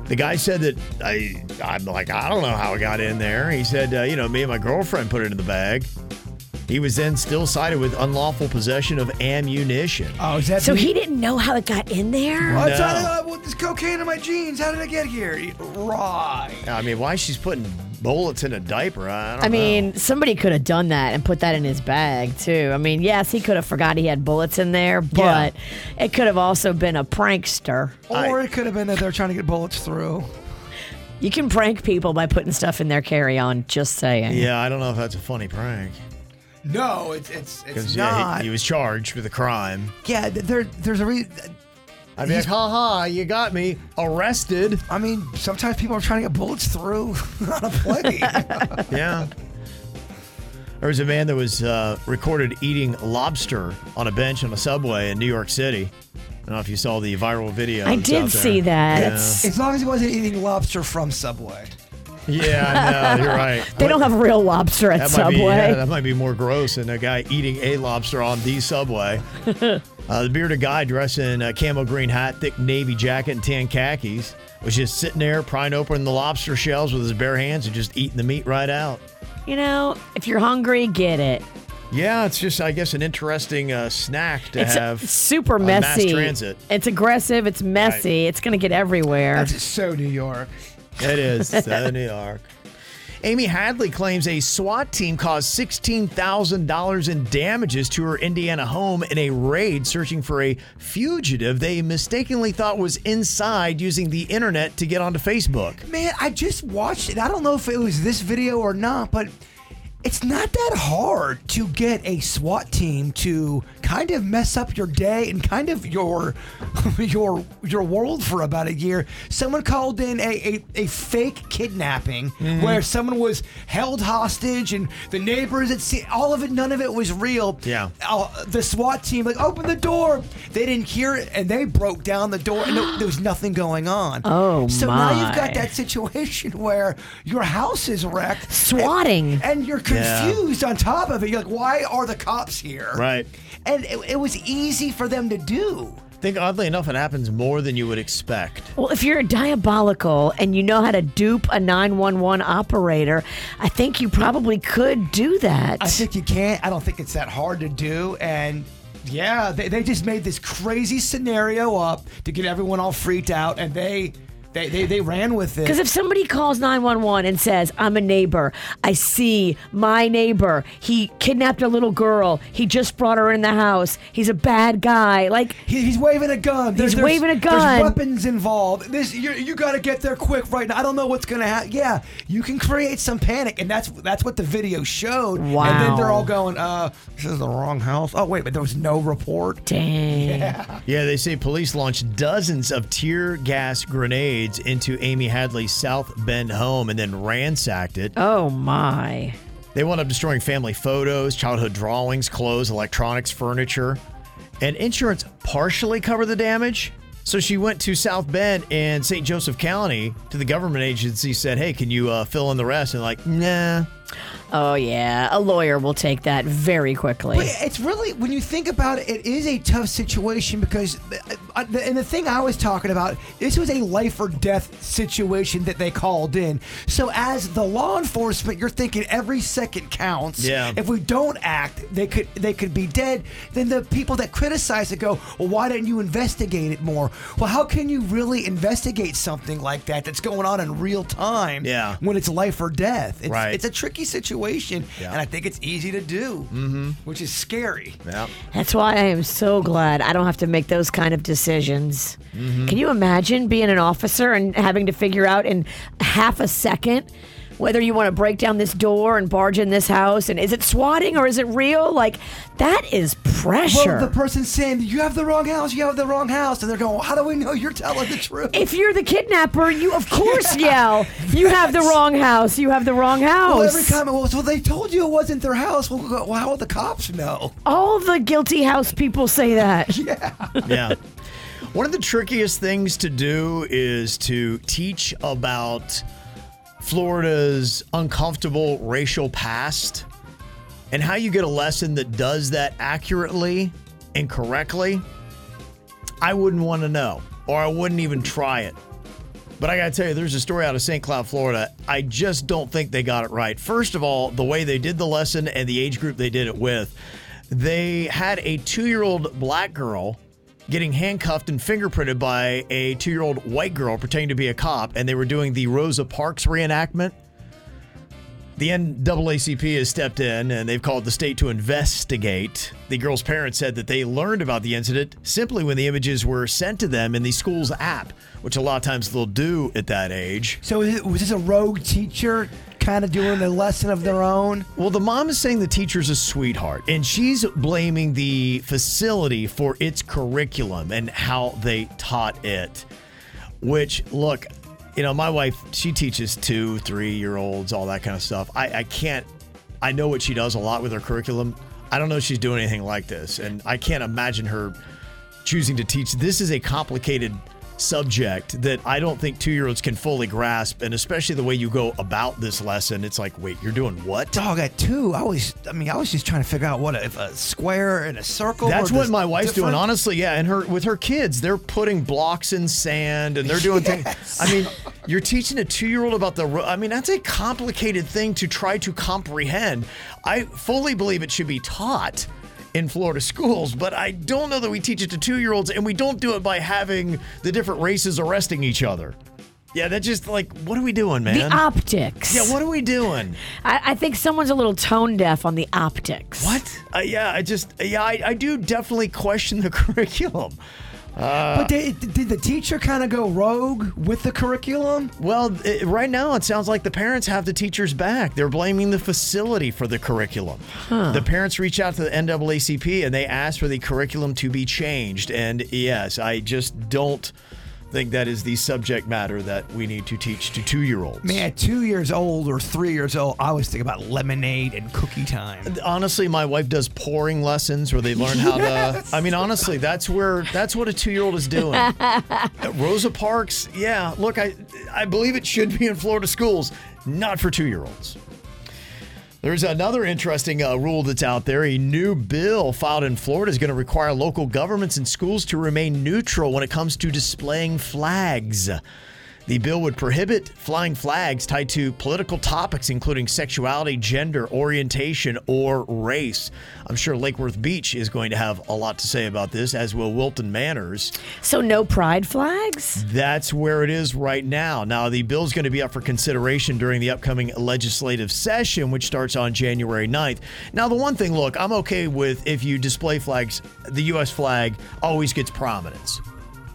Speaker 3: The guy said that I, I'm like, I don't know how it got in there. He said, uh, you know, me and my girlfriend put it in the bag. He was then still cited with unlawful possession of ammunition.
Speaker 5: Oh, is that
Speaker 4: so he didn't know how it got in there?
Speaker 5: What's
Speaker 3: No.
Speaker 5: up uh, with this cocaine in my jeans? How did I get here? Right.
Speaker 3: I mean, why she's putting bullets in a diaper? I don't
Speaker 4: I
Speaker 3: know.
Speaker 4: mean, somebody could have done that and put that in his bag too. I mean, yes, he could have forgot he had bullets in there, but it could have also been a prankster.
Speaker 5: Or it could have been that they're trying to get bullets through.
Speaker 4: You can prank people by putting stuff in their carry on, just saying.
Speaker 3: Yeah, I don't know if that's a funny prank.
Speaker 5: No, it's it's it's
Speaker 3: Because yeah,
Speaker 5: not.
Speaker 3: he, he
Speaker 5: Yeah,
Speaker 3: was charged with a crime.
Speaker 5: th- there there's a reason.
Speaker 3: I'd be like, ha ha, you got me arrested.
Speaker 5: I mean, sometimes people are trying to get bullets through on a plane.
Speaker 3: yeah. There was a man that was uh, recorded eating lobster on a bench on a subway in New York City. I don't know if you saw the viral video.
Speaker 4: I
Speaker 3: that's
Speaker 4: did
Speaker 3: out there.
Speaker 4: see that.
Speaker 3: Yeah.
Speaker 5: As long as he wasn't eating lobster from Subway.
Speaker 3: Yeah, I know. You're right.
Speaker 4: They don't have real lobster at
Speaker 3: that might
Speaker 4: Subway.
Speaker 3: Be, yeah, that might be more gross than a guy eating a lobster on the subway. uh, the bearded guy dressed in a camo green hat, thick navy jacket, and tan khakis was just sitting there prying open the lobster shells with his bare hands and just eating the meat right out.
Speaker 4: You know, if you're hungry, get it.
Speaker 3: Yeah, it's just, I guess, an interesting uh, snack to
Speaker 4: it's
Speaker 3: have.
Speaker 4: super
Speaker 3: on
Speaker 4: messy.
Speaker 3: Mass transit.
Speaker 4: It's aggressive. It's messy. It's going to get everywhere.
Speaker 5: That's so New York.
Speaker 3: It is. Southern New York. Amy Hadley claims a SWAT team caused $16,000 in damages to her Indiana home in a raid searching for a fugitive they mistakenly thought was inside using the internet to get onto Facebook.
Speaker 5: Man, I just watched it. I don't know if it was this video or not, but it's not that hard to get a SWAT team to kind of mess up your day and kind of your your your world for about a year. Someone called in a, a, a fake kidnapping where someone was held hostage and the neighbors had seen all of it, none of it was real.
Speaker 3: Yeah.
Speaker 5: Uh, the SWAT team like open the door. They didn't hear it and they broke down the door and there- there was nothing going on.
Speaker 4: Oh,
Speaker 5: so now you've
Speaker 4: my.
Speaker 5: got that situation where your house is wrecked,
Speaker 4: Swatting.
Speaker 5: and, and you're
Speaker 3: Yeah.
Speaker 5: confused on top of it. You're like, why are the cops here?
Speaker 3: Right.
Speaker 5: And it, it was easy for them to do.
Speaker 3: I think, oddly enough, it happens more than you would expect.
Speaker 4: Well, if you're diabolical and you know how to dupe a 911 operator, I think you probably could do that.
Speaker 5: I think you can't. I don't think it's that hard to do. And yeah, they, they just made this crazy scenario up to get everyone all freaked out, and they they they, they ran with it.
Speaker 4: Because if somebody calls 911 and says, I'm a neighbor, I see my neighbor, he kidnapped a little girl, he just brought her in the house, he's a bad guy. Like,
Speaker 5: He- He's waving a gun. There-
Speaker 4: He's
Speaker 5: there's-
Speaker 4: waving a gun.
Speaker 5: There's weapons involved. This you, you got to get there quick right now. I don't know what's gonna happen. Yeah, you can create some panic, and that's that's what the video showed. And then they're
Speaker 4: Wow.
Speaker 5: all going, "Uh, this is the wrong house." Oh wait, but there was no report.
Speaker 4: Dang.
Speaker 3: Yeah, they say police launched dozens of tear gas grenades into Amy Hadley's South Bend home and then ransacked it.
Speaker 4: Oh, my.
Speaker 3: They wound up destroying family photos, childhood drawings, clothes, electronics, furniture. And insurance partially covered the damage. So she went to South Bend and St. Joseph County to the government agency, said, Hey, can you uh, fill in the rest? And like, nah.
Speaker 4: Oh, yeah. A lawyer will take that very quickly.
Speaker 5: But it's really when you think about it, it is a tough situation because, uh, the- and the thing I was talking about, this was a life or death situation that they called in. So as the law enforcement, you're thinking every second counts.
Speaker 3: Yeah.
Speaker 5: If we don't act, they could they could be dead. Then the people that criticize it go, well, why didn't you investigate it more? Well, how can you really investigate something like that that's going on in real time?
Speaker 3: Yeah.
Speaker 5: When it's life or death, it's,
Speaker 3: Right.
Speaker 5: it's a tricky situation,
Speaker 3: Yeah. Mm-hmm.
Speaker 5: and I think it's easy to do which is scary.
Speaker 3: Yeah.
Speaker 4: That's why I am so glad I don't have to make those kind of decisions.
Speaker 5: Mm-hmm.
Speaker 4: Can you imagine being an officer and having to figure out in half a second whether you want to break down this door and barge in this house and is it swatting or is it real? Like that is pressure.
Speaker 5: Well, the person's saying you have the wrong house, you have the wrong house, and they're going, "How do we know you're telling the truth?"
Speaker 4: if you're the kidnapper, you of course yell, "You have the wrong house! You have the wrong house!"
Speaker 5: well, every time it was, well, they told you it wasn't their house. Well, well how would the cops know?
Speaker 4: All the guilty house people say that.
Speaker 3: yeah. One of the trickiest things to do is to teach about Florida's uncomfortable racial past and how you get a lesson that does that accurately and correctly. I wouldn't want to know, or I wouldn't even try it. But I got to tell you, there's a story out of St. Cloud, Florida. I just don't think they got it right. First of all, the way they did the lesson and the age group they did it with, they had a two year old black girl getting handcuffed and fingerprinted by a two year old white girl pretending to be a cop, and they were doing the Rosa Parks reenactment. The NAACP has stepped in and they've called the state to investigate. The girl's parents said that they learned about the incident simply when the images were sent to them in the school's app, which a lot of times they'll do at that age.
Speaker 5: So is it, was this a rogue teacher kind of doing a lesson of their own?
Speaker 3: Well, the mom is saying the teacher's a sweetheart, and she's blaming the facility for its curriculum and how they taught it. Which, look, you know, my wife, she teaches two, three year olds, all that kind of stuff. I, I can't, I know what she does a lot with her curriculum. I don't know if she's doing anything like this, and I can't imagine her choosing to teach. This is a complicated subject that I don't think two year olds can fully grasp, and especially the way you go about this lesson. It's like, wait, you're doing what?
Speaker 5: Dog, at two, I was, I mean, I was just trying to figure out what a, if a square and a circle.
Speaker 3: That's
Speaker 5: or
Speaker 3: what
Speaker 5: this
Speaker 3: my wife's doing,
Speaker 5: different-
Speaker 3: honestly. Yeah, and her with her kids, they're putting blocks in sand and they're doing things. I mean, you're teaching a two-year-old about the. ro- I mean, that's a complicated thing to try to comprehend. I fully believe it should be taught in Florida schools, but I don't know that we teach it to two-year-olds, and we don't do it by having the different races arresting each other. Yeah, that just like what are we doing, man?
Speaker 4: The optics.
Speaker 3: Yeah, what are we doing?
Speaker 4: I, I think someone's a little tone deaf on the optics.
Speaker 3: What? Uh, yeah, I just yeah, I, I do definitely question the curriculum. Uh,
Speaker 5: But they, did the teacher kind of go rogue with the curriculum?
Speaker 3: Well, it, right now it sounds like the parents have the teachers back. They're blaming the facility for the curriculum.
Speaker 6: Huh.
Speaker 3: The parents reach out to the NAACP and they ask for the curriculum to be changed. And yes, I just don't think that is the subject matter that we need to teach to two year olds.
Speaker 5: Man, at two years old or three years old, I was thinking about lemonade and cookie time.
Speaker 3: Honestly, my wife does pouring lessons where they learn how
Speaker 5: Yes.
Speaker 3: to. I mean, honestly, that's where that's what a two-year-old is doing. Rosa Parks, yeah. Look, I I believe it should be in Florida schools, not for two-year-olds. There's another interesting uh, rule that's out there. A new bill filed in Florida is going to require local governments and schools to remain neutral when it comes to displaying flags. The bill would prohibit flying flags tied to political topics, including sexuality, gender, orientation, or race. I'm sure Lake Worth Beach is going to have a lot to say about this, as will Wilton Manors.
Speaker 4: So no pride flags?
Speaker 3: That's where it is right now. Now, the bill's going to be up for consideration during the upcoming legislative session, which starts on January 9th. Now, the one thing, look, I'm okay with if you display flags, the U.S. flag always gets prominence.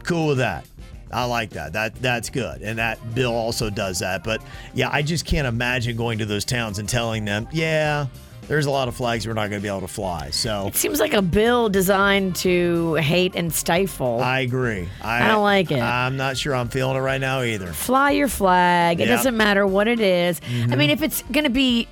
Speaker 3: Cool with that. I like that. That that's good. And that bill also does that. But yeah, I just can't imagine going to those towns and telling them, yeah, there's a lot of flags we're not going to be able to fly. So
Speaker 4: It seems like a bill designed to hate and stifle.
Speaker 3: I agree.
Speaker 4: I don't like it.
Speaker 3: I'm not sure I'm feeling it right now either.
Speaker 4: Fly your flag. It
Speaker 3: Yeah.
Speaker 4: doesn't matter what it is. I
Speaker 3: Mhm.
Speaker 4: mean, if it's going to be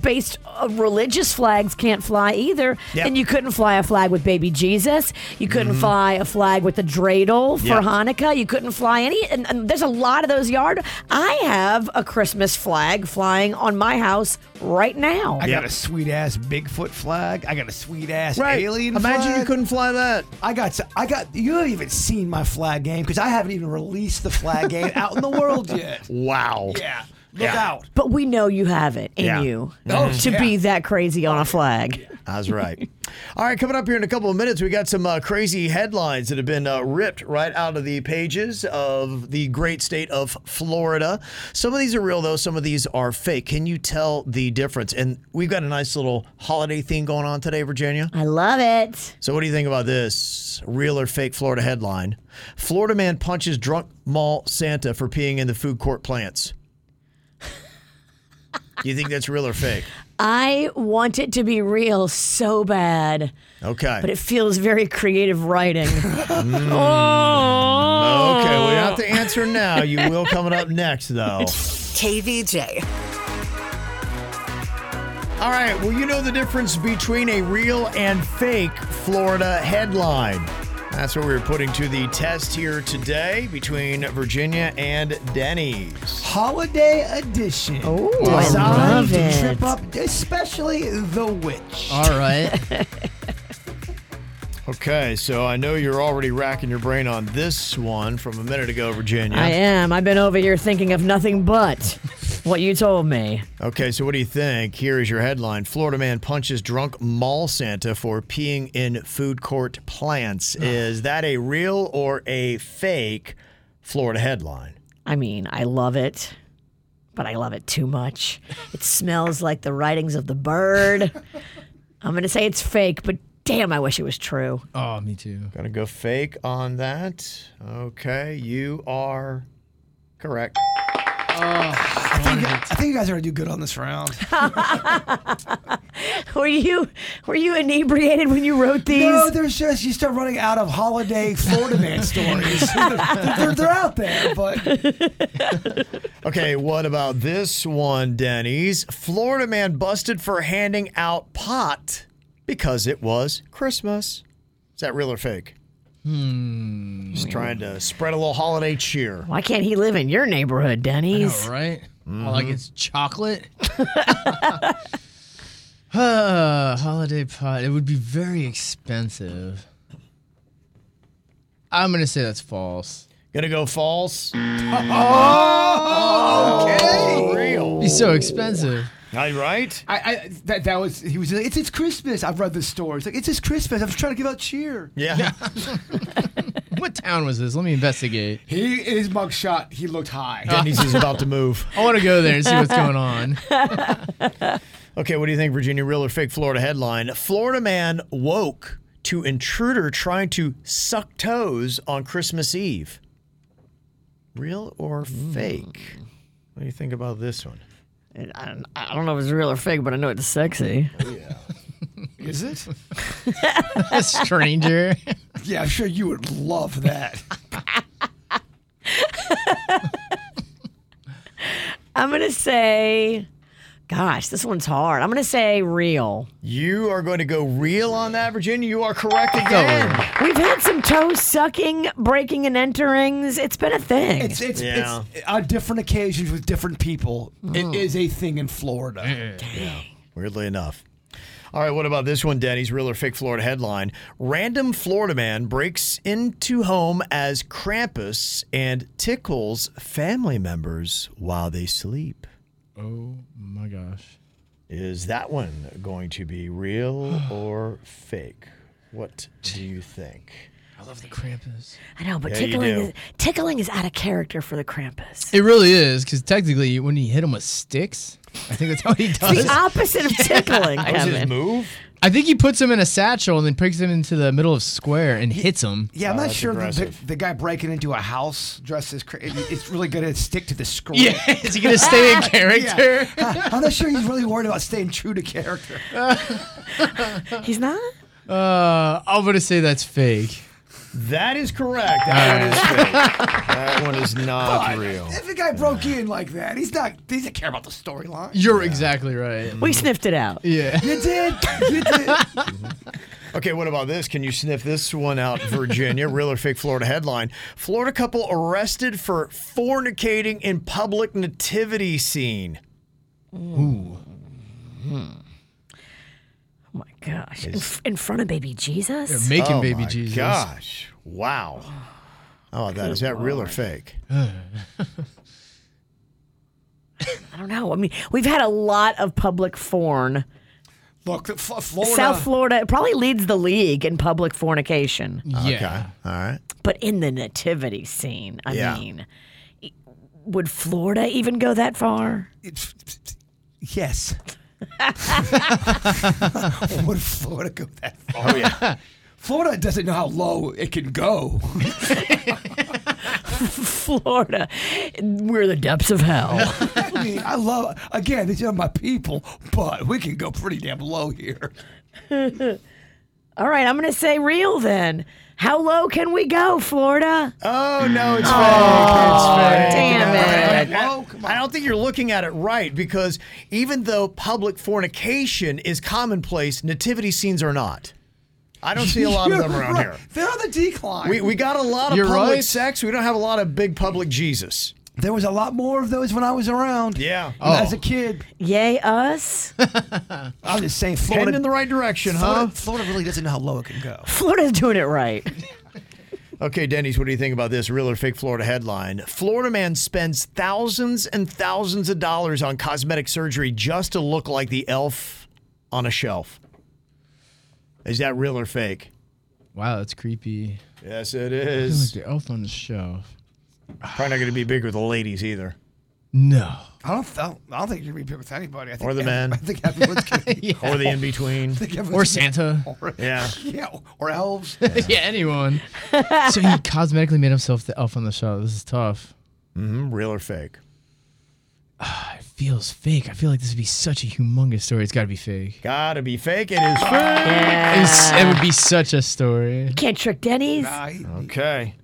Speaker 4: based uh, religious flags can't fly either
Speaker 3: Yeah. Mm-hmm.
Speaker 4: then you couldn't fly a flag with baby jesus you couldn't fly a flag with the dreidel for
Speaker 7: Yeah.
Speaker 4: hanukkah you couldn't fly any and, and there's a lot of those yard i have a christmas flag flying on my house right now
Speaker 5: I got a sweet ass Bigfoot flag. I got a sweet ass
Speaker 4: Right.
Speaker 5: alien.
Speaker 4: Imagine you
Speaker 3: couldn't fly that.
Speaker 5: I got. s- I got. You haven't even seen my flag game because I haven't even released the flag game out in the world yet.
Speaker 3: Wow.
Speaker 5: Yeah. Look
Speaker 3: Yeah.
Speaker 5: out.
Speaker 4: But we know you have it in
Speaker 3: Yeah.
Speaker 4: you
Speaker 3: Oh,
Speaker 4: to
Speaker 3: yeah.
Speaker 4: be that crazy on a flag.
Speaker 3: That's right. All right, coming up here in a couple of minutes, we got some uh, crazy headlines that have been uh, ripped right out of the pages of the great state of Florida. Some of these are real, though. Some of these are fake. Can you tell the difference? And we've got a nice little holiday thing going on today, Virginia.
Speaker 4: I love it.
Speaker 3: So, what do you think about this real or fake Florida headline? Florida man punches drunk mall Santa for peeing in the food court plants. you think that's real or fake?
Speaker 4: I want it to be real so bad,
Speaker 3: Okay.
Speaker 4: but it feels very creative writing. oh.
Speaker 3: Hmm. Okay, we don't have to answer now. You will coming up next, though.
Speaker 1: KVJ.
Speaker 3: All right, well, you know the difference between a real and fake Florida headline. That's what we were putting to the test here today between Virginia and Denny's.
Speaker 5: Holiday edition. Oh,
Speaker 3: I love
Speaker 5: to
Speaker 3: it.
Speaker 5: trip up, especially the witch.
Speaker 3: All right. Okay, so I know you're already racking your brain on this one from a minute ago, Virginia.
Speaker 4: I am. I've been over here thinking of nothing but what you told me.
Speaker 3: Okay, so what do you think? Here is your headline Florida man punches drunk mall Santa for peeing in food court plants. Is that a real or a fake Florida headline?
Speaker 4: I mean, I love it, but I love it too much. It smells like the writings of the bird. I'm going to say it's fake, but damn, I wish it was true.
Speaker 21: Oh, me too.
Speaker 3: Gonna go fake on that. Okay, you are correct.
Speaker 5: Oh, I think, I think you guys are gonna do good on this round.
Speaker 4: were you were you inebriated when you wrote these?
Speaker 5: No, there's just you start running out of holiday Florida man stories. they're, they're- they're out there, but
Speaker 3: Okay, what about this one, Denny's? Florida man busted for handing out pot because it was Christmas. Is that real or fake?
Speaker 21: Hmm.
Speaker 3: Just trying to spread a little holiday cheer.
Speaker 4: Why can't he live in your neighborhood, Denny's?
Speaker 21: I know, right? All I get's chocolate. Uh, holiday pot. It would be very expensive. I'm gonna say that's false.
Speaker 3: Gonna go false.
Speaker 21: oh, okay. Be so expensive.
Speaker 3: I right?
Speaker 5: I, I that that was he was. like, It's it's Christmas. I've read the stories. Like it's it's Christmas. I'm just trying to give out cheer.
Speaker 3: Yeah.
Speaker 21: what town was this? Let me investigate.
Speaker 5: He his mugshot. He looked high.
Speaker 3: Denny's is about to move.
Speaker 21: I want to go there and see what's going on.
Speaker 3: Okay, what do you think, Virginia? Real or fake Florida headline? Florida man woke to intruder trying to suck toes on Christmas Eve. Real or fake?
Speaker 21: Hmm.
Speaker 3: What do you think about this one?
Speaker 4: I don't, I don't know if it's real or fake, but I know it's sexy.
Speaker 5: Is it?
Speaker 21: A stranger.
Speaker 5: Yeah, I'm sure you would love that.
Speaker 4: I'm gonna say, gosh, this one's hard. I'm gonna say real.
Speaker 3: You are going to go real on that, Virginia. You are correct again.
Speaker 4: We've had some toe sucking, breaking, and enterings. It's been a thing.
Speaker 5: It's it's,
Speaker 3: Yeah.
Speaker 5: it's on different occasions with different people.
Speaker 21: Mm-hmm.
Speaker 5: It is a thing in Florida.
Speaker 3: Weirdly enough. All right, what about this one, Denny's real or fake Florida headline? Random Florida man breaks into home as Krampus and tickles family members while they sleep.
Speaker 21: Oh my gosh.
Speaker 3: Is that one going to be real or fake? What do you think?
Speaker 21: I love the Krampus.
Speaker 4: I know, but
Speaker 3: Yeah, you
Speaker 4: tickling
Speaker 3: do.
Speaker 4: is, tickling is out of character for the Krampus.
Speaker 21: It really is, because technically, when you hit him with sticks, I think that's how he does.
Speaker 4: The opposite of tickling,
Speaker 3: That was his
Speaker 4: Kevin.
Speaker 3: move?
Speaker 21: I think he puts him in a satchel and then picks him into the middle of square and hits him.
Speaker 5: Yeah, I'm
Speaker 3: Wow,
Speaker 5: not
Speaker 3: Oh, that's
Speaker 5: sure that the,
Speaker 3: aggressive.
Speaker 5: the guy breaking into a house dressed as cra- it- it's really going to stick to the script.
Speaker 21: Yeah, is he gonna stay in character?
Speaker 5: Yeah. I'm not sure he's really worried about staying true to character.
Speaker 4: He's not.
Speaker 21: Uh, I'm gonna say that's fake.
Speaker 3: That is correct. That one is fake. That one is not real.
Speaker 5: If the guy broke in like that, he's not. He doesn't care about the storyline.
Speaker 21: You're exactly right.
Speaker 4: We sniffed it out.
Speaker 21: Yeah.
Speaker 5: You did. You did.
Speaker 3: Okay, what about this? Can you sniff this one out, Virginia? Real or fake Florida headline. Florida couple arrested for fornicating in public nativity scene.
Speaker 4: Hmm. Oh Hmm. my gosh. In, f- in front of baby
Speaker 21: They're
Speaker 4: Jesus?
Speaker 21: making
Speaker 3: Oh
Speaker 21: baby
Speaker 3: my
Speaker 21: Jesus.
Speaker 3: Gosh. Wow. How about that? Is that real or fake?
Speaker 5: Oh.
Speaker 4: I don't know. I mean, we've had a lot of public forn.
Speaker 5: Look, F- Florida.
Speaker 4: South Florida it probably leads the league in public fornication.
Speaker 21: Yeah.
Speaker 3: Okay. All right.
Speaker 4: But in the nativity scene, I
Speaker 3: Yeah.
Speaker 4: mean, e- would Florida even go that far?
Speaker 5: yes. Would Florida go that far?
Speaker 3: Oh yeah.
Speaker 5: Florida doesn't know how low it can go.
Speaker 4: Florida, we're the depths of hell.
Speaker 5: I mean, I love again. These are my people, but we can go pretty damn low here.
Speaker 4: All right, I'm going to say real then. How low can we go, Florida?
Speaker 3: Oh no, it's fake. It's fake.
Speaker 4: damn it.
Speaker 5: Low, Oh, come
Speaker 3: I don't think you're looking at it right because even though public fornication is commonplace, nativity scenes are not. I don't see a lot of them around here.
Speaker 5: They're on the decline.
Speaker 3: We, we got a lot of
Speaker 21: You're
Speaker 3: public
Speaker 21: right.
Speaker 3: sex. We don't have a lot of big public Jesus.
Speaker 5: there was a lot more of those when I was around.
Speaker 3: Yeah.
Speaker 21: Oh.
Speaker 5: As a kid,
Speaker 4: Yay, us.
Speaker 5: I'm just saying,
Speaker 3: Heading
Speaker 5: Florida,
Speaker 3: in the right direction, huh?
Speaker 5: Florida, Florida really doesn't know how low it can go.
Speaker 4: Florida's doing it right.
Speaker 3: Okay, Denny's, what do you think about this real or fake Florida headline? Florida man spends thousands and thousands of dollars on cosmetic surgery just to look like the elf on a shelf. Is that real or fake?
Speaker 21: Wow, that's creepy.
Speaker 3: Yes, it
Speaker 21: Like
Speaker 3: is.
Speaker 21: the elf on the shelf.
Speaker 3: Probably not going to be big with the ladies either.
Speaker 21: No.
Speaker 5: I don't, I don't, I don't think you repeat with anybody. I think
Speaker 3: Or the
Speaker 5: ev-
Speaker 3: man.
Speaker 5: I think everyone's kidding.
Speaker 3: Or the in between.
Speaker 5: think everyone's
Speaker 21: Or
Speaker 5: kidding.
Speaker 21: Santa.
Speaker 5: Or-
Speaker 3: Yeah.
Speaker 5: yeah. Or elves.
Speaker 21: yeah, anyone. so he cosmetically made himself the elf on the shelf. This is tough. Ah,
Speaker 3: Mm-hmm. Real or fake?
Speaker 21: it feels fake. I feel like this would be such a humongous story. It's got to be fake.
Speaker 3: Gotta be fake. It is fake.
Speaker 21: It's- it would
Speaker 5: Ah.
Speaker 21: be such a story.
Speaker 4: Can't trick Denny's.
Speaker 3: Okay.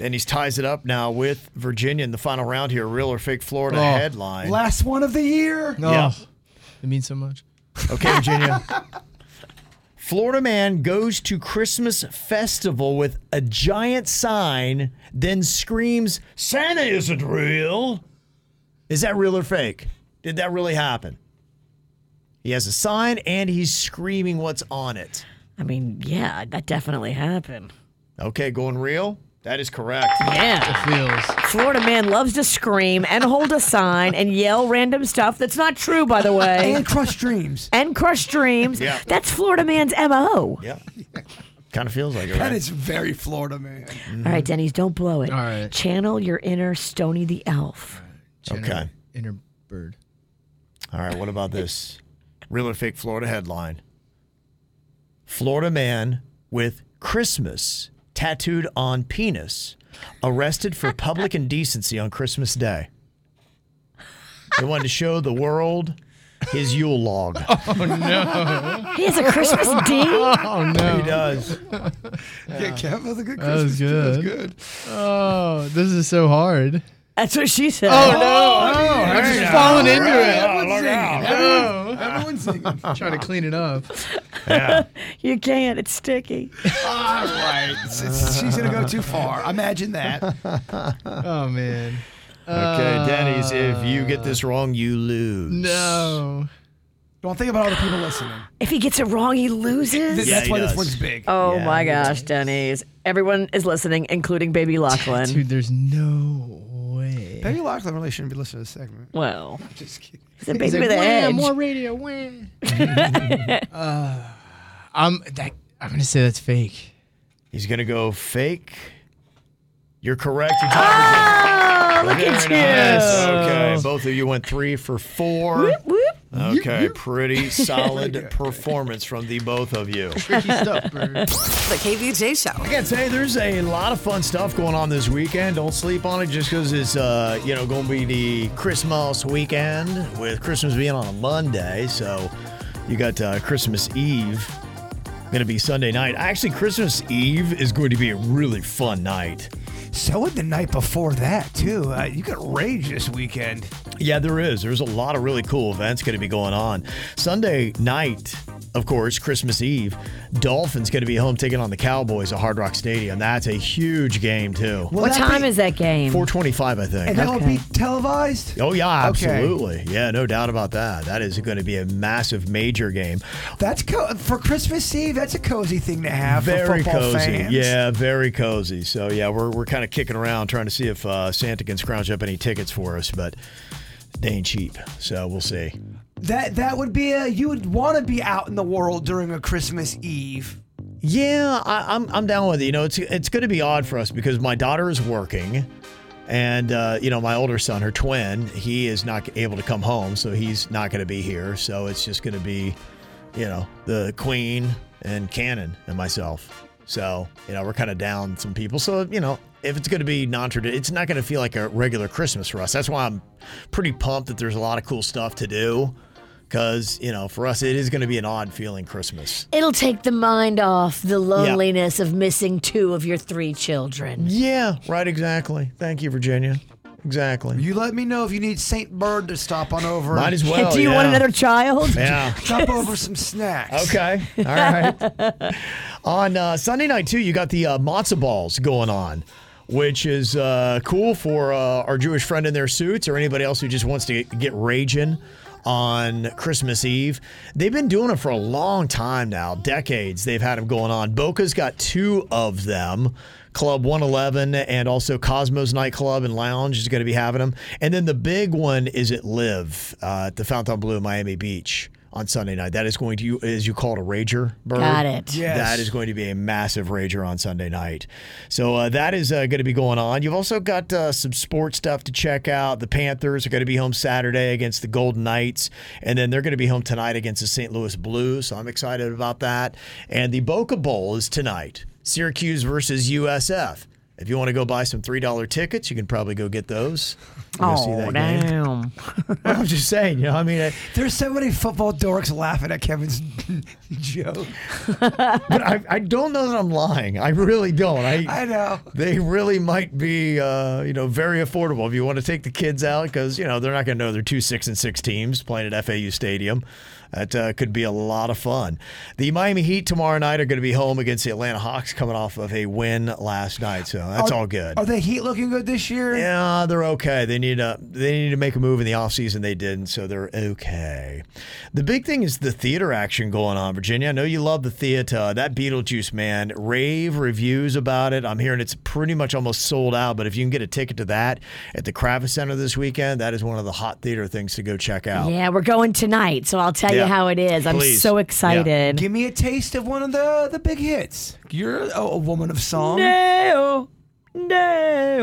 Speaker 3: And he ties it up now with Virginia in the final round here. Real or fake Florida
Speaker 21: Oh.
Speaker 3: headline.
Speaker 5: Last one of the year.
Speaker 3: Yeah.
Speaker 21: Oh, it means so much.
Speaker 3: Okay, Virginia. Florida man goes to Christmas festival with a giant sign, then screams, Santa isn't real. Is that real or fake? Did that really happen? He has a sign and he's screaming what's on it.
Speaker 4: I mean, yeah, that definitely happened.
Speaker 3: Okay, going real? That is correct.
Speaker 4: Yeah. Florida man loves to scream and hold a sign and yell random stuff that's not true, by the way.
Speaker 5: And crush dreams.
Speaker 4: And crush dreams.
Speaker 3: Yeah.
Speaker 4: That's Florida man's MO.
Speaker 3: Yeah. Kind of feels like it,
Speaker 5: That
Speaker 3: right?
Speaker 5: is very Florida, man.
Speaker 4: All right, Denny's, don't blow it.
Speaker 21: All right.
Speaker 4: Channel your inner Stony the Elf.
Speaker 3: Okay.
Speaker 21: Inner bird.
Speaker 3: All right, what about this? Real or fake Florida headline Florida man with Christmas tattooed on penis arrested for public indecency on Christmas Day. He wanted to show the world his Yule log.
Speaker 21: Oh, no.
Speaker 4: He has a Christmas D?
Speaker 21: Oh, no.
Speaker 3: He does.
Speaker 5: Yeah, Kev was a good
Speaker 21: That was
Speaker 5: Christmas. tree. That
Speaker 21: good.
Speaker 5: was good.
Speaker 21: Oh, this is so hard.
Speaker 4: That's what she said.
Speaker 21: Oh, no. Oh, I'm just falling into it.
Speaker 5: Everyone's singing.
Speaker 21: No.
Speaker 5: Everyone- Everyone's singing.
Speaker 21: Trying to clean it up.
Speaker 3: Yeah.
Speaker 4: You can't. It's sticky.
Speaker 5: All right. It's- it's- She's going to go too far. Imagine that.
Speaker 21: Oh, man. Uh,
Speaker 3: Okay, Denny's, if you get this wrong, you lose. Oh.
Speaker 21: No.
Speaker 5: Don't think about all the people listening.
Speaker 4: If he gets it wrong, he loses.
Speaker 5: Th-
Speaker 3: Yeah,
Speaker 5: That's
Speaker 3: he
Speaker 5: why
Speaker 3: does.
Speaker 5: this one's big.
Speaker 4: Oh
Speaker 3: Yeah,
Speaker 4: my
Speaker 3: he
Speaker 4: gosh, Denny's. Everyone is listening, including baby Lachlan.
Speaker 21: Dude, there's no way.
Speaker 5: Baby Lachlan really shouldn't be listening to this segment.
Speaker 4: Well,
Speaker 5: Just kidding.
Speaker 4: he's a
Speaker 21: He's
Speaker 4: baby
Speaker 21: like,
Speaker 4: with an
Speaker 21: "Wham,
Speaker 4: edge.
Speaker 21: More radio, wham. uh, I'm that. I'm gonna say that's fake.
Speaker 3: He's going to go fake. You're correct. You're
Speaker 4: Oh, look
Speaker 3: Very
Speaker 4: at you.
Speaker 3: nice. Okay, both of you went three for four.
Speaker 4: Whoop, whoop.
Speaker 3: Okay, pretty solid performance from the both of you.
Speaker 21: Tricky stuff, bird.
Speaker 1: The KVJ Show.
Speaker 3: I gotta say, there's a lot of fun stuff going on this weekend. Don't sleep on it just because it's, uh, you know, going to be the Christmas weekend with Christmas being on a Monday. So you got uh, Christmas Eve going to be Sunday night. Actually, Christmas Eve is going to be a really fun night.
Speaker 5: So would the night before that, too. Uh, you got rage this weekend.
Speaker 3: Yeah, there is. There's a lot of really cool events going to be going on. Sunday night, of course, Christmas Eve, Dolphins going to be home taking on the Cowboys at Hard Rock Stadium. That's a huge game too.
Speaker 4: What time is that game?
Speaker 3: 425, I think.
Speaker 5: And that'll be televised?
Speaker 3: Oh yeah,
Speaker 5: Okay.
Speaker 3: absolutely. Yeah, no doubt about that. That is going to be a massive major game.
Speaker 5: That's co- for Christmas Eve. That's a cozy thing to have for
Speaker 3: very
Speaker 5: football
Speaker 3: cozy.
Speaker 5: fans.
Speaker 3: Yeah, very cozy. So yeah, we're we're kind of kicking around trying to see if uh, Santa can scrounge up any tickets for us, but they ain't cheap. So we'll see.
Speaker 5: That that would be a you would want to be out in the world during a Christmas Eve.
Speaker 3: Yeah, I, I'm I'm down with it. You know, it's it's going to be odd for us because my daughter is working, and uh, you know my older son, her twin, he is not able to come home, so he's not going to be here. So it's just going to be, you know, the queen and Cannon and myself. So you know we're kind of down some people. So you know if it's going to be non-traditional, it's not going to feel like a regular Christmas for us. That's why I'm pretty pumped that there's a lot of cool stuff to do. Because, you know, for us, it is going to be an odd feeling Christmas.
Speaker 4: It'll take the mind off the loneliness of missing two of your three children.
Speaker 3: Yeah, right, exactly. Thank you, Virginia. Exactly.
Speaker 5: You let me know if you need Saint Bird to stop on over.
Speaker 3: Might
Speaker 5: and
Speaker 3: as well.
Speaker 4: Do you want
Speaker 3: yeah.
Speaker 4: another child?
Speaker 3: Yeah.
Speaker 5: Chop over some snacks.
Speaker 3: Okay. All right. on uh, Sunday night, too, you got the uh, matzo balls going on, which is uh, cool for uh, our Jewish friend in their suits or anybody else who just wants to get, get raging on Christmas Eve. They've been doing it for a long time now, decades they've had them going on. Boca's got two of them. Club 111 and also Cosmos Nightclub and Lounge is going to be having them. And then the big one is at Live uh, at the Fountain Blue in Miami Beach on Sunday night. That is going to, as you call it, a rager. Bird.
Speaker 4: Got it. Yes.
Speaker 3: That is going to be a massive rager on Sunday night. So uh, that is uh, going to be going on. You've also got uh, some sports stuff to check out. The Panthers are going to be home Saturday against the Golden Knights, and then they're going to be home tonight against the St. Louis Blues. So I'm excited about that. And the Boca Bowl is tonight. Syracuse versus USF. If you want to go buy some three dollar tickets, you can probably go get those. Go
Speaker 4: Oh,
Speaker 3: see that game. I'm just saying, you know, I mean, I,
Speaker 5: there's so many football dorks laughing at Kevin's joke.
Speaker 3: but I, I don't know that I'm lying. I really don't. I,
Speaker 5: I know.
Speaker 3: They really might be, uh, you know, very affordable if you want to take the kids out because, you know, they're not going to know they're two six and six teams playing at FAU Stadium. That uh, could be a lot of fun. The Miami Heat tomorrow night are going to be home against the Atlanta Hawks coming off of a win last night. So that's
Speaker 5: Are-
Speaker 3: all good.
Speaker 5: Are the Heat looking good this year?
Speaker 3: Yeah, they're okay. They need a they need to make a move in the offseason. They didn't, so they're okay. The big thing is the theater action going on, Virginia. I know you love the theater. That Beetlejuice man, rave reviews about it. I'm hearing it's pretty much almost sold out. But if you can get a ticket to that at the Kravis Center this weekend, that is one of the hot theater things to go check out.
Speaker 4: Yeah, we're going tonight, so I'll tell
Speaker 3: Yeah.
Speaker 4: you how it is. I'm
Speaker 3: Please.
Speaker 4: so
Speaker 3: Yeah.
Speaker 4: excited.
Speaker 5: Give me a taste of one of the the big hits. You're a, a woman of song.
Speaker 4: No,
Speaker 2: oh,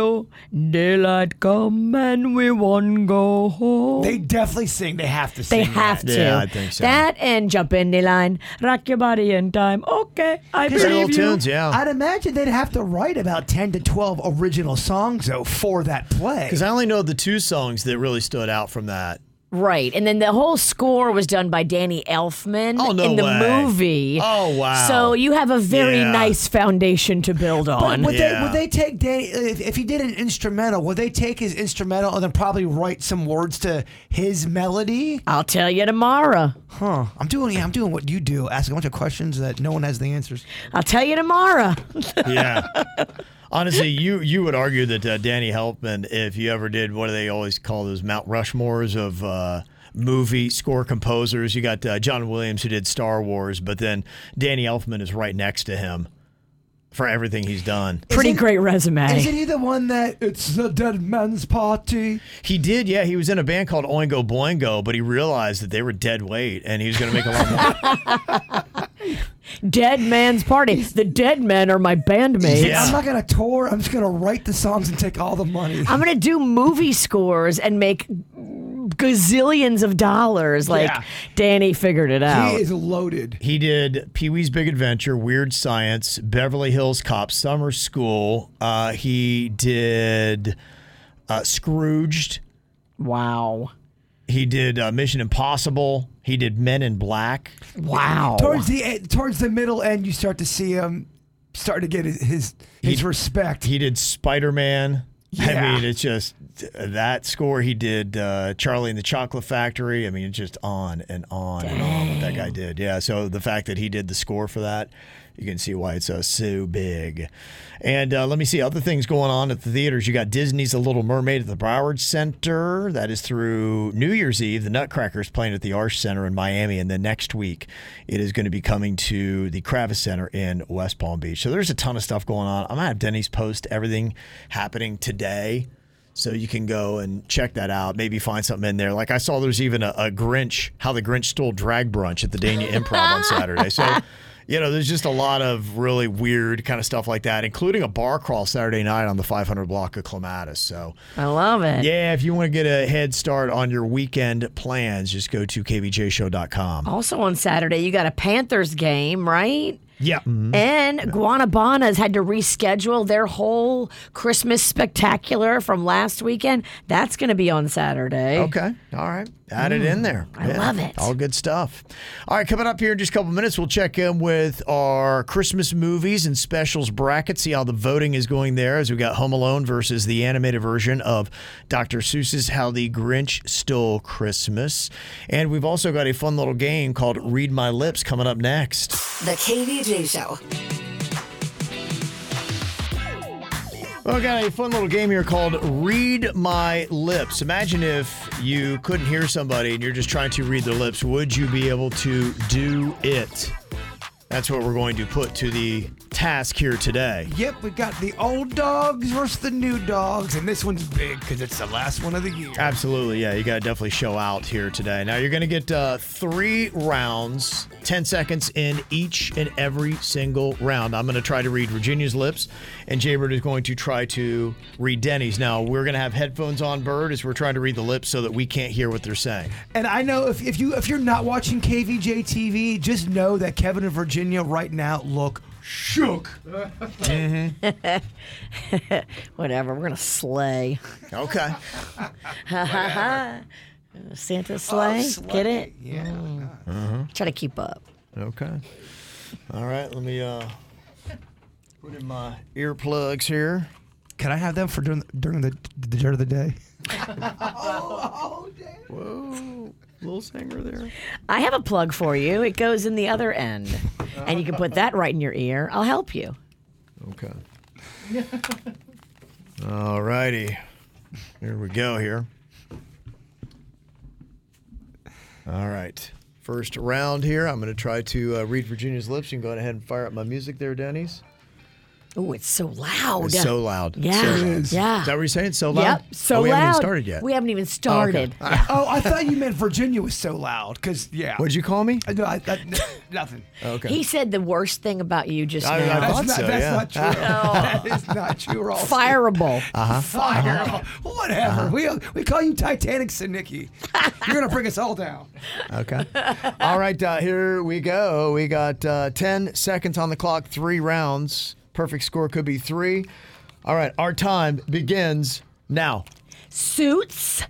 Speaker 4: no, daylight come and we won't go home.
Speaker 5: They definitely sing. They have to sing.
Speaker 4: They have
Speaker 5: that.
Speaker 4: to. That and jump in the line, rock your body in time. Okay, I
Speaker 5: Just-
Speaker 4: believe you.
Speaker 5: I'd imagine they'd have to write about 10 to 12 original songs, though, for that play.
Speaker 3: Because I only know the two songs that really stood out from that.
Speaker 4: Right, and then the whole score was done by Danny Elfman
Speaker 3: Oh, no
Speaker 4: in the
Speaker 3: way.
Speaker 4: movie.
Speaker 3: Oh, wow.
Speaker 4: So you have a very
Speaker 3: Yeah.
Speaker 4: nice foundation to build
Speaker 5: But
Speaker 4: on.
Speaker 5: would, they, would they take Danny, if, if he did an instrumental, would they take his instrumental and then probably write some words to his melody?
Speaker 4: I'll tell you tomorrow.
Speaker 5: Huh. I'm doing, yeah, I'm doing what you do, asking a bunch of questions that no one has the answers.
Speaker 4: I'll tell you tomorrow.
Speaker 3: yeah. Honestly, you you would argue that uh, Danny Helpman, if you ever did, what do they always call those Mount Rushmores of uh, movie score composers? You got uh, John Williams who did Star Wars, but then Danny Elfman is right next to him for everything he's done.
Speaker 4: Pretty great resume.
Speaker 5: Isn't he the one that it's the dead man's party?
Speaker 3: He did, yeah. He was in a band called Oingo Boingo, but he realized that they were dead weight, and he was going to make a lot more.
Speaker 4: Dead man's party. The dead men are my bandmates.
Speaker 5: I'm not going to tour. I'm just going to write the songs and take all the money.
Speaker 4: I'm gonna do movie scores and make gazillions of dollars. Like
Speaker 3: Yeah.
Speaker 4: Danny figured it out.
Speaker 5: loaded.
Speaker 3: He did Pee Wee's Big Adventure, Weird Science, Beverly Hills Cop, Summer School. Uh, he did uh, Scrooged.
Speaker 4: Wow.
Speaker 3: He did uh, Mission Impossible. He did Men in Black.
Speaker 4: Wow.
Speaker 5: Towards the end, towards the middle end, you start to see him start to get his his, his respect.
Speaker 3: He did Spider Man. I
Speaker 5: Yeah.
Speaker 3: mean, it's just uh, that score. He did uh, Charlie and the Chocolate Factory. I mean, it's just on and on and on what that guy did. Yeah. So the fact that he did the score for that, you can see why it's uh, so big. And uh, let me see other things going on at the theaters. You got Disney's The Little Mermaid at the Broward Center. That is through New Year's Eve. The Nutcrackers playing at the Arch Center in Miami. And then next week, it is going to be coming to the Kravis Center in West Palm Beach. So there's a ton of stuff going on. I'm going to have Denny's post everything happening today. So you can go and check that out. Maybe find something in there. Like I saw there's even a, a Grinch, how the Grinch stole drag brunch at the Dania Improv on Saturday. So, you know, there's just a lot of really weird kind of stuff like that, including a bar crawl Saturday night on the 500 block of Clematis. So,
Speaker 4: I love it.
Speaker 3: yeah, if you want to get a head start on your weekend plans, just go to kbjshow.com.
Speaker 4: Also on Saturday, you got a Panthers game, right?
Speaker 3: Mm-hmm. Yeah.
Speaker 4: And Guanabanas had to reschedule their whole Christmas spectacular from last weekend. That's going to be on Saturday.
Speaker 3: Okay. All right. Add it
Speaker 4: Mm.
Speaker 3: in there.
Speaker 4: I love it.
Speaker 3: All good stuff. All right, coming up here in just a couple minutes, we'll check in with our Christmas movies and specials bracket, see how the voting is going there as we got Home Alone versus the animated version of Dr. Seuss's How the Grinch Stole Christmas. And we've also got a fun little game called Read My Lips coming up next.
Speaker 1: The KVJ Show.
Speaker 3: Well, we got a fun little game here called Read My Lips. Imagine if you couldn't hear somebody and you're just trying to read their lips. Would you be able to do it? That's what we're going to put to the task here today.
Speaker 5: Yep, we got the old dogs versus the new dogs, and this one's big because it's the last one of the year.
Speaker 3: Absolutely, yeah. You got to definitely show out here today. Now you're going to get uh, three rounds, ten seconds in each and every single round. I'm going to try to read Virginia's lips, and Jaybird is going to try to read Denny's. Now we're going to have headphones on, Bird, as we're trying to read the lips so that we can't hear what they're saying.
Speaker 5: And I know if, if you if you're not watching KVJ TV, just know that Kevin and Virginia right now look shook.
Speaker 4: Whatever, we're gonna slay.
Speaker 3: Okay.
Speaker 4: Santa slay. Get it? Mm.
Speaker 5: Yeah.
Speaker 3: Oh, Uh-huh.
Speaker 4: Try to keep up.
Speaker 3: Okay. All right. Let me uh, put in my earplugs here.
Speaker 5: Can I have them for during during the during the day?
Speaker 3: Whoa, little singer there.
Speaker 4: I have a plug for you. It goes in the other end, and you can put that right in your ear. I'll help you.
Speaker 3: Okay. All righty. Here we go here. All right. First round here. I'm going to try to uh, read Virginia's lips. You can go ahead and fire up my music there, Denny's.
Speaker 4: Oh, it's so loud.
Speaker 3: It's so loud.
Speaker 4: Yeah.
Speaker 3: So loud.
Speaker 4: Yeah.
Speaker 3: Is that what you're saying? It's so loud?
Speaker 4: Yep. So
Speaker 3: oh, we
Speaker 4: loud.
Speaker 3: haven't even started yet.
Speaker 4: We haven't even started.
Speaker 5: Oh, I thought you meant Virginia was so loud because yeah.
Speaker 3: What'd you call me?
Speaker 5: No, I, I, n- nothing.
Speaker 3: Okay.
Speaker 4: He said the worst thing about you just
Speaker 3: I- I
Speaker 4: now.
Speaker 3: thought That's so, not- that's yeah. not true.
Speaker 5: that is not true. We're all
Speaker 4: Fireable.
Speaker 3: Uh-huh.
Speaker 5: Fire. Whatever. We we call you Titanic Siniki. You're gonna bring us all down.
Speaker 3: Okay. All right, uh, here we go. We got uh, 10 seconds on the clock, three rounds. Perfect score could be three. All right, our time begins now.
Speaker 4: Suits.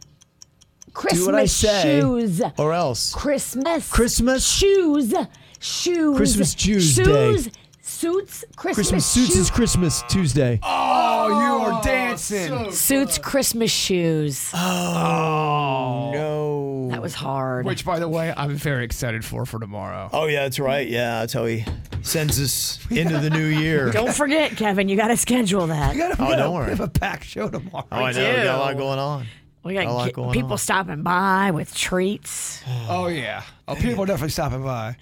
Speaker 4: Christmas
Speaker 3: Do what I say,
Speaker 4: shoes.
Speaker 3: or else.
Speaker 4: Christmas.
Speaker 3: Christmas.
Speaker 4: Shoes. Shoes.
Speaker 3: Christmas Tuesday.
Speaker 4: Shoes. Suits. Christmas,
Speaker 3: Christmas suits
Speaker 4: shoes.
Speaker 3: is Christmas Tuesday.
Speaker 5: Oh, you are dancing.
Speaker 4: Suits Christmas shoes.
Speaker 3: Oh, no.
Speaker 4: That was hard.
Speaker 5: Which, by the way, I'm very excited for for tomorrow.
Speaker 3: Oh, yeah, that's right. Yeah, that's how he sends us into the new year.
Speaker 4: Don't forget, Kevin, you got to schedule that.
Speaker 3: oh, don't worry.
Speaker 5: A packed show tomorrow.
Speaker 3: Oh, I
Speaker 4: We
Speaker 3: know. We got a lot
Speaker 4: do.
Speaker 3: going on.
Speaker 4: We
Speaker 3: A
Speaker 4: got
Speaker 3: lot
Speaker 4: ki-
Speaker 3: going
Speaker 4: people
Speaker 3: on.
Speaker 4: stopping by with treats.
Speaker 5: Oh yeah. Oh, people are definitely stopping by.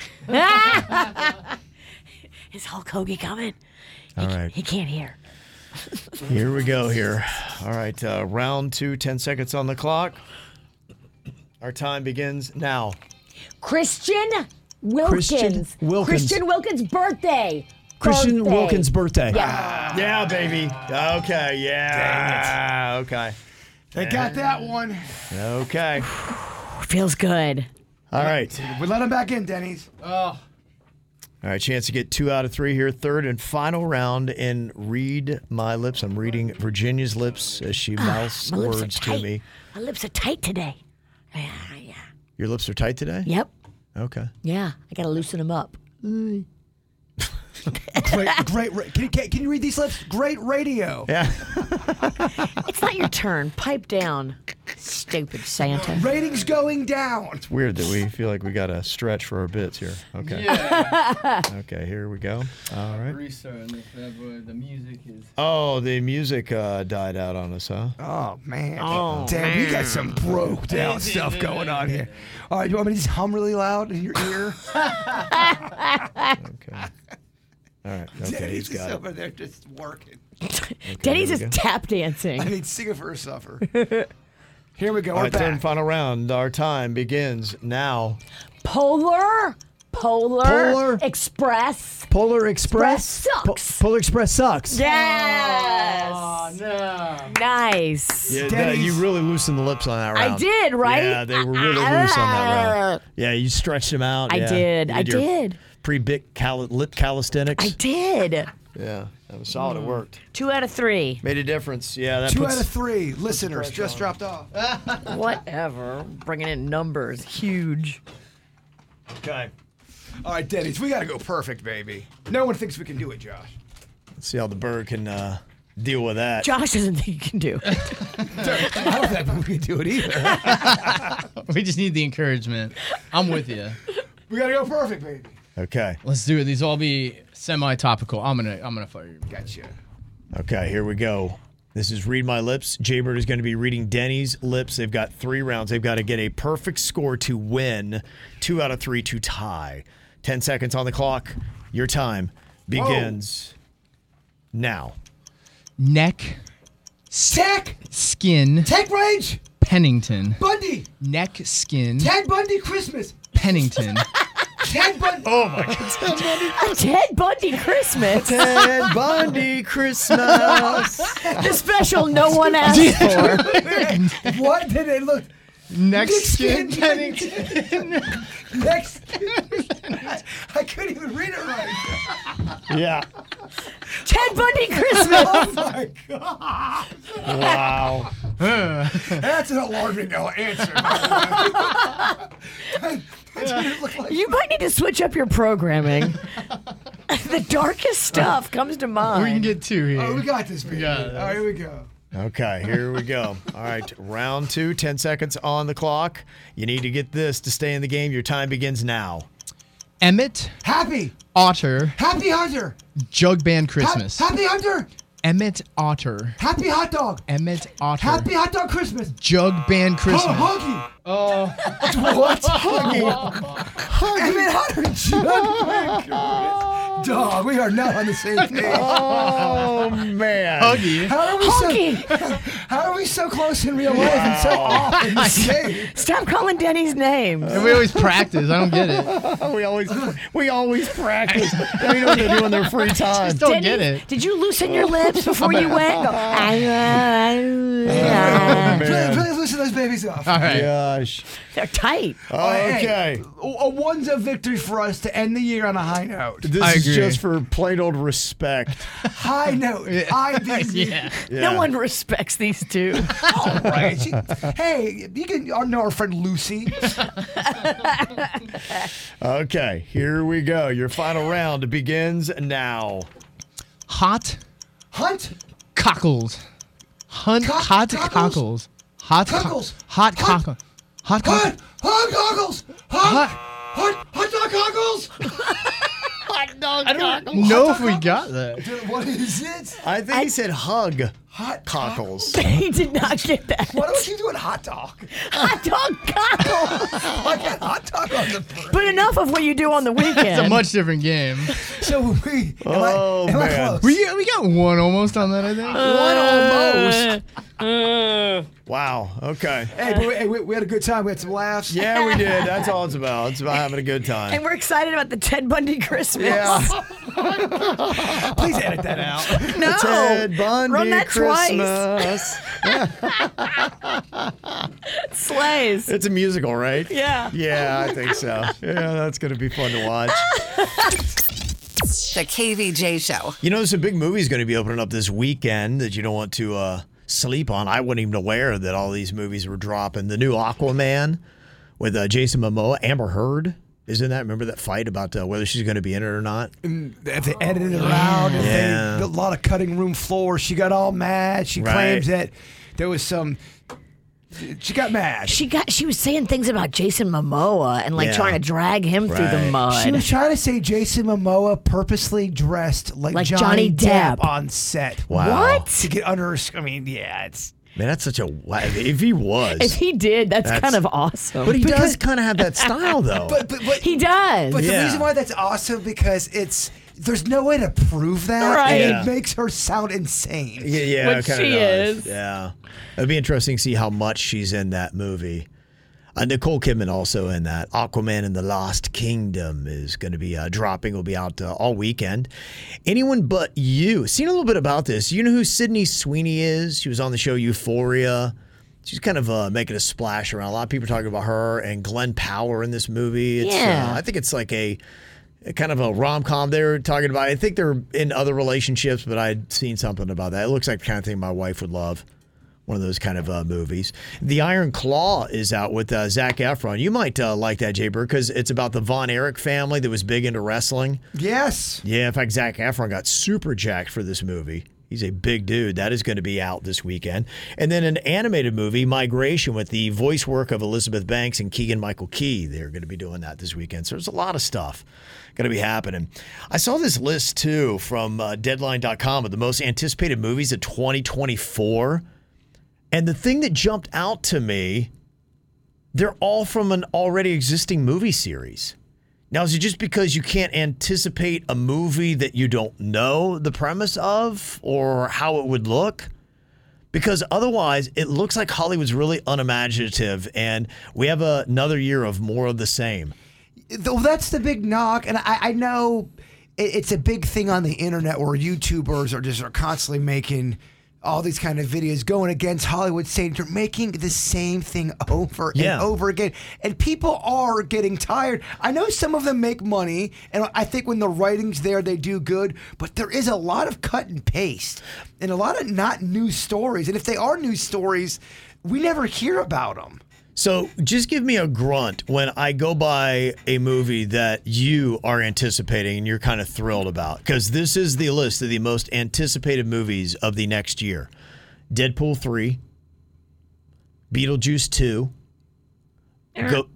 Speaker 4: Is Hulk Hogan coming?
Speaker 3: All right.
Speaker 4: He can't hear.
Speaker 3: Here we go here. All right, uh, round two, 10 seconds on the clock. Our time begins now.
Speaker 4: Christian Wilkins.
Speaker 3: Wilkins.
Speaker 4: Christian Wilkins' birthday.
Speaker 3: Christian
Speaker 4: Birthday.
Speaker 3: Wilkins' birthday. Ah.
Speaker 4: Yeah.
Speaker 3: Yeah, baby. Okay, yeah. Okay.
Speaker 5: They got that one.
Speaker 3: Okay.
Speaker 4: Feels good.
Speaker 3: All right.
Speaker 5: We let him back in, Denny's. Oh.
Speaker 3: All right, chance to get two out of three here. Third and final round and read my lips. I'm reading Virginia's lips as she mouths
Speaker 4: Ah, my lips are
Speaker 3: words to
Speaker 4: tight.
Speaker 3: me.
Speaker 4: My lips are tight today.
Speaker 3: Your lips are tight today?
Speaker 4: Yep.
Speaker 3: Okay.
Speaker 4: Yeah. I got to loosen them up.
Speaker 5: Great, great. ra- Can you, can, can you read these lips? Great radio.
Speaker 3: Yeah.
Speaker 4: It's not your turn. Pipe down, stupid Santa.
Speaker 5: Ratings going down.
Speaker 3: It's weird that we feel like we got to stretch for our bits here. Okay. Okay, here we go. All right.
Speaker 6: Restart and if ever the music is.
Speaker 3: Oh, the music uh, died out on us, huh?
Speaker 5: Oh man.
Speaker 3: Oh,
Speaker 5: Damn, we got some broke down
Speaker 3: Busy
Speaker 5: stuff
Speaker 3: today.
Speaker 5: going on here. All right, you want me to just hum really loud in your ear?
Speaker 3: All right. Okay,
Speaker 5: Denny's
Speaker 3: he's got
Speaker 5: is
Speaker 3: it.
Speaker 5: over there just working.
Speaker 4: Denny's
Speaker 3: there we
Speaker 4: is
Speaker 3: go.
Speaker 4: tap dancing.
Speaker 5: I need singer for a suffer. Here we go.
Speaker 3: All
Speaker 5: We're
Speaker 3: right,
Speaker 5: back.
Speaker 3: 10 final round. Our time begins now.
Speaker 4: Polar, Polar,
Speaker 3: Polar.
Speaker 4: Express.
Speaker 3: Polar Express.
Speaker 4: sucks.
Speaker 3: Polar Express sucks.
Speaker 4: Yes. no. Nice.
Speaker 3: Yeah, that- you really loosened the lips on that
Speaker 4: I
Speaker 3: round.
Speaker 4: did, right?
Speaker 3: Yeah, they were really loose on that round. Yeah, you stretched them out.
Speaker 4: I
Speaker 3: yeah.
Speaker 4: did,
Speaker 3: You
Speaker 4: I
Speaker 3: your
Speaker 4: did.
Speaker 3: Pre-bit cali- lip calisthenics.
Speaker 4: I did.
Speaker 3: Yeah, that was solid. It worked.
Speaker 4: Two out of three.
Speaker 3: Made a difference. Yeah, that
Speaker 5: Two
Speaker 3: puts,
Speaker 5: out of three listeners just dropped off.
Speaker 4: Whatever. Bringing in numbers. Huge.
Speaker 3: Okay.
Speaker 5: All right, Denny's, we got to go perfect, baby. No one thinks we can do it, Josh.
Speaker 3: Let's see how the bird can uh, deal with that.
Speaker 4: Josh doesn't think you can do it.
Speaker 5: I don't think we can do it either.
Speaker 21: we just need the encouragement. I'm with you.
Speaker 5: We got to go perfect, baby.
Speaker 3: Okay.
Speaker 21: Let's do it. These all be semi-topical. I'm gonna, I'm gonna fire you.
Speaker 5: Gotcha.
Speaker 3: Okay, here we go. This is Read My Lips. Jaybird is going to be reading Denny's lips. They've got three rounds. They've got to get a perfect score to win, two out of three to tie. 10 seconds on the clock. Your time begins now.
Speaker 21: Neck.
Speaker 5: Stick.
Speaker 21: Skin.
Speaker 5: Tech range.
Speaker 21: Pennington.
Speaker 5: Bundy.
Speaker 21: Neck skin.
Speaker 5: Ted Bundy Christmas.
Speaker 21: Pennington.
Speaker 5: Ted Bundy.
Speaker 3: Oh my God. Ted
Speaker 4: A Ted Bundy Christmas.
Speaker 3: Ted Bundy Christmas.
Speaker 4: the special no one asked for.
Speaker 5: what did it look?
Speaker 21: Next
Speaker 5: skin,
Speaker 21: skin,
Speaker 5: Pennington. Next I couldn't even read it right.
Speaker 3: Yeah.
Speaker 4: Ted Bundy
Speaker 5: oh
Speaker 4: Christmas.
Speaker 5: my god.
Speaker 3: Wow.
Speaker 5: That's an alarming answer.
Speaker 4: You might need to switch up your programming. the darkest stuff comes to mind.
Speaker 21: We can get two here.
Speaker 5: Oh, we got this, baby.
Speaker 21: got
Speaker 5: All right, here we go.
Speaker 3: Okay, here we go. All right, round two, 10 seconds on the clock. You need to get this to stay in the game. Your time begins now.
Speaker 21: Emmett.
Speaker 5: Happy.
Speaker 21: Otter.
Speaker 5: Happy Hunter.
Speaker 21: Jug Band Christmas.
Speaker 5: Ha- happy Hunter.
Speaker 21: Emmett Otter.
Speaker 5: Happy hot dog.
Speaker 21: Emmett Otter.
Speaker 5: Happy hot dog Christmas.
Speaker 21: Jug Band Christmas.
Speaker 5: Huggy.
Speaker 21: Oh.
Speaker 5: What? Huggy. Huggy. Emmett Hunter. John Dog, we are not on the same page.
Speaker 3: Oh, man.
Speaker 21: Huggy.
Speaker 5: How are we so? How are we so close in real life and so off in the state?
Speaker 4: Stop calling Denny's name.
Speaker 21: And we always practice. I don't get it.
Speaker 3: we always we always practice. They know what they do in their free time.
Speaker 21: Just don't get it.
Speaker 4: Did you loosen your lips before you went? Go,
Speaker 5: Oh,
Speaker 4: "I- I- I-"
Speaker 5: Really, really loosen those babies off.
Speaker 21: All right.
Speaker 3: Oh, Gosh.
Speaker 4: They're tight.
Speaker 5: Oh, hey,
Speaker 3: Okay.
Speaker 5: a- a one's a victory for us to end the year on a high note.
Speaker 3: This
Speaker 21: I
Speaker 3: is
Speaker 21: agree.
Speaker 3: just for plain old respect.
Speaker 5: High note. I did.
Speaker 21: Yeah.
Speaker 3: Yeah.
Speaker 4: No one respects these two.
Speaker 5: All right. She- hey, you can I know our friend Lucy.
Speaker 3: Okay, here we go. Your final round begins now.
Speaker 21: Hot
Speaker 5: Hunt.
Speaker 21: cockles. Hunt
Speaker 5: Cock-
Speaker 21: hot
Speaker 5: cockles?
Speaker 21: cockles. Hot co-
Speaker 5: Cockles.
Speaker 21: Hot
Speaker 5: Hunt.
Speaker 21: cockles. Hot cockles.
Speaker 5: Hunt. Hunt goggles. Hunt. Hunt. Hunt dog goggles.
Speaker 3: I don't
Speaker 21: No, if we got that.
Speaker 5: Dude, What is it?
Speaker 3: I think he said hug
Speaker 5: Hot
Speaker 3: cockles.
Speaker 4: He did not get that.
Speaker 5: Why don't you do it hot dog?
Speaker 4: Hot dog cockles.
Speaker 5: I got hot dog on the brain.
Speaker 4: But enough of what you do on the weekend.
Speaker 21: It's a much different game.
Speaker 5: So we. Am
Speaker 3: Oh,
Speaker 5: I, am
Speaker 3: man.
Speaker 5: I close?
Speaker 21: We got, we got one almost on that, I think.
Speaker 3: What
Speaker 4: Uh,
Speaker 3: almost? wow. Okay.
Speaker 5: Hey, but we, hey, we, we had a good time. We had some laughs.
Speaker 3: Yeah, we did. That's all it's about. It's about having a good time.
Speaker 4: And we're excited about the Ted Bundy Christmas.
Speaker 3: Yeah.
Speaker 5: Please edit that out.
Speaker 4: No.
Speaker 3: Ted Bundy
Speaker 4: Run that twice.
Speaker 3: Christmas.
Speaker 4: Slays.
Speaker 3: It's a musical, right?
Speaker 4: Yeah.
Speaker 3: Yeah, I think so. Yeah, that's going to be fun to watch.
Speaker 1: The KVJ Show.
Speaker 3: You know, there's a big movie's going to be opening up this weekend that you don't want to uh, sleep on. I wasn't even aware that all these movies were dropping. The new Aquaman with uh, Jason Momoa, Amber Heard is in that. Remember that fight about uh, whether she's going to be in it or not?
Speaker 4: Mm.
Speaker 5: If they edited it around, if
Speaker 3: Oh, Yeah.
Speaker 5: they, a lot of cutting room floor. She got all mad. She
Speaker 3: Right.
Speaker 5: claims that there was some. She got mad.
Speaker 4: She got. She was saying things about Jason Momoa and like
Speaker 3: Yeah.
Speaker 4: trying to drag him through the
Speaker 3: Right.
Speaker 4: mud.
Speaker 5: She was trying to say Jason Momoa purposely dressed like,
Speaker 4: Like Johnny Depp.
Speaker 5: on set.
Speaker 3: Wow.
Speaker 4: What?
Speaker 5: To get under her. sk- I mean, yeah, it's.
Speaker 3: Man, that's such a. wa- If he was.
Speaker 4: If he did, that's,
Speaker 3: That's-
Speaker 4: kind of awesome.
Speaker 3: but he does kind of have that style, though.
Speaker 5: But but but,
Speaker 4: He does.
Speaker 5: but
Speaker 3: Yeah.
Speaker 5: the reason why that's awesome because it's there's no way to prove that,
Speaker 4: Right.
Speaker 5: and
Speaker 3: Yeah.
Speaker 5: it makes her sound insane.
Speaker 3: Yeah, yeah,
Speaker 4: What
Speaker 3: it kinda
Speaker 4: she
Speaker 3: does.
Speaker 4: is.
Speaker 3: Yeah, it'd be interesting to see how much she's in that movie. Uh, Nicole Kidman also in that. Aquaman and the Lost Kingdom is going to be uh, dropping. Will be out uh, all weekend. Anyone but you. Seen a little bit about this. You know who Sydney Sweeney is? She was on the show Euphoria. She's kind of uh, making a splash around. A lot of people are talking about her and Glenn Power in this movie. It's,
Speaker 4: Yeah.
Speaker 3: uh, I think it's like a a kind of a rom com they were talking about. I think they're in other relationships, but I'd seen something about that. It looks like the kind of thing my wife would love. One of those kind of uh, movies. The Iron Claw is out with uh, Zach Efron. You might uh, like that, Jay Bird, because it's about the Von Erich family that was big into wrestling.
Speaker 5: Yes.
Speaker 3: Yeah, in fact, Zach Efron got super jacked for this movie. He's a big dude. That is going to be out this weekend. And then an animated movie, Migration, with the voice work of Elizabeth Banks and Keegan Michael Key. They're going to be doing that this weekend. So there's a lot of stuff going to be happening. I saw this list too from uh, Deadline.com of the most anticipated movies of 2024. And the thing that jumped out to me, they're all from an already existing movie series. Now, is it just because you can't anticipate a movie that you don't know the premise of or how it would look? Because otherwise, it looks like Hollywood's really unimaginative, and we have a- another year of more of the same.
Speaker 5: Though that's the big knock, and I, I know it, it's a big thing on the internet where YouTubers are just are constantly making all these kind of videos going against Hollywood, saying you're making the same thing over
Speaker 3: Yeah.
Speaker 5: and over again, and people are getting tired. I know some of them make money, and I think when the writing's there, they do good, but there is a lot of cut and paste, and a lot of not new stories, and if they are new stories, we never hear about them.
Speaker 3: So just give me a grunt when I go by a movie that you are anticipating and you're kind of thrilled about. Because this is the list of the most anticipated movies of the next year Deadpool 3, Beetlejuice 2. Go-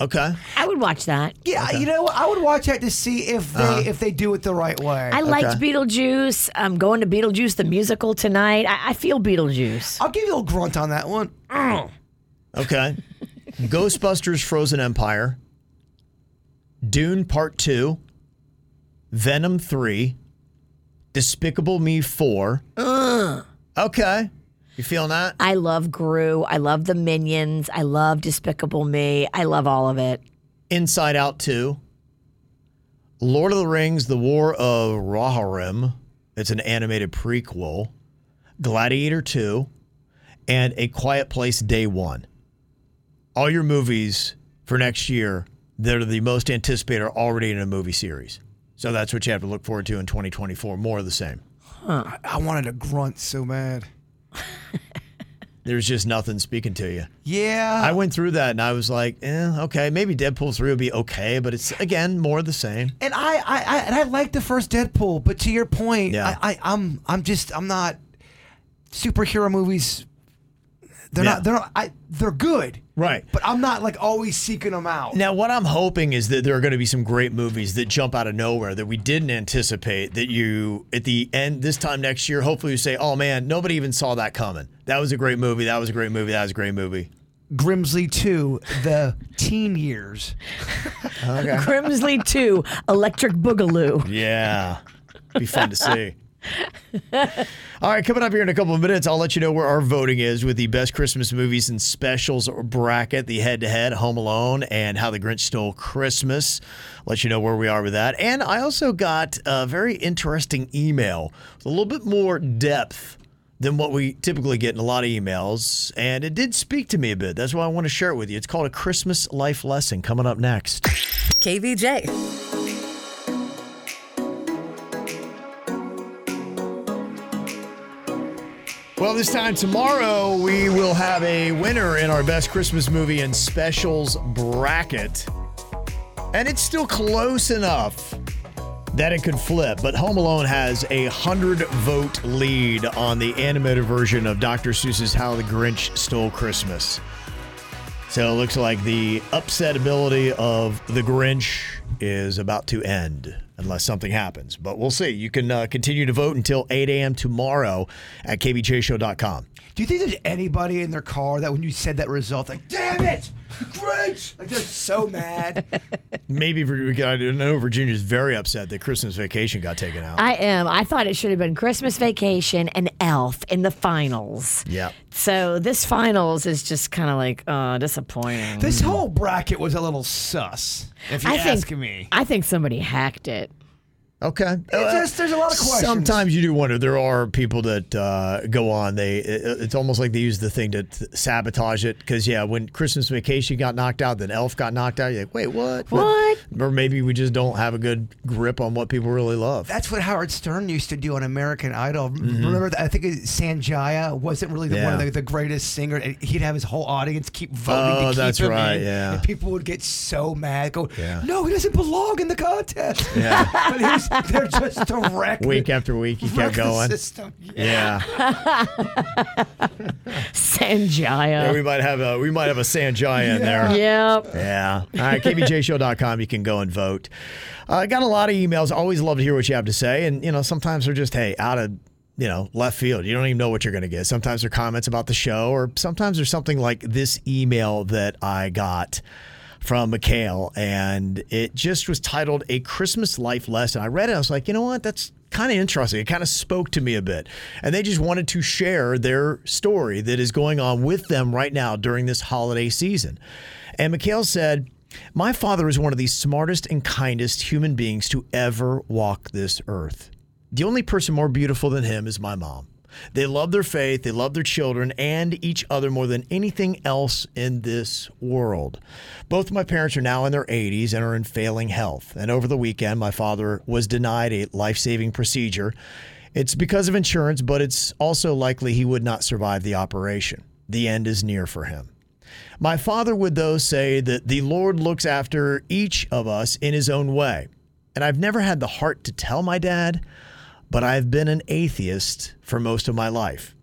Speaker 3: okay.
Speaker 4: Er. I would watch that.
Speaker 5: Yeah, you know, what? I would watch that to see if they
Speaker 3: Uh-huh.
Speaker 5: if they do it the right way.
Speaker 4: I liked Beetlejuice. I'm going to Beetlejuice the musical tonight. I, I feel Beetlejuice.
Speaker 5: I'll give you a grunt on that one. Mm.
Speaker 3: Okay. Ghostbusters Frozen Empire, Dune Part 2, Venom 3, Despicable Me 4. Okay. You feeling that?
Speaker 4: I love Gru. I love the Minions. I love Despicable Me. I love all of it.
Speaker 3: Inside Out 2, Lord of the Rings, The War of Rohirrim. It's an animated prequel. Gladiator 2, and A Quiet Place Day 1. All your movies for next year that are the most anticipated are already in a movie series. So that's what you have to look forward to in 2024. More of the same.
Speaker 5: I, I wanted a grunt so bad.
Speaker 3: There's just nothing speaking to you.
Speaker 5: Yeah.
Speaker 3: I went through that and I was like, eh, okay, maybe Deadpool 3 will be okay, but it's, again, more of the same.
Speaker 5: And I, I, I and I like the first Deadpool, but to your point,
Speaker 3: Yeah.
Speaker 5: I, I, I'm I'm just I'm not superhero movies. They're
Speaker 3: Yeah.
Speaker 5: not. They're not. I, they're good.
Speaker 3: Right.
Speaker 5: But I'm not like always seeking them out.
Speaker 3: Now, what I'm hoping is that there are going to be some great movies that jump out of nowhere that we didn't anticipate. That you, at the end, this time next year, hopefully you say, oh man, nobody even saw that coming. That was a great movie. That was a great movie. That was a great movie.
Speaker 5: Grimsley Two, the teen years.
Speaker 4: Grimsley 2, Electric Boogaloo.
Speaker 3: Yeah. Be fun to see. All right, coming up here in a couple of minutes, I'll let you know where our voting is with the best Christmas movies and specials bracket, the head to head, Home Alone, and How the Grinch Stole Christmas. Let you know where we are with that. And I also got a very interesting email with a little bit more depth than what we typically get in a lot of emails. And it did speak to me a bit. That's why I want to share it with you. It's called A Christmas Life Lesson coming up next.
Speaker 1: KVJ.
Speaker 3: Well, this time tomorrow, we will have a winner in our best Christmas movie and specials bracket. And it's still close enough that it could flip, but Home Alone has a 100 vote lead on the animated version of Dr. Seuss's How the Grinch Stole Christmas. So it looks like the upset ability of the Grinch is about to end unless something happens. But we'll see. You can uh, continue to vote until 8 a.m. tomorrow at kbjshow.com.
Speaker 5: Do you think there's anybody in their car that when you said that result, like, damn it, Grinch? Like they're so mad.
Speaker 3: Maybe Vir- I know Virginia's very upset that Christmas vacation got taken out.
Speaker 4: I am. I thought it should have been Christmas Vacation and Elf in the finals.
Speaker 3: yeah.
Speaker 4: So this finals is just kind of like uh, disappointing.
Speaker 5: This whole bracket was a little sus, if you
Speaker 4: I think,
Speaker 5: ask me.
Speaker 4: I think somebody hacked it.
Speaker 3: Okay.
Speaker 5: It's just, there's a lot of questions.
Speaker 3: Sometimes you do wonder. There are people that uh, go on. They it- it's almost like they use the thing to t- sabotage it. Because yeah, when Christmas Vacation got knocked out, then Elf got knocked out. You're like, wait, what?
Speaker 4: What?
Speaker 3: Or maybe we just don't have a good grip on what people really love.
Speaker 5: That's what Howard Stern used to do on American Idol. Remember, that, I think it- Sanjaya wasn't really the, one of
Speaker 3: Yeah.
Speaker 5: the, the greatest singer. And he'd have his whole audience keep voting
Speaker 3: Oh,
Speaker 5: to keep
Speaker 3: that's
Speaker 5: him
Speaker 3: right,
Speaker 5: in,
Speaker 3: yeah.
Speaker 5: And people would get so mad, go,
Speaker 3: Yeah.
Speaker 5: "No, he doesn't belong in the contest."
Speaker 3: Yeah.
Speaker 5: but he's, they're just a wreck.
Speaker 3: Week after week, you
Speaker 5: wreck
Speaker 3: kept
Speaker 5: the
Speaker 3: going.
Speaker 5: system.
Speaker 3: Yeah. Yeah, we
Speaker 4: Sanjaya.
Speaker 3: might have a we might have a Sanjaya in there.
Speaker 4: uh, Yep.
Speaker 3: Yeah. All right, kbjshow.com. You can go and vote. I got a lot of emails. Always love to hear what you have to say. And, you know, sometimes they're just, hey, out of, you know, left field. You don't even know what you're going to get. Sometimes they're comments about the show, or sometimes there's something like this email that I got. from Mikhail, and it just was titled A Christmas Life Lesson. I read it, I was like, you know what? That's kind of interesting. It kind of spoke to me a bit. And they just wanted to share their story that is going on with them right now during this holiday season. And Mikhail said, My father is one of the smartest and kindest human beings to ever walk this earth. The only person more beautiful than him is my mom. They love their faith, they love their children and each other more than anything else in this world. Both my parents are now in their 80s and are in failing health. And over the weekend, my father was denied a life saving procedure. It's because of insurance, but it's also likely he would not survive the operation. The end is near for him. My father would, though, say that the Lord looks after each of us in his own way. And I've never had the heart to tell my dad, but I've been an atheist for most of my life.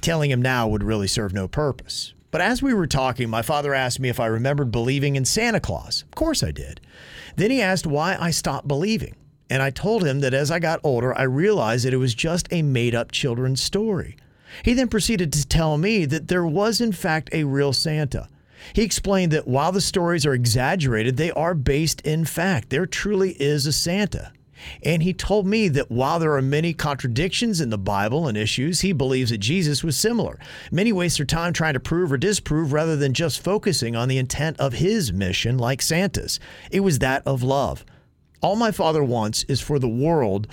Speaker 3: Telling him now would really serve no purpose. But as we were talking, my father asked me if I remembered believing in Santa Claus. Of course I did. Then he asked why I stopped believing. And I told him that as I got older, I realized that it was just a made up children's story. He then proceeded to tell me that there was, in fact, a real Santa. He explained that while the stories are exaggerated, they are based in fact. There truly is a Santa. And he told me that while there are many contradictions in the Bible and issues, he believes that Jesus was similar. Many waste their time trying to prove or disprove rather than just focusing on the intent of his mission, like Santa's. It was that of love. All my father wants is for the world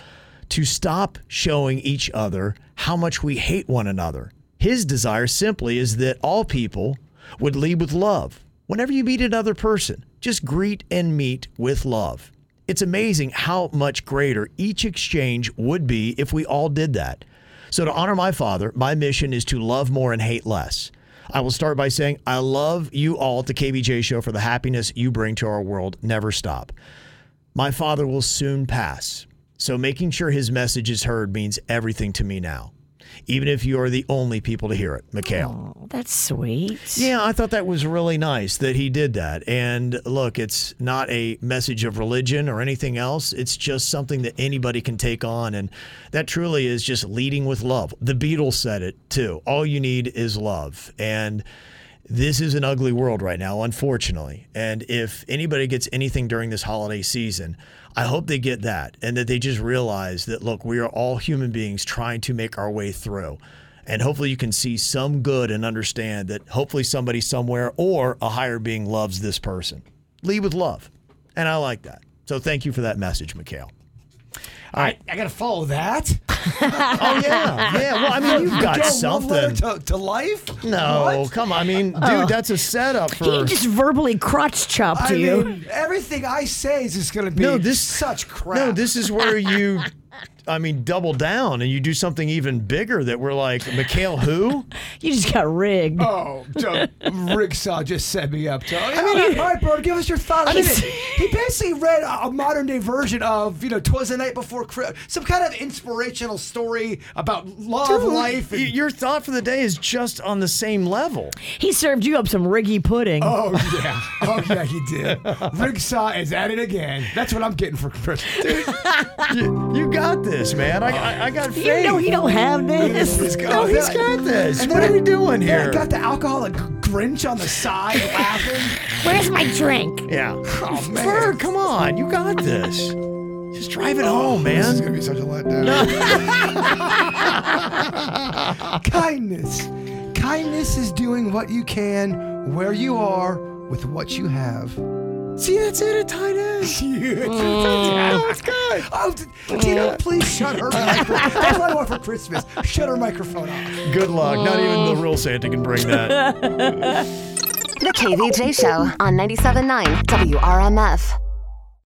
Speaker 3: to stop showing each other how much we hate one another. His desire simply is that all people would lead with love. Whenever you meet another person, just greet and meet with love. It's amazing how much greater each exchange would be if we all did that. So, to honor my father, my mission is to love more and hate less. I will start by saying, I love you all at the KBJ show for the happiness you bring to our world. Never stop. My father will soon pass, so making sure his message is heard means everything to me now, even if you are the only people to hear it. Mikhail.
Speaker 4: that's sweet.
Speaker 3: Yeah, I thought that was really nice that he did that. And look, it's not a message of religion or anything else, it's just something that anybody can take on. And that truly is just leading with love. The Beatles said it too all you need is love. And this is an ugly world right now, unfortunately. And if anybody gets anything during this holiday season, I hope they get that and that they just realize that, look, we are all human beings trying to make our way through. And hopefully you can see some good and understand that hopefully somebody somewhere or a higher being loves this person. Lead with love. And I like that. So thank you for that message, Mikhail. All right.
Speaker 5: I gotta follow that.
Speaker 3: oh yeah, yeah. Well, I mean, you've got something.
Speaker 5: to, to life.
Speaker 3: No,
Speaker 5: What?
Speaker 3: come on. I mean, dude,
Speaker 5: Oh.
Speaker 3: that's a setup for.
Speaker 4: He just verbally crotch chopped
Speaker 5: I
Speaker 4: you.
Speaker 5: mean, everything I say is just gonna be
Speaker 3: No, this-
Speaker 5: such crap.
Speaker 3: No, this is where you, I mean, double down and you do something even bigger that we're like, Mikhail, who?
Speaker 4: you just got rigged.
Speaker 5: Oh, don't- Rick Saw just set me up. To, I mean, Oh, all right, bro, give us your thoughts.
Speaker 4: I
Speaker 5: Give
Speaker 4: just-
Speaker 5: it. he basically read a, a modern day version of, you know, Twas the Night Before Christmas, some kind of inspirational story about love,
Speaker 3: Dude,
Speaker 5: life.
Speaker 3: y- your thought for the day is just on the same level.
Speaker 4: He served you up some riggy pudding.
Speaker 5: Oh yeah, oh yeah, he did. Rick Saw is at it again. That's what I'm getting for Christmas.
Speaker 3: You, you got this, man. I, I, I got faith.
Speaker 4: You know he don't have this.
Speaker 3: He's got, no, he's got this.
Speaker 5: And
Speaker 3: What
Speaker 5: then
Speaker 3: are
Speaker 5: I-
Speaker 3: we doing
Speaker 5: then I
Speaker 3: here?
Speaker 5: got the alcoholic Grinch on the side laughing.
Speaker 4: Where's my drink?
Speaker 3: Yeah.
Speaker 5: Oh man.
Speaker 3: Ferg, come on. You got this. Just drive it
Speaker 5: Oh,
Speaker 3: home,
Speaker 16: This is
Speaker 3: man.
Speaker 16: gonna be such a letdown.
Speaker 5: kindness. Kindness is doing what you can where you are with what you have. See, that's it. It tied in. That's good. Oh, t- Tina, please shut her microphone. That's what I want for Christmas. Shut her microphone off.
Speaker 3: Good luck. Not even the real Santa can bring that.
Speaker 7: The KVJ Show on 97.9 WRMF.